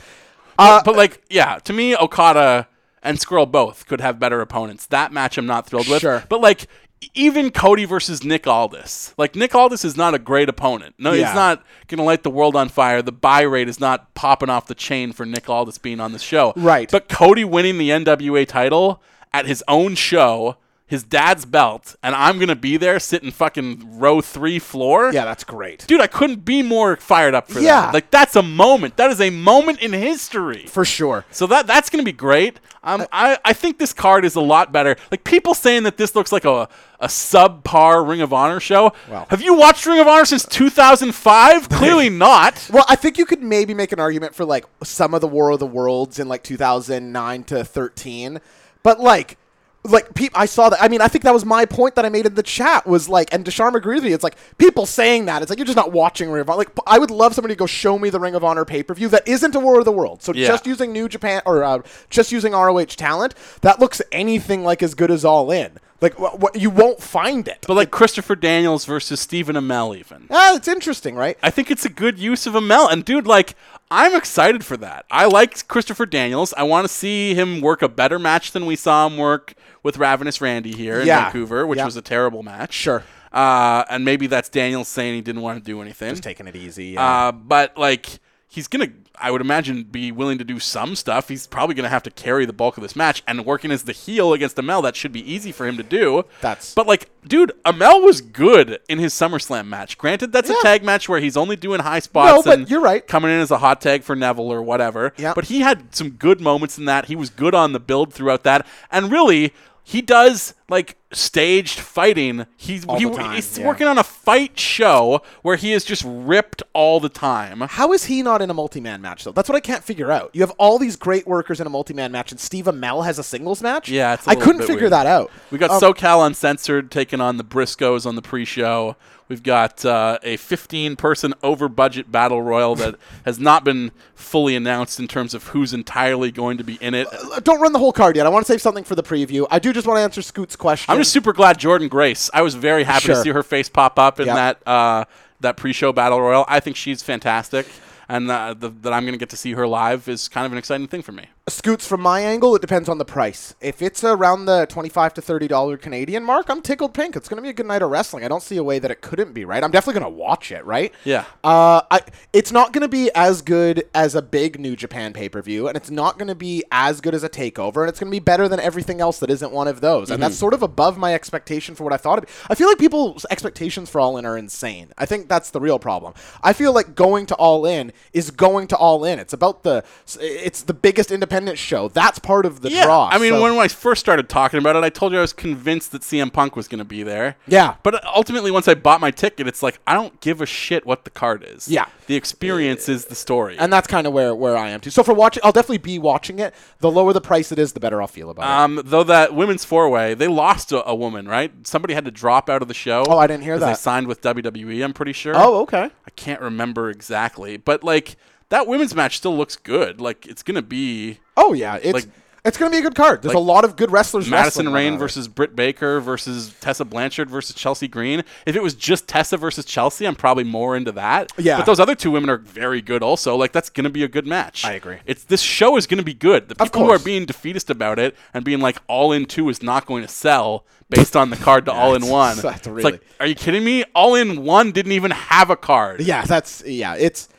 [SPEAKER 5] Uh,
[SPEAKER 4] but like, yeah, to me, Okada and Squirrel both could have better opponents. That match I'm not thrilled with.
[SPEAKER 5] Sure.
[SPEAKER 4] But like, e- even Cody versus Nick Aldis. Like, Nick Aldis is not a great opponent. No,
[SPEAKER 5] Yeah.
[SPEAKER 4] he's not going to light the world on fire. The buy rate is not popping off the chain for Nick Aldis being on the show.
[SPEAKER 5] Right.
[SPEAKER 4] But Cody winning the NWA title at his own show. His dad's belt, and I'm gonna be there sitting fucking row three floor
[SPEAKER 5] yeah, that's great.
[SPEAKER 4] dude, I couldn't be more fired up for
[SPEAKER 5] Yeah.
[SPEAKER 4] that. Like that's a moment. That is a moment in history.
[SPEAKER 5] For sure.
[SPEAKER 4] So that that's gonna be great. Um, I I think this card is a lot better. Like people saying that this looks like a a subpar Ring of Honor show.
[SPEAKER 5] Wow.
[SPEAKER 4] Have you watched Ring of Honor since
[SPEAKER 5] <laughs>
[SPEAKER 4] 2005? Clearly not.
[SPEAKER 5] Well, I think you could maybe make an argument for like some of the War of the Worlds in like 2009 to 13, but like. Like peop I saw that. I mean, I think that was my point that I made in the chat was like, and Desharm agreed with me. It's like people saying that. It's like you're just not watching Ring of Honor. Like, p- I would love somebody to go show me the Ring of Honor pay per view that isn't a War of the World. So
[SPEAKER 4] Yeah.
[SPEAKER 5] just using New Japan or uh, just using ROH talent that looks anything like as good as All In. Like, wh- wh- you won't find it.
[SPEAKER 4] But like Christopher Daniels versus Stephen Amell, even.
[SPEAKER 5] ah, it's interesting, right?
[SPEAKER 4] I think it's a good use of Amel. And dude, like, I'm excited for that. I like Christopher Daniels. I want to see him work a better match than we saw him work with Ravenous Randy here in
[SPEAKER 5] Yeah.
[SPEAKER 4] Vancouver, which
[SPEAKER 5] Yeah.
[SPEAKER 4] was a terrible match.
[SPEAKER 5] Sure.
[SPEAKER 4] Uh, and maybe that's Daniels saying he didn't want to do anything.
[SPEAKER 5] Just taking it easy. yeah.
[SPEAKER 4] Uh, but like he's gonna, I would imagine, be willing to do some stuff. He's probably gonna have to carry the bulk of this match, and working as the heel against Amel, that should be easy for him to do.
[SPEAKER 5] That's-
[SPEAKER 4] But like, dude, Amel was good in his SummerSlam match. Granted, that's
[SPEAKER 5] Yeah.
[SPEAKER 4] a tag match where he's only doing high spots.
[SPEAKER 5] No, but
[SPEAKER 4] and
[SPEAKER 5] you're right.
[SPEAKER 4] Coming in as a hot tag for Neville or whatever.
[SPEAKER 5] Yeah.
[SPEAKER 4] But he had some good moments in that. He was good on the build throughout that, and really. He does like staged fighting. He's
[SPEAKER 5] All
[SPEAKER 4] he,
[SPEAKER 5] the time,
[SPEAKER 4] he's
[SPEAKER 5] yeah.
[SPEAKER 4] working on a fight show where he is just ripped all the time.
[SPEAKER 5] How is he not in a multi-man match though? That's what I can't figure out. You have all these great workers in a multi-man match, and Steve Amell has a singles match.
[SPEAKER 4] Yeah, it's a
[SPEAKER 5] I
[SPEAKER 4] little
[SPEAKER 5] couldn't
[SPEAKER 4] bit
[SPEAKER 5] figure
[SPEAKER 4] weird.
[SPEAKER 5] that out.
[SPEAKER 4] We got SoCal Uncensored taking on the Briscoes on the pre-show. We've got uh, a 15-person over-budget battle royal
[SPEAKER 5] <laughs>
[SPEAKER 4] that has not been fully announced in terms of who's entirely going to be in it.
[SPEAKER 5] Uh, Don't run the whole card yet. I want to save something for the preview. I do just want to answer Scoot's question.
[SPEAKER 4] I'm just super glad Jordan Grace. I was very happy
[SPEAKER 5] Sure.
[SPEAKER 4] to see her face pop up in
[SPEAKER 5] Yeah.
[SPEAKER 4] that uh, that pre-show battle royal. I think she's fantastic, and uh, the, that I'm going to get to see her live is kind of an exciting thing for me.
[SPEAKER 5] Scoots from my angle. It depends on the price. If it's around the twenty-five to thirty dollar Canadian mark, I'm tickled pink. It's going to be a good night of wrestling. I don't see a way that it couldn't be right. I'm definitely going to watch it. Right?
[SPEAKER 4] Yeah.
[SPEAKER 5] Uh, I, it's not going to be as good as a big New Japan pay per view, and it's not going to be as good as a takeover, and it's going to be better than everything else that isn't one of those. And
[SPEAKER 4] Mm-hmm.
[SPEAKER 5] that's sort of above my expectation for what I thought of. I feel like people's expectations for All In are insane. I think that's the real problem. I feel like going to All In is going to All In. It's about the it's the biggest independent independent show. That's part of the
[SPEAKER 4] yeah,
[SPEAKER 5] draw.
[SPEAKER 4] I mean,
[SPEAKER 5] so-
[SPEAKER 4] when I first started talking about it, I told you I was convinced that CM Punk was going to be there.
[SPEAKER 5] Yeah.
[SPEAKER 4] But uh, ultimately, once I bought my ticket, it's like, I don't give a shit what the card is.
[SPEAKER 5] Yeah.
[SPEAKER 4] The experience is the story.
[SPEAKER 5] and that's kind of where, where I am too. So for watching, I'll definitely be watching it. The lower the price it is, the better I'll feel about it.
[SPEAKER 4] Um, though that women's four way, they lost a, a woman, right? Somebody had to drop out of the show.
[SPEAKER 5] Oh, I didn't hear
[SPEAKER 4] 'cause They
[SPEAKER 5] that.
[SPEAKER 4] signed with WWE. I'm pretty sure.
[SPEAKER 5] Oh, okay.
[SPEAKER 4] I can't remember exactly, but like that women's match still looks good. Like it's gonna be
[SPEAKER 5] Oh yeah, it's
[SPEAKER 4] Like-
[SPEAKER 5] it's going to be a good card. There's
[SPEAKER 4] like
[SPEAKER 5] a lot of good wrestlers.
[SPEAKER 4] Madison
[SPEAKER 5] wrestling right
[SPEAKER 4] Rain
[SPEAKER 5] now.
[SPEAKER 4] versus Britt Baker versus Tessa Blanchard versus Chelsea Green. If it was just Tessa versus Chelsea, I'm probably more into that.
[SPEAKER 5] Yeah.
[SPEAKER 4] But those other two women are very good also. Like that's gonna be a good match.
[SPEAKER 5] I agree.
[SPEAKER 4] It's this show is gonna be good. The
[SPEAKER 5] Of
[SPEAKER 4] people who are
[SPEAKER 5] course.
[SPEAKER 4] being defeatist about it and being like all in two is not going to sell based on the card to all in
[SPEAKER 5] <laughs> it's-
[SPEAKER 4] one.
[SPEAKER 5] that's
[SPEAKER 4] It's
[SPEAKER 5] really-
[SPEAKER 4] like, are you kidding me? All in one didn't even have a card.
[SPEAKER 5] Yeah, that's yeah. It's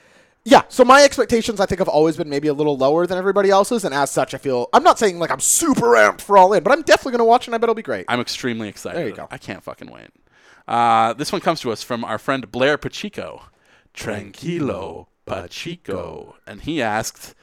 [SPEAKER 5] yeah. So my expectations, I think, have always been maybe a little lower than everybody else's, and as such, I feel I'm not saying like I'm super amped for all in, but I'm definitely going to watch, and I bet it'll be great.
[SPEAKER 4] I'm extremely excited.
[SPEAKER 5] There you go.
[SPEAKER 4] I can't fucking wait. Uh, this one comes to us from our friend Blair Pacheco. Tranquilo Pacheco. And he asked,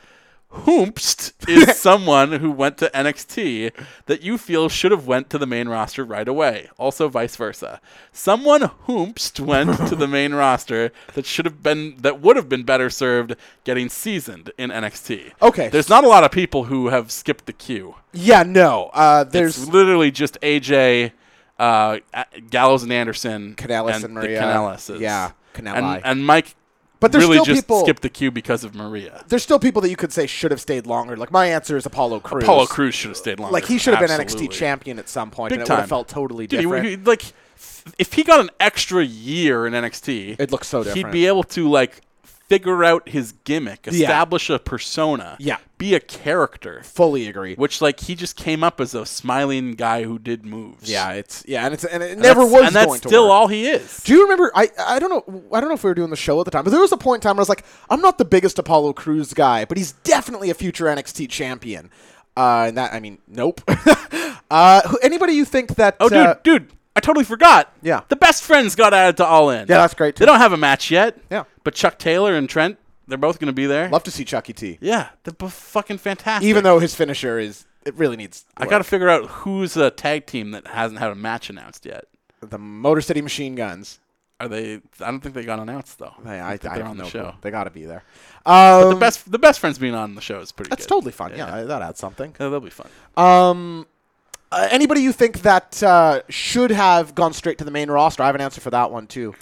[SPEAKER 4] Hoomst
[SPEAKER 5] <laughs>
[SPEAKER 4] is someone who went to NXT that you feel should have went to the main roster right away. Also vice versa. Someone Hoomst went to the
[SPEAKER 5] <laughs>
[SPEAKER 4] main roster that should have been that would have been better served getting seasoned in NXT.
[SPEAKER 5] Okay.
[SPEAKER 4] There's not a lot of people who have skipped the queue.
[SPEAKER 5] yeah, no. Uh, there's
[SPEAKER 4] It's literally just AJ, uh, A- Gallows and Anderson,
[SPEAKER 5] Kanellis and Maria.
[SPEAKER 4] The Canellises.
[SPEAKER 5] Yeah, Canelli.
[SPEAKER 4] and, and Mike.
[SPEAKER 5] But there's
[SPEAKER 4] really
[SPEAKER 5] still
[SPEAKER 4] just
[SPEAKER 5] people-
[SPEAKER 4] skipped the queue because of Maria.
[SPEAKER 5] there's still people that you could say should have stayed longer. Like my answer is Apollo Crews.
[SPEAKER 4] Apollo Cruz should have stayed longer.
[SPEAKER 5] Like he should have been
[SPEAKER 4] Absolutely.
[SPEAKER 5] NXT champion at some point,
[SPEAKER 4] Big
[SPEAKER 5] and it
[SPEAKER 4] time.
[SPEAKER 5] would have felt totally
[SPEAKER 4] Dude, he-
[SPEAKER 5] different.
[SPEAKER 4] he- like if he got an extra year in NXT,
[SPEAKER 5] It looks so
[SPEAKER 4] He'd
[SPEAKER 5] different.
[SPEAKER 4] be able to like figure out his gimmick,
[SPEAKER 5] Yeah.
[SPEAKER 4] establish a persona,
[SPEAKER 5] Yeah.
[SPEAKER 4] be a character.
[SPEAKER 5] Fully agree.
[SPEAKER 4] Which like he just came up as a smiling guy who did moves.
[SPEAKER 5] yeah, it's yeah, and it's and it
[SPEAKER 4] And
[SPEAKER 5] never
[SPEAKER 4] that's-
[SPEAKER 5] was
[SPEAKER 4] and that's
[SPEAKER 5] going to
[SPEAKER 4] still
[SPEAKER 5] work.
[SPEAKER 4] all he is.
[SPEAKER 5] Do you remember? I I don't know. I don't know if we were doing the show at the time, but there was a point in time where I was like, I'm not the biggest Apollo Crews guy, but he's definitely a future NXT champion. Uh, and that I mean, nope. <laughs> uh, who- anybody you think that?
[SPEAKER 4] Oh,
[SPEAKER 5] uh,
[SPEAKER 4] dude, dude, I totally forgot.
[SPEAKER 5] Yeah.
[SPEAKER 4] The best friends got added to All In.
[SPEAKER 5] Yeah, that's great,
[SPEAKER 4] They
[SPEAKER 5] too.
[SPEAKER 4] don't have a match yet.
[SPEAKER 5] Yeah.
[SPEAKER 4] But Chuck Taylor and Trent, they're both going to be there.
[SPEAKER 5] Love to see Chucky T.
[SPEAKER 4] yeah, they're both fucking fantastic.
[SPEAKER 5] Even though his finisher is, it really needs.
[SPEAKER 4] I got to figure out who's a tag team that hasn't had a match announced yet.
[SPEAKER 5] the Motor City Machine Guns.
[SPEAKER 4] Are they? I don't think they got announced though.
[SPEAKER 5] I, I,
[SPEAKER 4] think
[SPEAKER 5] I
[SPEAKER 4] they're
[SPEAKER 5] have
[SPEAKER 4] on the
[SPEAKER 5] no
[SPEAKER 4] show.
[SPEAKER 5] clue. They got to be there. Um,
[SPEAKER 4] The best, the best friends being on the show is pretty.
[SPEAKER 5] that's
[SPEAKER 4] good.
[SPEAKER 5] totally fun. Yeah, that adds something.
[SPEAKER 4] Yeah, that'll be fun.
[SPEAKER 5] Um, uh, anybody you think that uh, should have gone straight to the main roster? I have an answer for that one too.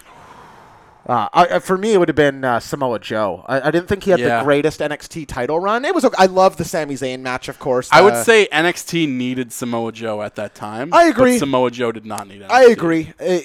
[SPEAKER 5] Uh, I, I- for me, it would have been uh, Samoa Joe. I, I didn't think he had
[SPEAKER 4] Yeah.
[SPEAKER 5] the greatest NXT title run. It was. Okay. I love the Sami Zayn match, of course.
[SPEAKER 4] I
[SPEAKER 5] Uh,
[SPEAKER 4] would say NXT needed Samoa Joe at that time.
[SPEAKER 5] I
[SPEAKER 4] but
[SPEAKER 5] agree.
[SPEAKER 4] Samoa Joe did not need. NXT.
[SPEAKER 5] I agree. Uh,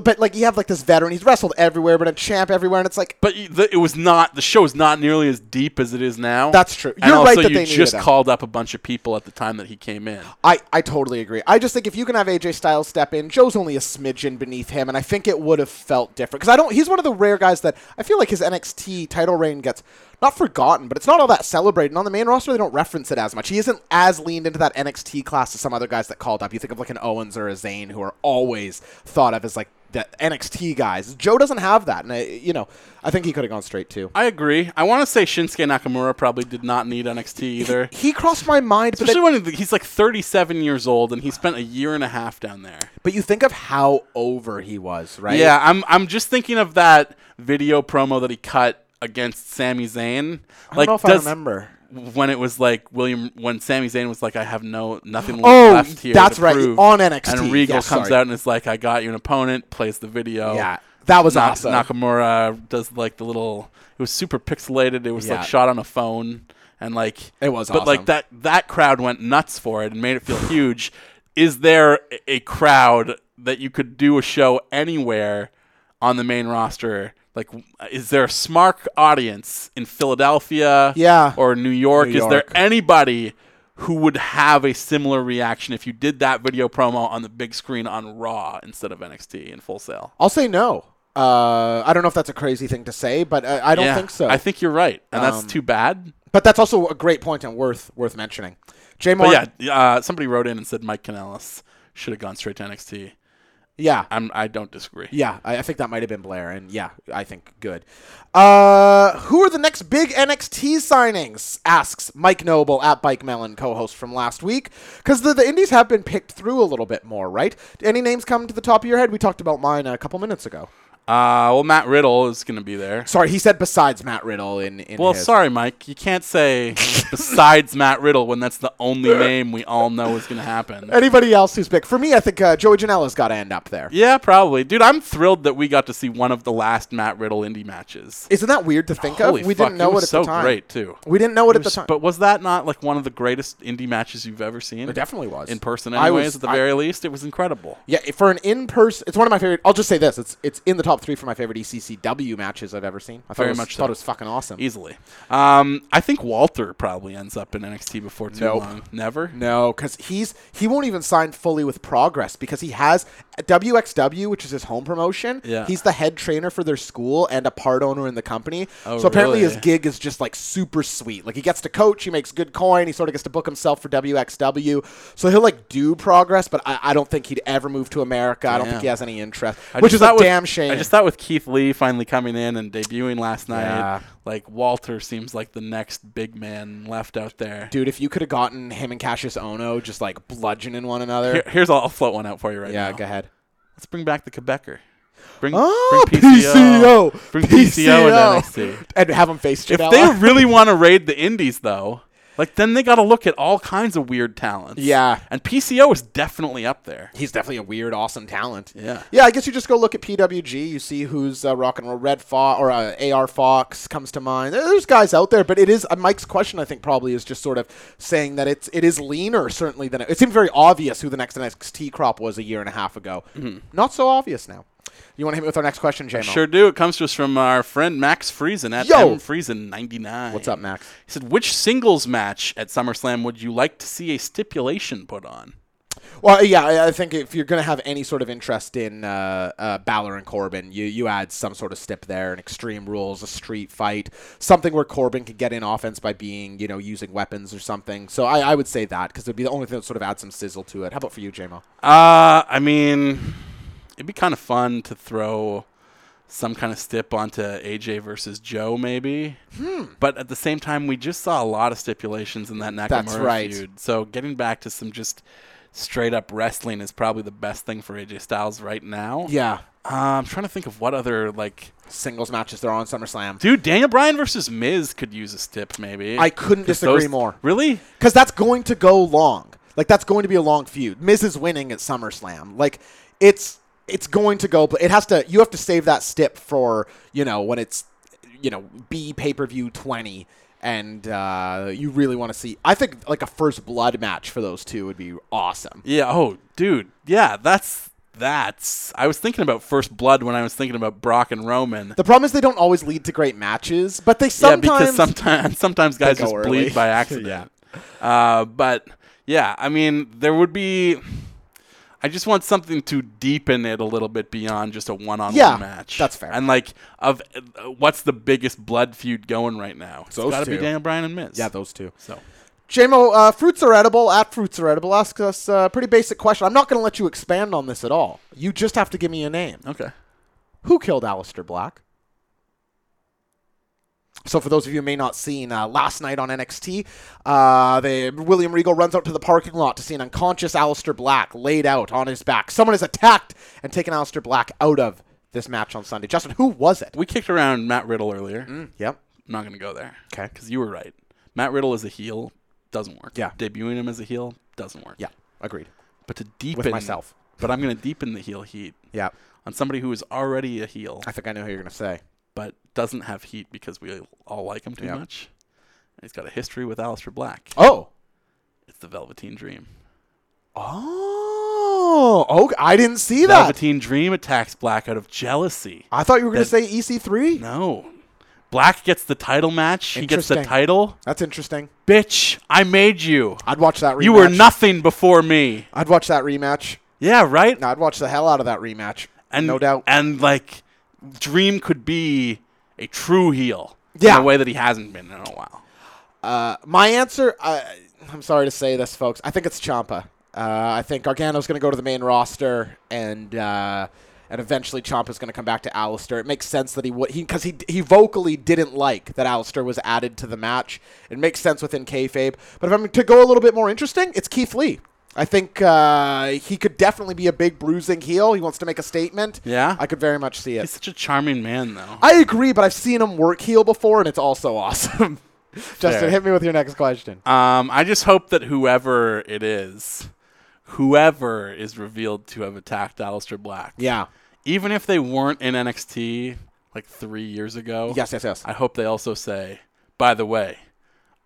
[SPEAKER 5] but like, you have like this veteran. He's wrestled everywhere, but a champ everywhere, and it's like
[SPEAKER 4] But y- the, it was not the show was not nearly as deep as it is now.
[SPEAKER 5] That's true.
[SPEAKER 4] and
[SPEAKER 5] You're
[SPEAKER 4] also
[SPEAKER 5] right that
[SPEAKER 4] you
[SPEAKER 5] they needed
[SPEAKER 4] just
[SPEAKER 5] that.
[SPEAKER 4] called up a bunch of people at the time that he came in.
[SPEAKER 5] I, I totally agree. I just think if you can have AJ Styles step in, Joe's only a smidgen beneath him, and I think it would have felt different because I don't. He's one of the rare guys that I feel like his NXT title reign gets not forgotten, but it's not all that celebrated. And on the main roster, they don't reference it as much. He isn't as leaned into that NXT class as some other guys that called up. You think of like an Owens or a Zayn, who are always thought of as like the NXT guys. Joe doesn't have that, and I, you know, I think he could have gone straight too.
[SPEAKER 4] I agree. I want to say Shinsuke Nakamura probably did not need NXT
[SPEAKER 5] <laughs>
[SPEAKER 4] either.
[SPEAKER 5] He crossed my mind, but then-
[SPEAKER 4] Especially when he's like 37 years old and he spent a year and a half down there.
[SPEAKER 5] but you think of how over he was, right?
[SPEAKER 4] Yeah, I'm I'm just thinking of that video promo that he cut against Sami Zayn.
[SPEAKER 5] I don't know if I remember.
[SPEAKER 4] when it was like William when Sami Zayn was like, I have no nothing
[SPEAKER 5] <gasps> Oh,
[SPEAKER 4] left here.
[SPEAKER 5] that's
[SPEAKER 4] to
[SPEAKER 5] right,
[SPEAKER 4] prove."
[SPEAKER 5] on NXT.
[SPEAKER 4] And Regal
[SPEAKER 5] Yes,
[SPEAKER 4] comes
[SPEAKER 5] sorry.
[SPEAKER 4] out and is like, I got you an opponent. Plays the video.
[SPEAKER 5] Yeah, that was
[SPEAKER 4] Na-
[SPEAKER 5] awesome.
[SPEAKER 4] Nakamura does like the little. It was super pixelated. It was
[SPEAKER 5] Yeah.
[SPEAKER 4] like shot on a phone and like
[SPEAKER 5] It was
[SPEAKER 4] But
[SPEAKER 5] awesome.
[SPEAKER 4] like that that crowd went nuts for it and made it feel huge. Is there a- a crowd that you could do a show anywhere on the main roster? Like, w- is there a smart audience in Philadelphia?
[SPEAKER 5] Yeah.
[SPEAKER 4] Or New York?
[SPEAKER 5] New
[SPEAKER 4] is there
[SPEAKER 5] York.
[SPEAKER 4] anybody who would have a similar reaction if you did that video promo on the big screen on Raw instead of NXT in full sale?
[SPEAKER 5] I'll say no. Uh, I don't know if that's a crazy thing to say, but I, I don't think so.
[SPEAKER 4] I think you're right, and that's
[SPEAKER 5] Um,
[SPEAKER 4] too bad.
[SPEAKER 5] but that's also a great point and worth worth mentioning. Jay Moore,
[SPEAKER 4] But yeah, uh, somebody wrote in and said Mike Kanellis should have gone straight to NXT.
[SPEAKER 5] Yeah.
[SPEAKER 4] I'm, I don't disagree.
[SPEAKER 5] Yeah, I, I think that might have been Blair, and yeah, I think good. Uh, who are the next big NXT signings? Asks Mike Noble at Bike Melon, co-host from last week, because the, the Indies have been picked through a little bit more, right? Any names come to the top of your head? We talked about mine a couple minutes ago.
[SPEAKER 4] Uh, well, Matt Riddle is going to be there.
[SPEAKER 5] Sorry, he said besides Matt Riddle in in
[SPEAKER 4] Well,
[SPEAKER 5] his-
[SPEAKER 4] sorry, Mike. You can't say besides Matt Riddle when that's the only name we all know is going to happen.
[SPEAKER 5] Anybody else who's big? For me, I think uh, Joey Janela's got to end up there.
[SPEAKER 4] Yeah, probably. Dude, I'm thrilled that we got to see one of the last Matt Riddle indie matches.
[SPEAKER 5] Isn't that weird to think
[SPEAKER 4] Holy
[SPEAKER 5] of? We
[SPEAKER 4] fuck,
[SPEAKER 5] didn't know
[SPEAKER 4] it
[SPEAKER 5] it
[SPEAKER 4] was
[SPEAKER 5] at
[SPEAKER 4] so
[SPEAKER 5] the time.
[SPEAKER 4] great, too.
[SPEAKER 5] We didn't know it, at the
[SPEAKER 4] Was-
[SPEAKER 5] time.
[SPEAKER 4] But was that not like one of the greatest indie matches you've ever seen?
[SPEAKER 5] it definitely was
[SPEAKER 4] In person,
[SPEAKER 5] I
[SPEAKER 4] anyways,
[SPEAKER 5] was-
[SPEAKER 4] at the
[SPEAKER 5] I-
[SPEAKER 4] very least. It was incredible.
[SPEAKER 5] Yeah, for an in-person, it's one of my favorite. I'll just say this: it's it's in the top three for my favorite E ECCW matches I've ever seen. I thought
[SPEAKER 4] Very
[SPEAKER 5] it was,
[SPEAKER 4] much so.
[SPEAKER 5] thought it was fucking awesome.
[SPEAKER 4] Easily. Um, I think Walter probably ends up in NXT before too
[SPEAKER 5] Nope.
[SPEAKER 4] long. Never?
[SPEAKER 5] no, because he's he won't even sign fully with Progress because he has WXW, which is his home promotion.
[SPEAKER 4] Yeah.
[SPEAKER 5] he's the head trainer for their school and a part owner in the company.
[SPEAKER 4] Oh,
[SPEAKER 5] so apparently his
[SPEAKER 4] really?
[SPEAKER 5] gig is just like super sweet. Like he gets to coach, he makes good coin, he sort of gets to book himself for WXW. So he'll like do Progress, but I, I don't think he'd ever move to America. I don't
[SPEAKER 4] Damn.
[SPEAKER 5] think he has any interest,
[SPEAKER 4] I
[SPEAKER 5] which
[SPEAKER 4] just
[SPEAKER 5] is a
[SPEAKER 4] thought with-
[SPEAKER 5] damn shame.
[SPEAKER 4] I just thought with Keith Lee finally coming in and debuting last night,
[SPEAKER 5] Yeah.
[SPEAKER 4] like Walter seems like the next big man left out there.
[SPEAKER 5] Dude, if you could have gotten him and Cassius Ono just like bludgeoning one another.
[SPEAKER 4] Here, here's I'll, I'll float one out for you right
[SPEAKER 5] yeah,
[SPEAKER 4] now.
[SPEAKER 5] go ahead.
[SPEAKER 4] Let's bring back the Quebecer. Bring,
[SPEAKER 5] Oh,
[SPEAKER 4] bring PCO.
[SPEAKER 5] PCO.
[SPEAKER 4] Bring PCO,
[SPEAKER 5] <laughs>
[SPEAKER 4] into NXT.
[SPEAKER 5] And have him face
[SPEAKER 4] If
[SPEAKER 5] Janela. <laughs>
[SPEAKER 4] they really want to raid the Indies, though, like then they got to look at all kinds of weird talents.
[SPEAKER 5] Yeah.
[SPEAKER 4] and PCO is definitely up there.
[SPEAKER 5] He's definitely a weird, awesome talent.
[SPEAKER 4] Yeah.
[SPEAKER 5] Yeah, I guess you just go look at PWG. You see who's uh, Rock and Roll Red Fox or uh, AR Fox comes to mind. There- There's guys out there, but it is uh, Mike's question. I think probably is just sort of saying that it's it is leaner certainly than it, it seemed very obvious who the next NXT crop was a year and a half ago. Not so obvious now. You want to hit me with our next question, JMO?
[SPEAKER 4] Sure do. It comes to us from our friend Max Friesen at
[SPEAKER 5] Yo.
[SPEAKER 4] M Friesen ninety nine.
[SPEAKER 5] What's up, Max?
[SPEAKER 4] He said, "Which singles match at SummerSlam would you like to see a stipulation put on?"
[SPEAKER 5] Well, uh, yeah, I- I think if you're going to have any sort of interest in uh, uh, Balor and Corbin, you, you add some sort of stip there, an extreme rules, a street fight, something where Corbin could get in offense by being, you know, using weapons or something. So I, I would say that because it'd be the only thing that sort of adds some sizzle to it. How about for you, JMO?
[SPEAKER 4] Uh, I mean, it'd be kind of fun to throw some kind of stip onto AJ versus Joe, maybe.
[SPEAKER 5] Hmm.
[SPEAKER 4] But at the same time, we just saw a lot of stipulations in that Nakamura
[SPEAKER 5] That's right.
[SPEAKER 4] feud. So getting back to some just straight up wrestling is probably the best thing for AJ Styles right now.
[SPEAKER 5] Yeah,
[SPEAKER 4] Uh, I'm trying to think of what other like,
[SPEAKER 5] singles matches they're on SummerSlam.
[SPEAKER 4] dude, Daniel Bryan versus Miz could use a stip, maybe.
[SPEAKER 5] I couldn't
[SPEAKER 4] 'Cause
[SPEAKER 5] disagree
[SPEAKER 4] those-
[SPEAKER 5] more.
[SPEAKER 4] Really?
[SPEAKER 5] Because that's going to go long. Like that's going to be a long feud. Miz is winning at SummerSlam. Like it's it's going to go. But it has to. You have to save that stip for you know when it's you know B pay per view twenty, and uh, you really want to see. I think like a first blood match for those two would be awesome.
[SPEAKER 4] Yeah. Oh, dude. Yeah. That's that's. I was thinking about First Blood when I was thinking about Brock and Roman.
[SPEAKER 5] The problem is they don't always lead to great matches, but they
[SPEAKER 4] yeah,
[SPEAKER 5] sometimes.
[SPEAKER 4] because sometimes <laughs> sometimes guys
[SPEAKER 5] go
[SPEAKER 4] just
[SPEAKER 5] early.
[SPEAKER 4] bleed
[SPEAKER 5] <laughs>
[SPEAKER 4] by accident. Uh, but yeah, I mean, there would be. I just want something to deepen it a little bit beyond just a one-on-one
[SPEAKER 5] Yeah,
[SPEAKER 4] match.
[SPEAKER 5] that's fair.
[SPEAKER 4] And like, of uh, what's the biggest blood feud going right now?
[SPEAKER 5] Those
[SPEAKER 4] it's got to be
[SPEAKER 5] two.
[SPEAKER 4] Daniel Bryan and Miz.
[SPEAKER 5] yeah, those two.
[SPEAKER 4] So
[SPEAKER 5] JMO, uh, fruits are edible. At fruits are edible, asks us a pretty basic question. I'm not going to let you expand on this at all. You just have to give me a name.
[SPEAKER 4] okay.
[SPEAKER 5] Who killed Aleister Black? So, for those of you who may not seen uh, last night on NXT, uh, they, William Regal runs out to the parking lot to see an unconscious Aleister Black laid out on his back. Someone has attacked and taken Aleister Black out of this match on Sunday. Justin, who was it?
[SPEAKER 4] We kicked around Matt Riddle earlier.
[SPEAKER 5] Yep.
[SPEAKER 4] I'm not gonna go there.
[SPEAKER 5] 'Kay.
[SPEAKER 4] Because you were right. Matt Riddle is a heel doesn't work.
[SPEAKER 5] Yeah.
[SPEAKER 4] Debuting him as a heel doesn't work.
[SPEAKER 5] Yeah. Agreed.
[SPEAKER 4] But to deepen
[SPEAKER 5] myself.
[SPEAKER 4] But I'm gonna deepen the heel heat
[SPEAKER 5] Yeah.
[SPEAKER 4] on somebody who is already a heel
[SPEAKER 5] I think I know who you're going to say.
[SPEAKER 4] but doesn't have heat because we all like him too
[SPEAKER 5] Yeah.
[SPEAKER 4] much. And he's got a history with Aleister Black.
[SPEAKER 5] Oh.
[SPEAKER 4] It's the Velveteen Dream.
[SPEAKER 5] Oh. Oh, I didn't see that.
[SPEAKER 4] Velveteen Dream attacks Black out of jealousy.
[SPEAKER 5] I thought you were going to say E
[SPEAKER 4] That-
[SPEAKER 5] EC3.
[SPEAKER 4] No. Black gets the title match. He gets the
[SPEAKER 5] Interesting.
[SPEAKER 4] title.
[SPEAKER 5] That's interesting.
[SPEAKER 4] Bitch, I made you.
[SPEAKER 5] I'd watch that rematch.
[SPEAKER 4] You were nothing before me.
[SPEAKER 5] I'd watch that rematch.
[SPEAKER 4] Yeah, right?
[SPEAKER 5] No, I'd watch the hell out of that rematch.
[SPEAKER 4] and
[SPEAKER 5] no doubt.
[SPEAKER 4] And like, Dream could be a true heel
[SPEAKER 5] Yeah.
[SPEAKER 4] in a way that he hasn't been in a while.
[SPEAKER 5] Uh, my answer, uh, I'm sorry to say this, folks. I think it's Champa. Uh, I think Gargano's going to go to the main roster, and uh, and eventually Ciampa's going to come back to Alistair. It makes sense that he would he because he he vocally didn't like that Alistair was added to the match. It makes sense within kayfabe. But if I'm to go a little bit more interesting, it's Keith Lee. I think uh, he could definitely be a big bruising heel. He wants to make a statement.
[SPEAKER 4] Yeah?
[SPEAKER 5] I could very much see it.
[SPEAKER 4] He's such a charming man, though.
[SPEAKER 5] I agree, but I've seen him work heel before, and it's also awesome. <laughs> Justin,
[SPEAKER 4] Fair.
[SPEAKER 5] hit me with your next question.
[SPEAKER 4] Um, I just hope that whoever it is, whoever is revealed to have attacked Aleister Black,
[SPEAKER 5] yeah.
[SPEAKER 4] even if they weren't in NXT like three years ago,
[SPEAKER 5] Yes, yes, yes.
[SPEAKER 4] I hope they also say, by the way,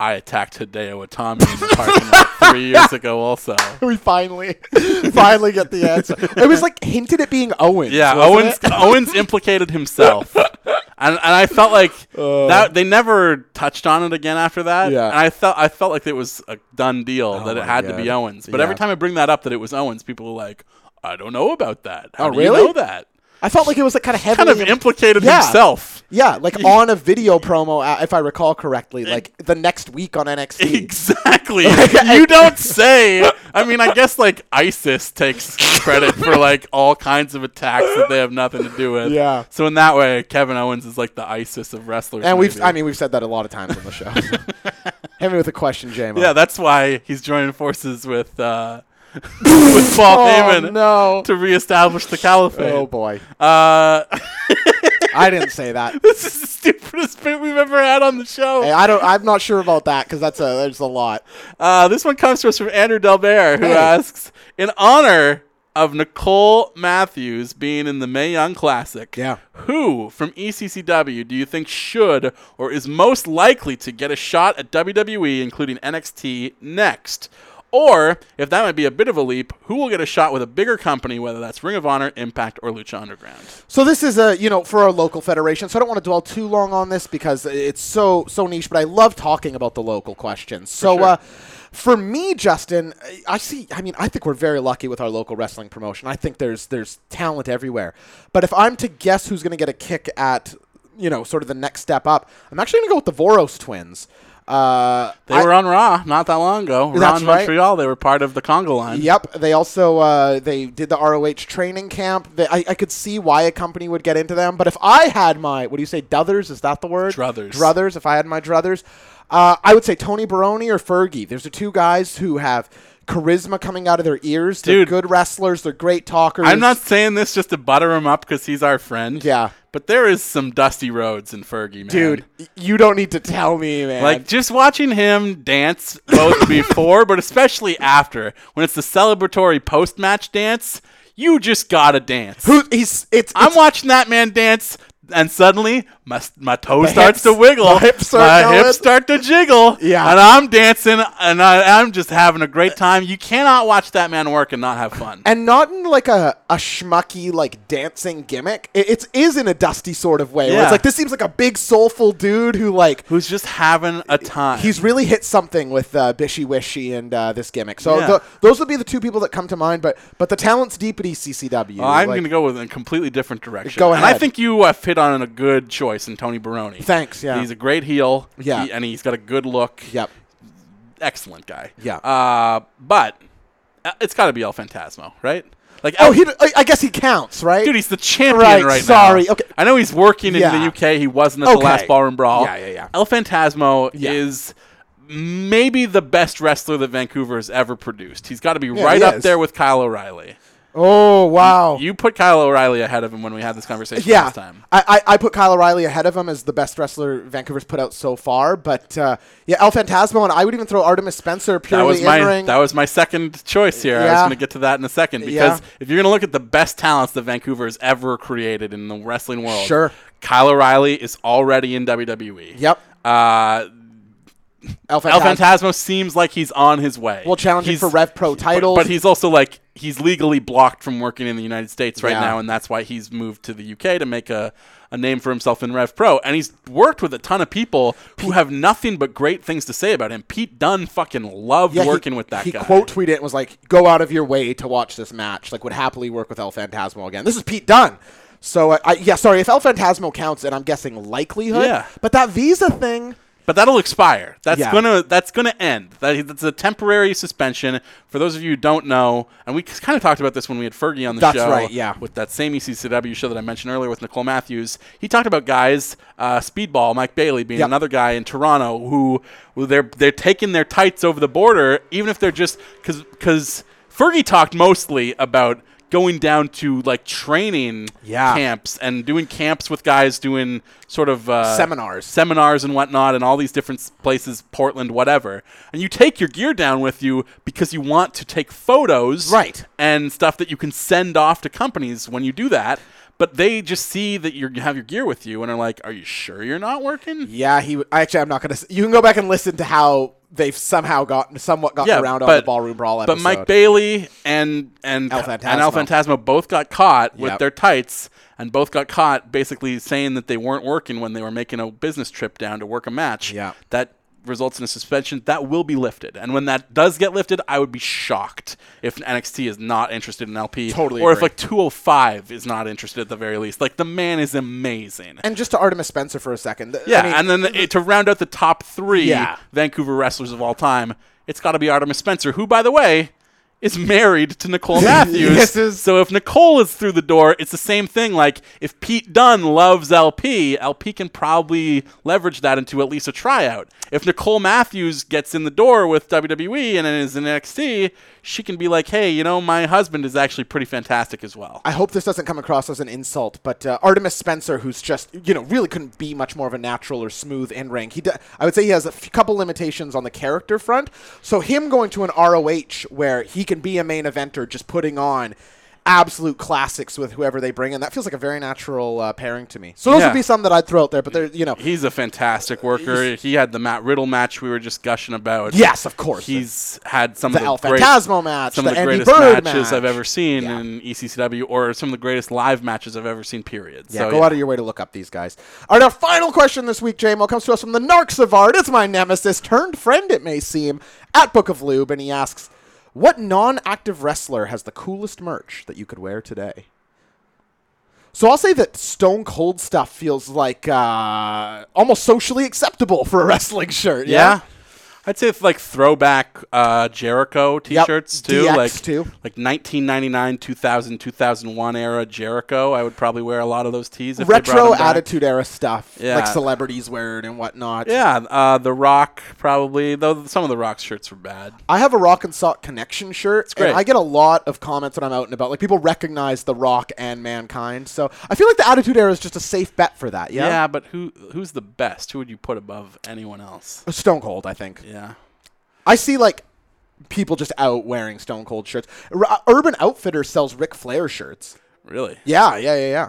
[SPEAKER 4] I attacked Hideo Itami in the parking lot three
[SPEAKER 5] <laughs>
[SPEAKER 4] years ago, also.
[SPEAKER 5] <laughs> we finally, <laughs> finally get the answer. It was like hinted at being Owens.
[SPEAKER 4] Yeah,
[SPEAKER 5] wasn't
[SPEAKER 4] Owens
[SPEAKER 5] it? <laughs>
[SPEAKER 4] Owens implicated himself. And, and I felt like that they never touched on it again after that.
[SPEAKER 5] Uh. Yeah. Oh
[SPEAKER 4] And I felt I felt like it was a done deal that it
[SPEAKER 5] my
[SPEAKER 4] had to
[SPEAKER 5] God.
[SPEAKER 4] be Owens. But every
[SPEAKER 5] Yeah.
[SPEAKER 4] time I bring that up that it was Owens, people are like, I don't know about that. How
[SPEAKER 5] Oh,
[SPEAKER 4] do
[SPEAKER 5] really?
[SPEAKER 4] you know that?
[SPEAKER 5] I felt like it was like kind of heavily
[SPEAKER 4] Kind of implicated
[SPEAKER 5] Yeah. <laughs>
[SPEAKER 4] himself.
[SPEAKER 5] Yeah,
[SPEAKER 4] <laughs>
[SPEAKER 5] like on a video promo, uh, if I recall correctly, like the next week on NXT.
[SPEAKER 4] <laughs> Exactly.
[SPEAKER 5] <laughs>
[SPEAKER 4] you don't say. I mean, I guess like ISIS takes credit
[SPEAKER 5] <laughs>
[SPEAKER 4] for like all kinds of attacks that they have nothing to do with.
[SPEAKER 5] Yeah.
[SPEAKER 4] So in that way, Kevin Owens is like the ISIS of wrestlers.
[SPEAKER 5] And we've,
[SPEAKER 4] maybe.
[SPEAKER 5] I mean, we've said that a lot of times on
[SPEAKER 4] <laughs>
[SPEAKER 5] the show. Hit me with a question, JMO.
[SPEAKER 4] Yeah, that's why he's joining forces with uh, <laughs>
[SPEAKER 5] <laughs>
[SPEAKER 4] with Paul
[SPEAKER 5] oh,
[SPEAKER 4] Heyman
[SPEAKER 5] no.
[SPEAKER 4] to reestablish the caliphate.
[SPEAKER 5] Oh, boy.
[SPEAKER 4] Uh,
[SPEAKER 5] I didn't say that.
[SPEAKER 4] <laughs> <laughs> this is the stupidest bit we've ever had on the show.
[SPEAKER 5] Hey, I don't. I'm not sure about that because that's a there's a lot.
[SPEAKER 4] Uh, this one comes to us from Andrew Delbert, who
[SPEAKER 5] Hey.
[SPEAKER 4] asks, in honor of Nicole Matthews being in the Mae Young Classic,
[SPEAKER 5] Yeah.
[SPEAKER 4] who from E ECCW do you think should or is most likely to get a shot at WWE, including NXT, next? Or, if that might be a bit of a leap, who will get a shot with a bigger company, whether that's Ring of Honor, Impact, or Lucha Underground?
[SPEAKER 5] So this is a you know for our local federation. So I don't want to dwell too long on this because it's so so niche. But I love talking about the local questions. So
[SPEAKER 4] sure.
[SPEAKER 5] uh, for me, Justin, I- I see. I mean, I think we're very lucky with our local wrestling promotion. I think there's there's talent everywhere. But if I'm to guess who's going to get a kick at you know sort of the next step up, I'm actually going to go with the Voros twins. Uh,
[SPEAKER 4] They
[SPEAKER 5] I-
[SPEAKER 4] were on Raw not that long ago. Raw
[SPEAKER 5] That's
[SPEAKER 4] in
[SPEAKER 5] right.
[SPEAKER 4] Montreal. They were part of the Congo line.
[SPEAKER 5] Yep. They also uh, they did the ROH training camp. They, I, I could see why a company would get into them. But if I had my what do you say druthers? Is that the word?
[SPEAKER 4] Druthers.
[SPEAKER 5] Druthers. If I had my druthers, uh, I would say Tony Baroni or Fergie. There's the two guys who have charisma coming out of their ears. They're
[SPEAKER 4] Dude.
[SPEAKER 5] good wrestlers. They're great talkers.
[SPEAKER 4] I'm not saying this just to butter him up because he's our friend.
[SPEAKER 5] Yeah.
[SPEAKER 4] But there is some dusty roads in Fergie, man.
[SPEAKER 5] Dude, y- you don't need to tell me, man.
[SPEAKER 4] Like just watching him dance
[SPEAKER 5] <coughs>
[SPEAKER 4] both before, but especially after, when it's the celebratory post-match dance, you just gotta dance.
[SPEAKER 5] who he's it's,
[SPEAKER 4] I'm
[SPEAKER 5] it's-
[SPEAKER 4] watching that man dance, and suddenly my s- my toe starts
[SPEAKER 5] hips-
[SPEAKER 4] to wiggle,
[SPEAKER 5] the hips are
[SPEAKER 4] my
[SPEAKER 5] going.
[SPEAKER 4] hips start to jiggle,
[SPEAKER 5] Yeah.
[SPEAKER 4] and I'm dancing, and I, I'm just having a great time. You cannot watch that man work and not have fun.
[SPEAKER 5] and not in like a, a schmucky like dancing gimmick. It, it is in a dusty sort of way. Where
[SPEAKER 4] Yeah.
[SPEAKER 5] it's like this seems like a big soulful dude who like
[SPEAKER 4] Who's just having a time?
[SPEAKER 5] he's really hit something with uh, Bishy Wishy and uh, this gimmick. So
[SPEAKER 4] Yeah.
[SPEAKER 5] tho- those would be the two people that come to mind. But but the talent's deep at E ECCW.
[SPEAKER 4] Well, Oh, I'm
[SPEAKER 5] Like,
[SPEAKER 4] going to go with a completely different direction.
[SPEAKER 5] Go
[SPEAKER 4] And I
[SPEAKER 5] ahead.
[SPEAKER 4] think you have hit on a good choice in Tony Baroni.
[SPEAKER 5] Thanks, yeah.
[SPEAKER 4] He's a great heel.
[SPEAKER 5] Yeah.
[SPEAKER 4] he- and he's got a good look.
[SPEAKER 5] Yep.
[SPEAKER 4] Excellent guy.
[SPEAKER 5] Yeah.
[SPEAKER 4] Uh, but uh, it's got to be El Fantasmo, right? Like,
[SPEAKER 5] Oh,
[SPEAKER 4] El-
[SPEAKER 5] he. d- I I guess he counts, right?
[SPEAKER 4] dude, he's the champion
[SPEAKER 5] Right,
[SPEAKER 4] right,
[SPEAKER 5] sorry,
[SPEAKER 4] now.
[SPEAKER 5] okay.
[SPEAKER 4] I know he's working in
[SPEAKER 5] Yeah.
[SPEAKER 4] the UK. He wasn't at the
[SPEAKER 5] Okay.
[SPEAKER 4] last Ballroom Brawl.
[SPEAKER 5] Yeah, yeah, yeah.
[SPEAKER 4] El Fantasmo
[SPEAKER 5] Yeah.
[SPEAKER 4] is maybe the best wrestler that Vancouver has ever produced. He's got to be right
[SPEAKER 5] he
[SPEAKER 4] up
[SPEAKER 5] is.
[SPEAKER 4] there with Kyle O'Reilly.
[SPEAKER 5] oh wow.
[SPEAKER 4] You put Kyle O'Reilly ahead of him when we had this conversation
[SPEAKER 5] yeah,
[SPEAKER 4] last time.
[SPEAKER 5] I, I I put Kyle O'Reilly ahead of him as the best wrestler Vancouver's put out so far. But uh, yeah, El Fantasmo, and I would even throw Artemis Spencer
[SPEAKER 4] That
[SPEAKER 5] purely
[SPEAKER 4] was my
[SPEAKER 5] in ring.
[SPEAKER 4] that was my second choice here. I was
[SPEAKER 5] Yeah.
[SPEAKER 4] going to get to that in a second because if you're going to look at the best talents that Vancouver has ever created in the wrestling world,
[SPEAKER 5] Sure.
[SPEAKER 4] Kyle O'Reilly is already in WWE.
[SPEAKER 5] Yep.
[SPEAKER 4] Uh,
[SPEAKER 5] El Fantasmo.
[SPEAKER 4] El Fantasmo seems like he's on his way.
[SPEAKER 5] Well, challenging
[SPEAKER 4] He's-
[SPEAKER 5] for Rev Pro titles.
[SPEAKER 4] but, but he's also like he's legally blocked from working in the United States right
[SPEAKER 5] Yeah.
[SPEAKER 4] now, and that's why he's moved to the UK to make a, a name for himself in Rev Pro. And he's worked with a ton of people who have nothing but great things to say about him. Pete Dunn fucking loved
[SPEAKER 5] Yeah, he-
[SPEAKER 4] working with that
[SPEAKER 5] he
[SPEAKER 4] guy.
[SPEAKER 5] quote tweeted it and was like, "Go out of your way to watch this match." Like, would happily work with El Fantasmo again. This is Pete Dunn. So, uh, I, yeah, sorry if El Fantasmo counts, and I'm guessing likelihood.
[SPEAKER 4] Yeah.
[SPEAKER 5] But that visa thing,
[SPEAKER 4] But that'll expire. That's
[SPEAKER 5] Yeah.
[SPEAKER 4] gonna that's gonna end. That, that's a temporary suspension. For those of you who don't know, and we kind of talked about this when we had Fergie on the
[SPEAKER 5] That's
[SPEAKER 4] show.
[SPEAKER 5] right, yeah.
[SPEAKER 4] With that same E ECCW show that I mentioned earlier with Nicole Matthews, he talked about guys, uh, Speedball, Mike Bailey being
[SPEAKER 5] Yep.
[SPEAKER 4] another guy in Toronto who who they're they're taking their tights over the border, even if they're just because because Fergie talked mostly about going down to like training
[SPEAKER 5] Yeah.
[SPEAKER 4] camps and doing camps with guys doing sort of uh,
[SPEAKER 5] Seminars.
[SPEAKER 4] seminars and whatnot, and all these different s- places, Portland, whatever. And you take your gear down with you because you want to take photos,
[SPEAKER 5] Right.
[SPEAKER 4] and stuff that you can send off to companies when you do that. But they just see that you have your gear with you and are like, "Are you sure you're not working?"
[SPEAKER 5] Yeah, he. w- Actually, I'm not gonna. s- You can go back and listen to how they've somehow gotten, somewhat gotten around on the ballroom brawl episode.
[SPEAKER 4] But Mike Bailey and and
[SPEAKER 5] El
[SPEAKER 4] and Al
[SPEAKER 5] Fantasmo.
[SPEAKER 4] Fantasma both got caught with
[SPEAKER 5] Yep.
[SPEAKER 4] their tights, and both got caught basically saying that they weren't working when they were making a business trip down to work a match.
[SPEAKER 5] Yeah.
[SPEAKER 4] that results in a suspension that will be lifted. And when that does get lifted, I would be shocked if NXT is not interested in LP,
[SPEAKER 5] Totally
[SPEAKER 4] or if
[SPEAKER 5] agree.
[SPEAKER 4] like 205 is not interested at the very least. Like the man is amazing.
[SPEAKER 5] and just to Artemis Spencer for a second. th- I
[SPEAKER 4] Yeah,
[SPEAKER 5] mean,
[SPEAKER 4] and then the, to round out the top three
[SPEAKER 5] Yeah.
[SPEAKER 4] Vancouver wrestlers of all time, it's got to be Artemis Spencer, who, by the way, is married to
[SPEAKER 5] <laughs>
[SPEAKER 4] Nicole Matthews.
[SPEAKER 5] Yes, is-
[SPEAKER 4] So if Nicole is through the door, it's the same thing. Like if Pete Dunn loves LP, LP can probably leverage that into at least a tryout. If Nicole Matthews gets in the door with WWE and is in NXT, she can be like, "Hey, you know, my husband is actually pretty fantastic as well."
[SPEAKER 5] I hope this doesn't come across as an insult, but uh, Artemis Spencer, who's just you know really couldn't be much more of a natural or smooth in ring. He, d I I would say, he has a f- couple limitations on the character front. So him going to an ROH where he can be a main eventer, just putting on absolute classics with whoever they bring in, that feels like a very natural uh, pairing to me. So those
[SPEAKER 4] Yeah.
[SPEAKER 5] would be some that I'd throw out there, but they're you know
[SPEAKER 4] He's a fantastic
[SPEAKER 5] Uh,
[SPEAKER 4] worker. He had the Matt Riddle match we were just gushing about.
[SPEAKER 5] Yes, of course.
[SPEAKER 4] He's had some
[SPEAKER 5] the
[SPEAKER 4] of the
[SPEAKER 5] El
[SPEAKER 4] great-
[SPEAKER 5] Fantasmo match,
[SPEAKER 4] some
[SPEAKER 5] the
[SPEAKER 4] of the
[SPEAKER 5] Andy
[SPEAKER 4] greatest
[SPEAKER 5] Bird
[SPEAKER 4] matches I've
[SPEAKER 5] match.
[SPEAKER 4] ever seen
[SPEAKER 5] Yeah.
[SPEAKER 4] in E ECCW, or some of the greatest live matches I've ever seen. Period.
[SPEAKER 5] Yeah,
[SPEAKER 4] so,
[SPEAKER 5] go out of your way to look up these guys. All right, our final question this week, JMO, comes to us from the Narcs of Art. It's my nemesis turned friend, it may seem, at Book of Lube, and he asks, "What non-active wrestler has the coolest merch that you could wear today?" So I'll say that Stone Cold stuff feels like uh, almost socially acceptable for a wrestling shirt.
[SPEAKER 4] yeah. I'd say it's like throwback uh, Jericho T-shirts too,
[SPEAKER 5] DX
[SPEAKER 4] like
[SPEAKER 5] too.
[SPEAKER 4] like 1999, 2000, 2001 era Jericho. I would probably wear a lot of those tees. If they brought
[SPEAKER 5] retro
[SPEAKER 4] them back.
[SPEAKER 5] attitude era stuff,
[SPEAKER 4] Yeah.
[SPEAKER 5] like celebrities wear it and whatnot.
[SPEAKER 4] Yeah, uh, The Rock probably. Though some of The Rock shirts were bad.
[SPEAKER 5] I have a Rock and Sock Connection shirt.
[SPEAKER 4] great.
[SPEAKER 5] And I get a lot of comments when I'm out and about. Like people recognize the Rock and Mankind. So I feel like the Attitude Era is just a safe bet for that.
[SPEAKER 4] Yeah,
[SPEAKER 5] Yeah.
[SPEAKER 4] but who who's the best? Who would you put above anyone else?
[SPEAKER 5] Uh, Stone Cold, I think.
[SPEAKER 4] Yeah.
[SPEAKER 5] I see like people just out wearing Stone Cold shirts. R- uh, Urban Outfitter sells Ric Flair shirts.
[SPEAKER 4] Really?
[SPEAKER 5] Yeah, yeah, yeah, yeah.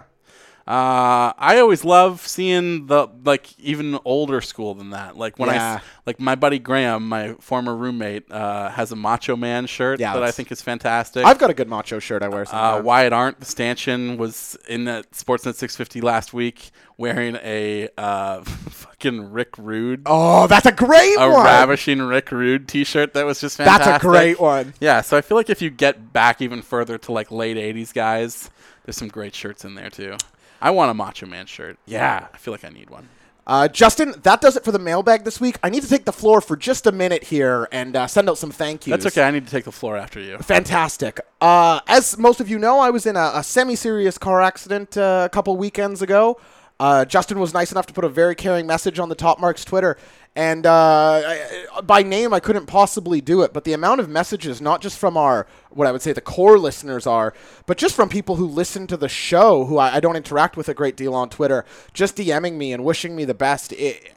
[SPEAKER 4] Uh, I always love seeing the like even older school than that. Like when I
[SPEAKER 5] Yeah.
[SPEAKER 4] s- like my buddy Graham, my former roommate, uh, has a Macho Man shirt
[SPEAKER 5] Yeah,
[SPEAKER 4] that I
[SPEAKER 5] that's-
[SPEAKER 4] think is fantastic.
[SPEAKER 5] I've got a good macho shirt I wear
[SPEAKER 4] uh,
[SPEAKER 5] sometimes.
[SPEAKER 4] Wyatt Arndt, the stanchion, was in that Sportsnet 650 last week wearing a uh, <laughs> fucking Rick Rude,
[SPEAKER 5] oh, that's a great
[SPEAKER 4] a
[SPEAKER 5] one.
[SPEAKER 4] ravishing Rick Rude T-shirt that was just
[SPEAKER 5] That's
[SPEAKER 4] fantastic.
[SPEAKER 5] a great one.
[SPEAKER 4] Yeah, so I feel like if you get back even further to like late '80s guys, there's some great shirts in there too. I want a Macho Man shirt.
[SPEAKER 5] Yeah.
[SPEAKER 4] I feel like I need one.
[SPEAKER 5] Uh, Justin, that does it for the mailbag this week. I need to take the floor for just a minute here and uh, send out some thank yous.
[SPEAKER 4] That's okay. I need to take the floor after you.
[SPEAKER 5] Fantastic. Uh, as most of you know, I was in a, a semi-serious car accident uh, a couple weekends ago. Uh, Justin was nice enough to put a very caring message on the Top Marks Twitter, and uh, I, I- by name I couldn't possibly do it, but the amount of messages, not just from our what I would say the core listeners are, but just from people who listen to the show, who I, I don't interact with a great deal on Twitter, just DMing me and wishing me the best. It,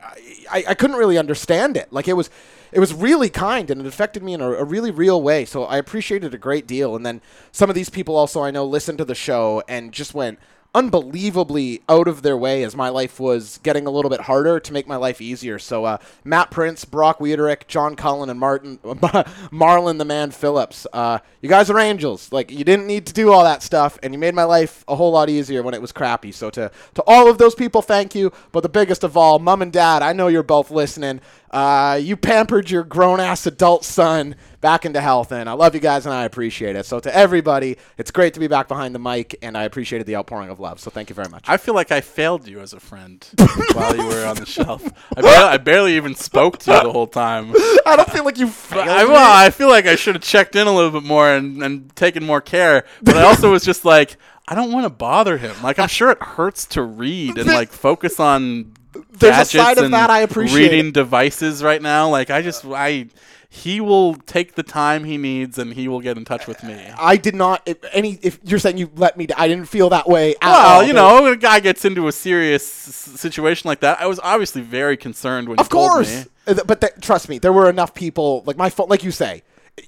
[SPEAKER 5] I, I couldn't really understand it. Like it was it was really kind and it affected me in a, a really real way. So I appreciated it a great deal. And then some of these people also I know listened to the show and just went unbelievably out of their way as my life was getting a little bit harder to make my life easier. So uh, Matt Prince, Brock Wiederich, John Cullen, and Martin <laughs> Marlon the Man Phillips. Uh, you guys are angels. Like you didn't need to do all that stuff, and you made my life a whole lot easier when it was crappy. So to to all of those people, thank you. But the biggest of all, mom and dad, I know you're both listening. Uh, you pampered your grown ass adult son back into health. And I love you guys, and I appreciate it. So to everybody, it's great to be back behind the mic, and I appreciated the outpouring of love. So thank you very much.
[SPEAKER 4] I feel like I failed you as a
[SPEAKER 5] <laughs>
[SPEAKER 4] friend while you were on the shelf. I barely, I barely even spoke to you the whole time.
[SPEAKER 5] I don't feel like you failed.
[SPEAKER 4] I, well, I feel like I should have checked in a little bit more and, and taken more care. But I also was just like, I don't want to bother him. Like, I'm sure it hurts to read and like focus on
[SPEAKER 5] There's a
[SPEAKER 4] gadgets
[SPEAKER 5] side of
[SPEAKER 4] and
[SPEAKER 5] that I appreciate.
[SPEAKER 4] reading devices right now. Like, I just, I, he will take the time he needs and he will get in touch with me.
[SPEAKER 5] I did not. If any, if you're saying you let me, d- I didn't feel that way. At all,
[SPEAKER 4] Well, you
[SPEAKER 5] dude.
[SPEAKER 4] know, when a guy gets into a serious s- situation like that, I was obviously very concerned when
[SPEAKER 5] of
[SPEAKER 4] you told
[SPEAKER 5] course.
[SPEAKER 4] me.
[SPEAKER 5] Uh, th- But th- trust me, there were enough people. Like my phone, like you say,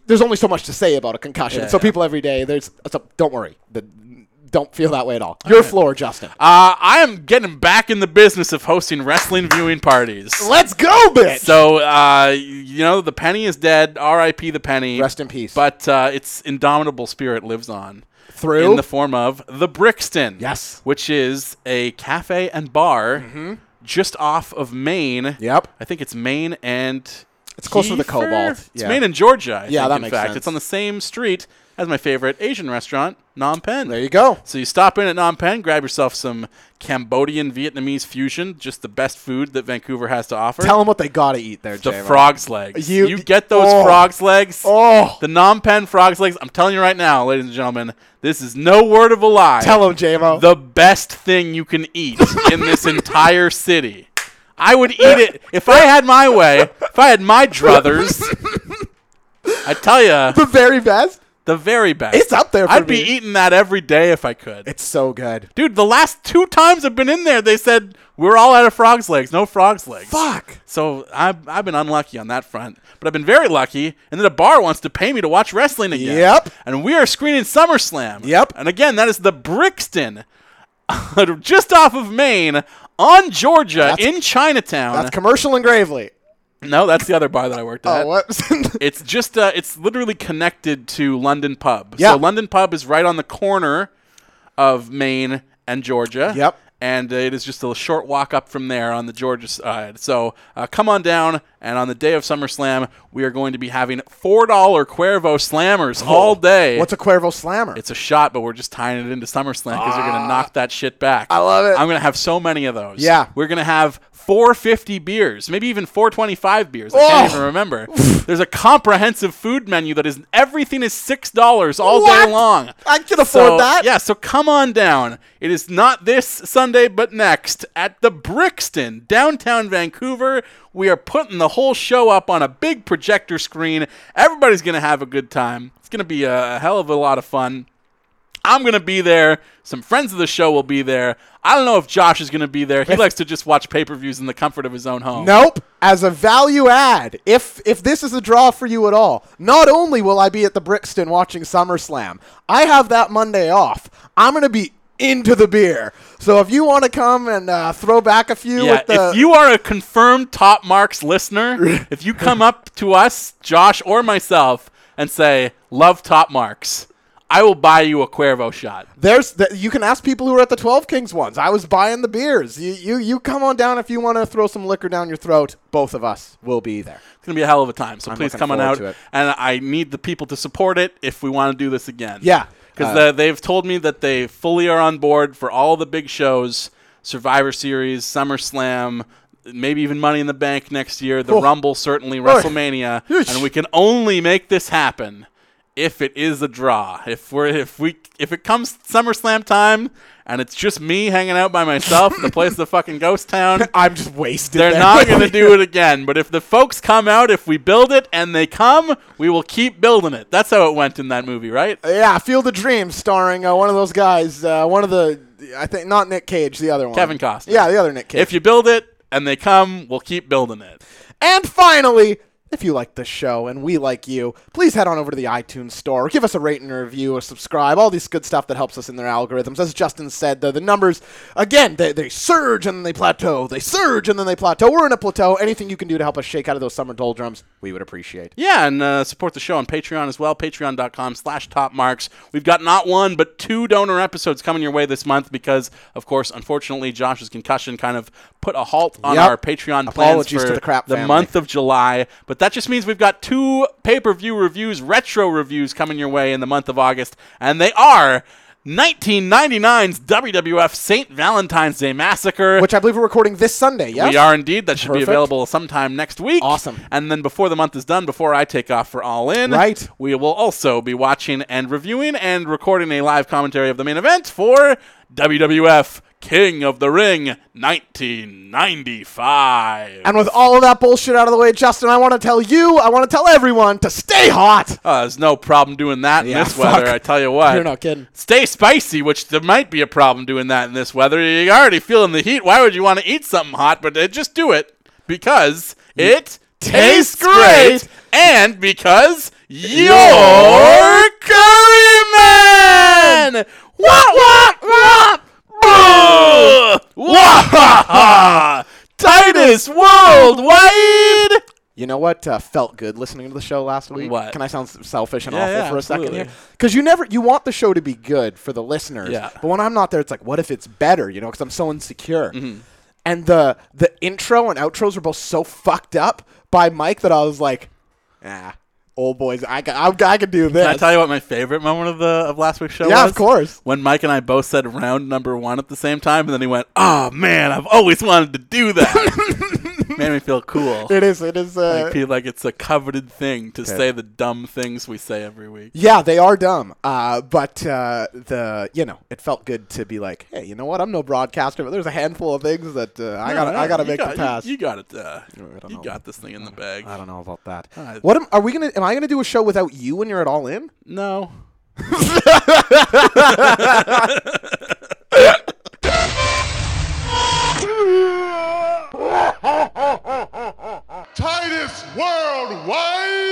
[SPEAKER 5] there's only so much to say about a concussion.
[SPEAKER 4] Yeah,
[SPEAKER 5] so
[SPEAKER 4] yeah.
[SPEAKER 5] people every day, there's. So don't worry. The, don't feel that way at all. Your floor, Justin.
[SPEAKER 4] Uh, I am getting back in the business of hosting wrestling viewing parties.
[SPEAKER 5] Uh, Let's go, bitch.
[SPEAKER 4] So, uh, you know, the penny is dead. R.I.P. the penny.
[SPEAKER 5] Rest in peace.
[SPEAKER 4] But uh, its indomitable spirit lives on.
[SPEAKER 5] Through?
[SPEAKER 4] In the form of the Brixton.
[SPEAKER 5] Yes. Mm-hmm.
[SPEAKER 4] Which is a cafe and bar just off of Maine.
[SPEAKER 5] Yep.
[SPEAKER 4] I think it's Maine and.
[SPEAKER 5] It's close to the
[SPEAKER 4] Kiefer?
[SPEAKER 5] Cobalt.
[SPEAKER 4] It's
[SPEAKER 5] Yeah.
[SPEAKER 4] Maine and Georgia. I
[SPEAKER 5] Yeah,
[SPEAKER 4] think,
[SPEAKER 5] that
[SPEAKER 4] in
[SPEAKER 5] makes
[SPEAKER 4] fact.
[SPEAKER 5] sense.
[SPEAKER 4] It's on the same street as my favorite Asian restaurant, Phnom Penh.
[SPEAKER 5] there you go.
[SPEAKER 4] So you stop in at Phnom Penh, grab yourself some Cambodian Vietnamese fusion, just the best food that Vancouver has to offer.
[SPEAKER 5] Tell them what they gotta eat there,
[SPEAKER 4] the
[SPEAKER 5] Jay. Rock.
[SPEAKER 4] frog's legs.
[SPEAKER 5] You-
[SPEAKER 4] You, get those
[SPEAKER 5] oh.
[SPEAKER 4] frog's legs.
[SPEAKER 5] Oh.
[SPEAKER 4] The Phnom Penh frog's legs. I'm telling you right now, ladies and gentlemen, this is no word of a lie.
[SPEAKER 5] Tell them, JMO.
[SPEAKER 4] the best thing you can eat in this entire city. I would eat it if I had my way. If I had my druthers, I tell you,
[SPEAKER 5] <laughs> the very best.
[SPEAKER 4] the very best.
[SPEAKER 5] It's up there for
[SPEAKER 4] I'd be
[SPEAKER 5] me.
[SPEAKER 4] eating that every day if I could.
[SPEAKER 5] It's so good.
[SPEAKER 4] Dude, the last two times I've been in there, they said we're all out of frogs legs, no frogs legs.
[SPEAKER 5] Fuck.
[SPEAKER 4] So I've, I've been unlucky on that front, but I've been very lucky. And then a bar wants to pay me to watch wrestling again.
[SPEAKER 5] Yep.
[SPEAKER 4] And we are screening SummerSlam.
[SPEAKER 5] Yep.
[SPEAKER 4] And again, that is the Brixton, <laughs> just off of Maine, on Georgia in Chinatown.
[SPEAKER 5] That's commercial and gravely.
[SPEAKER 4] no, that's the other bar that I worked at.
[SPEAKER 5] Oh, what?
[SPEAKER 4] It's just uh, it's literally connected to London Pub.
[SPEAKER 5] Yeah.
[SPEAKER 4] So London Pub is right on the corner of Maine and Georgia.
[SPEAKER 5] Yep.
[SPEAKER 4] And uh, it is just a short walk up from there on the Georgia side. So uh, come on down, and on the day of SummerSlam, we are going to be having four dollar Cuervo Slammers <laughs> all day.
[SPEAKER 5] Oh, What's a Cuervo slammer?
[SPEAKER 4] it's a shot, but we're just tying it into SummerSlam because you're gonna knock that shit back. I
[SPEAKER 5] Ah. love it.
[SPEAKER 4] I'm gonna have so many of those.
[SPEAKER 5] Yeah.
[SPEAKER 4] we're gonna have 450 beers, maybe even 425 beers. I can't
[SPEAKER 5] Oh.
[SPEAKER 4] even remember. There's a comprehensive food menu that is everything is six dollars all
[SPEAKER 5] What?
[SPEAKER 4] day long.
[SPEAKER 5] I can afford
[SPEAKER 4] So,
[SPEAKER 5] that.
[SPEAKER 4] Yeah, so come on down. It is not this Sunday, but next at the Brixton, downtown Vancouver. We are putting the whole show up on a big projector screen. Everybody's gonna have a good time. It's gonna be a hell of a lot of fun. I'm gonna be there. Some friends of the show will be there. I don't know if Josh is gonna be there. He likes to just watch pay-per-views in the comfort of his own home.
[SPEAKER 5] Nope. As a value add, if if this is a draw for you at all, not only will I be at the Brixton watching SummerSlam, I have that Monday off. I'm gonna be into the beer. So if you want to come and uh, throw back a few,
[SPEAKER 4] Yeah,
[SPEAKER 5] with the,
[SPEAKER 4] if you are a confirmed top marks listener, if you come up to us, Josh or myself, and say, "Love top marks," I will buy you a Cuervo shot.
[SPEAKER 5] there's th- you can ask people who were at the Twelve Kings ones. I was buying the beers. You you you come on down if you want to throw some liquor down your throat. Both of us will be there.
[SPEAKER 4] It's gonna be a hell of a time. So please
[SPEAKER 5] looking
[SPEAKER 4] come on
[SPEAKER 5] forward
[SPEAKER 4] out,
[SPEAKER 5] to it.
[SPEAKER 4] and I need the people to support it if we want to do this again.
[SPEAKER 5] Yeah.
[SPEAKER 4] because
[SPEAKER 5] Uh,
[SPEAKER 4] they've told me that they fully are on board for all the big shows: Survivor Series, SummerSlam. Maybe even Money in the Bank next year, the
[SPEAKER 5] Oh.
[SPEAKER 4] Rumble, certainly WrestleMania,
[SPEAKER 5] Yeesh.
[SPEAKER 4] and we can only make this happen if it is a draw. If we're if we if it comes SummerSlam time and it's just me hanging out by myself, in the place the fucking ghost
[SPEAKER 5] <laughs>
[SPEAKER 4] town,
[SPEAKER 5] I'm just wasted.
[SPEAKER 4] they're
[SPEAKER 5] there.
[SPEAKER 4] not
[SPEAKER 5] <laughs>
[SPEAKER 4] going to do it again. But if the folks come out, if we build it and they come, we will keep building it. That's how it went in that movie, right?
[SPEAKER 5] Yeah, Field of Dreams, starring uh, one of those guys, uh, one of the I think not Nick Cage, the other one,
[SPEAKER 4] Kevin Costner.
[SPEAKER 5] Yeah, the other Nick Cage.
[SPEAKER 4] If you build it and they come, we'll keep building it.
[SPEAKER 5] and finally, if you like this show and we like you, please head on over to the iTunes store, give us a rate and a review, or subscribe. All this good stuff that helps us in their algorithms. As Justin said, though, the numbers again they, they surge and then they plateau. They surge and then they plateau. We're in a plateau. Anything you can do to help us shake out of those summer doldrums, we would appreciate.
[SPEAKER 4] Yeah, and uh, support the show on Patreon as well, patreon.com slash topmarks. We've got not one, but two donor episodes coming your way this month because, of course, unfortunately, Josh's concussion kind of put a halt on
[SPEAKER 5] Yep.
[SPEAKER 4] our Patreon plans
[SPEAKER 5] Apologies
[SPEAKER 4] for
[SPEAKER 5] to the crap family.
[SPEAKER 4] month of July. But But that just means we've got two pay per view reviews, retro reviews coming your way in the month of August, and they are 1999's WWF St. Valentine's Day Massacre.
[SPEAKER 5] which I believe we're recording this Sunday. Yes,
[SPEAKER 4] We are indeed. That should
[SPEAKER 5] Perfect.
[SPEAKER 4] be available sometime next week.
[SPEAKER 5] Awesome.
[SPEAKER 4] And then before the month is done, before I take off for All In,
[SPEAKER 5] Right.
[SPEAKER 4] we will also be watching and reviewing and recording a live commentary of the main event for WWF King of the Ring 1995.
[SPEAKER 5] And with all of that bullshit out of the way, Justin, I want to tell you, I want to tell everyone to stay hot.
[SPEAKER 4] Uh, there's no problem doing that in
[SPEAKER 5] Yeah,
[SPEAKER 4] this weather,
[SPEAKER 5] fuck.
[SPEAKER 4] I tell you what.
[SPEAKER 5] You're not kidding.
[SPEAKER 4] Stay spicy, which there might be a problem doing that in this weather. You're already feeling the heat. Why would you want to eat something hot? But uh, just do it because it tastes
[SPEAKER 5] tastes
[SPEAKER 4] great,
[SPEAKER 5] great.
[SPEAKER 4] and because you're curry man. Wop wop wop. Boo! Wahaha! Titus Worldwide.
[SPEAKER 5] You know what uh, felt good listening to the show last week?
[SPEAKER 4] What?
[SPEAKER 5] Can I sound s- selfish and
[SPEAKER 4] Yeah,
[SPEAKER 5] awful
[SPEAKER 4] yeah,
[SPEAKER 5] for a
[SPEAKER 4] absolutely.
[SPEAKER 5] second here? Because you never, you want the show to be good for the listeners.
[SPEAKER 4] Yeah.
[SPEAKER 5] But when I'm not there, it's like, what if it's better? You know, because I'm so insecure.
[SPEAKER 4] Mm-hmm.
[SPEAKER 5] And the the intro and outros were both so fucked up by Mike that I was like, ah, old boys, I can, I, I can do this.
[SPEAKER 4] Can I tell you what my favorite moment of the of last week's show was?
[SPEAKER 5] Yeah, of course.
[SPEAKER 4] When Mike and I both said round number one at the same time, and then he went, "Oh man, I've always wanted to do
[SPEAKER 5] <laughs>
[SPEAKER 4] that." Made me feel cool.
[SPEAKER 5] it is, it is. Uh,
[SPEAKER 4] Like, feel like it's a coveted thing to say the dumb things we say every week.
[SPEAKER 5] Yeah, they are dumb. Uh, but uh, the you know, it felt good to be like, hey, you know what? I'm no broadcaster, but there's a handful of things that uh, I got. to I got to
[SPEAKER 4] You
[SPEAKER 5] make
[SPEAKER 4] got-
[SPEAKER 5] the pass.
[SPEAKER 4] You, you got it. Uh,
[SPEAKER 5] don't
[SPEAKER 4] you
[SPEAKER 5] know.
[SPEAKER 4] got this thing in the bag.
[SPEAKER 5] I don't know about that.
[SPEAKER 4] I-
[SPEAKER 5] what am, are we gonna? Am I gonna do a show without you when you're at all in?
[SPEAKER 4] No.
[SPEAKER 3] Titus Worldwide!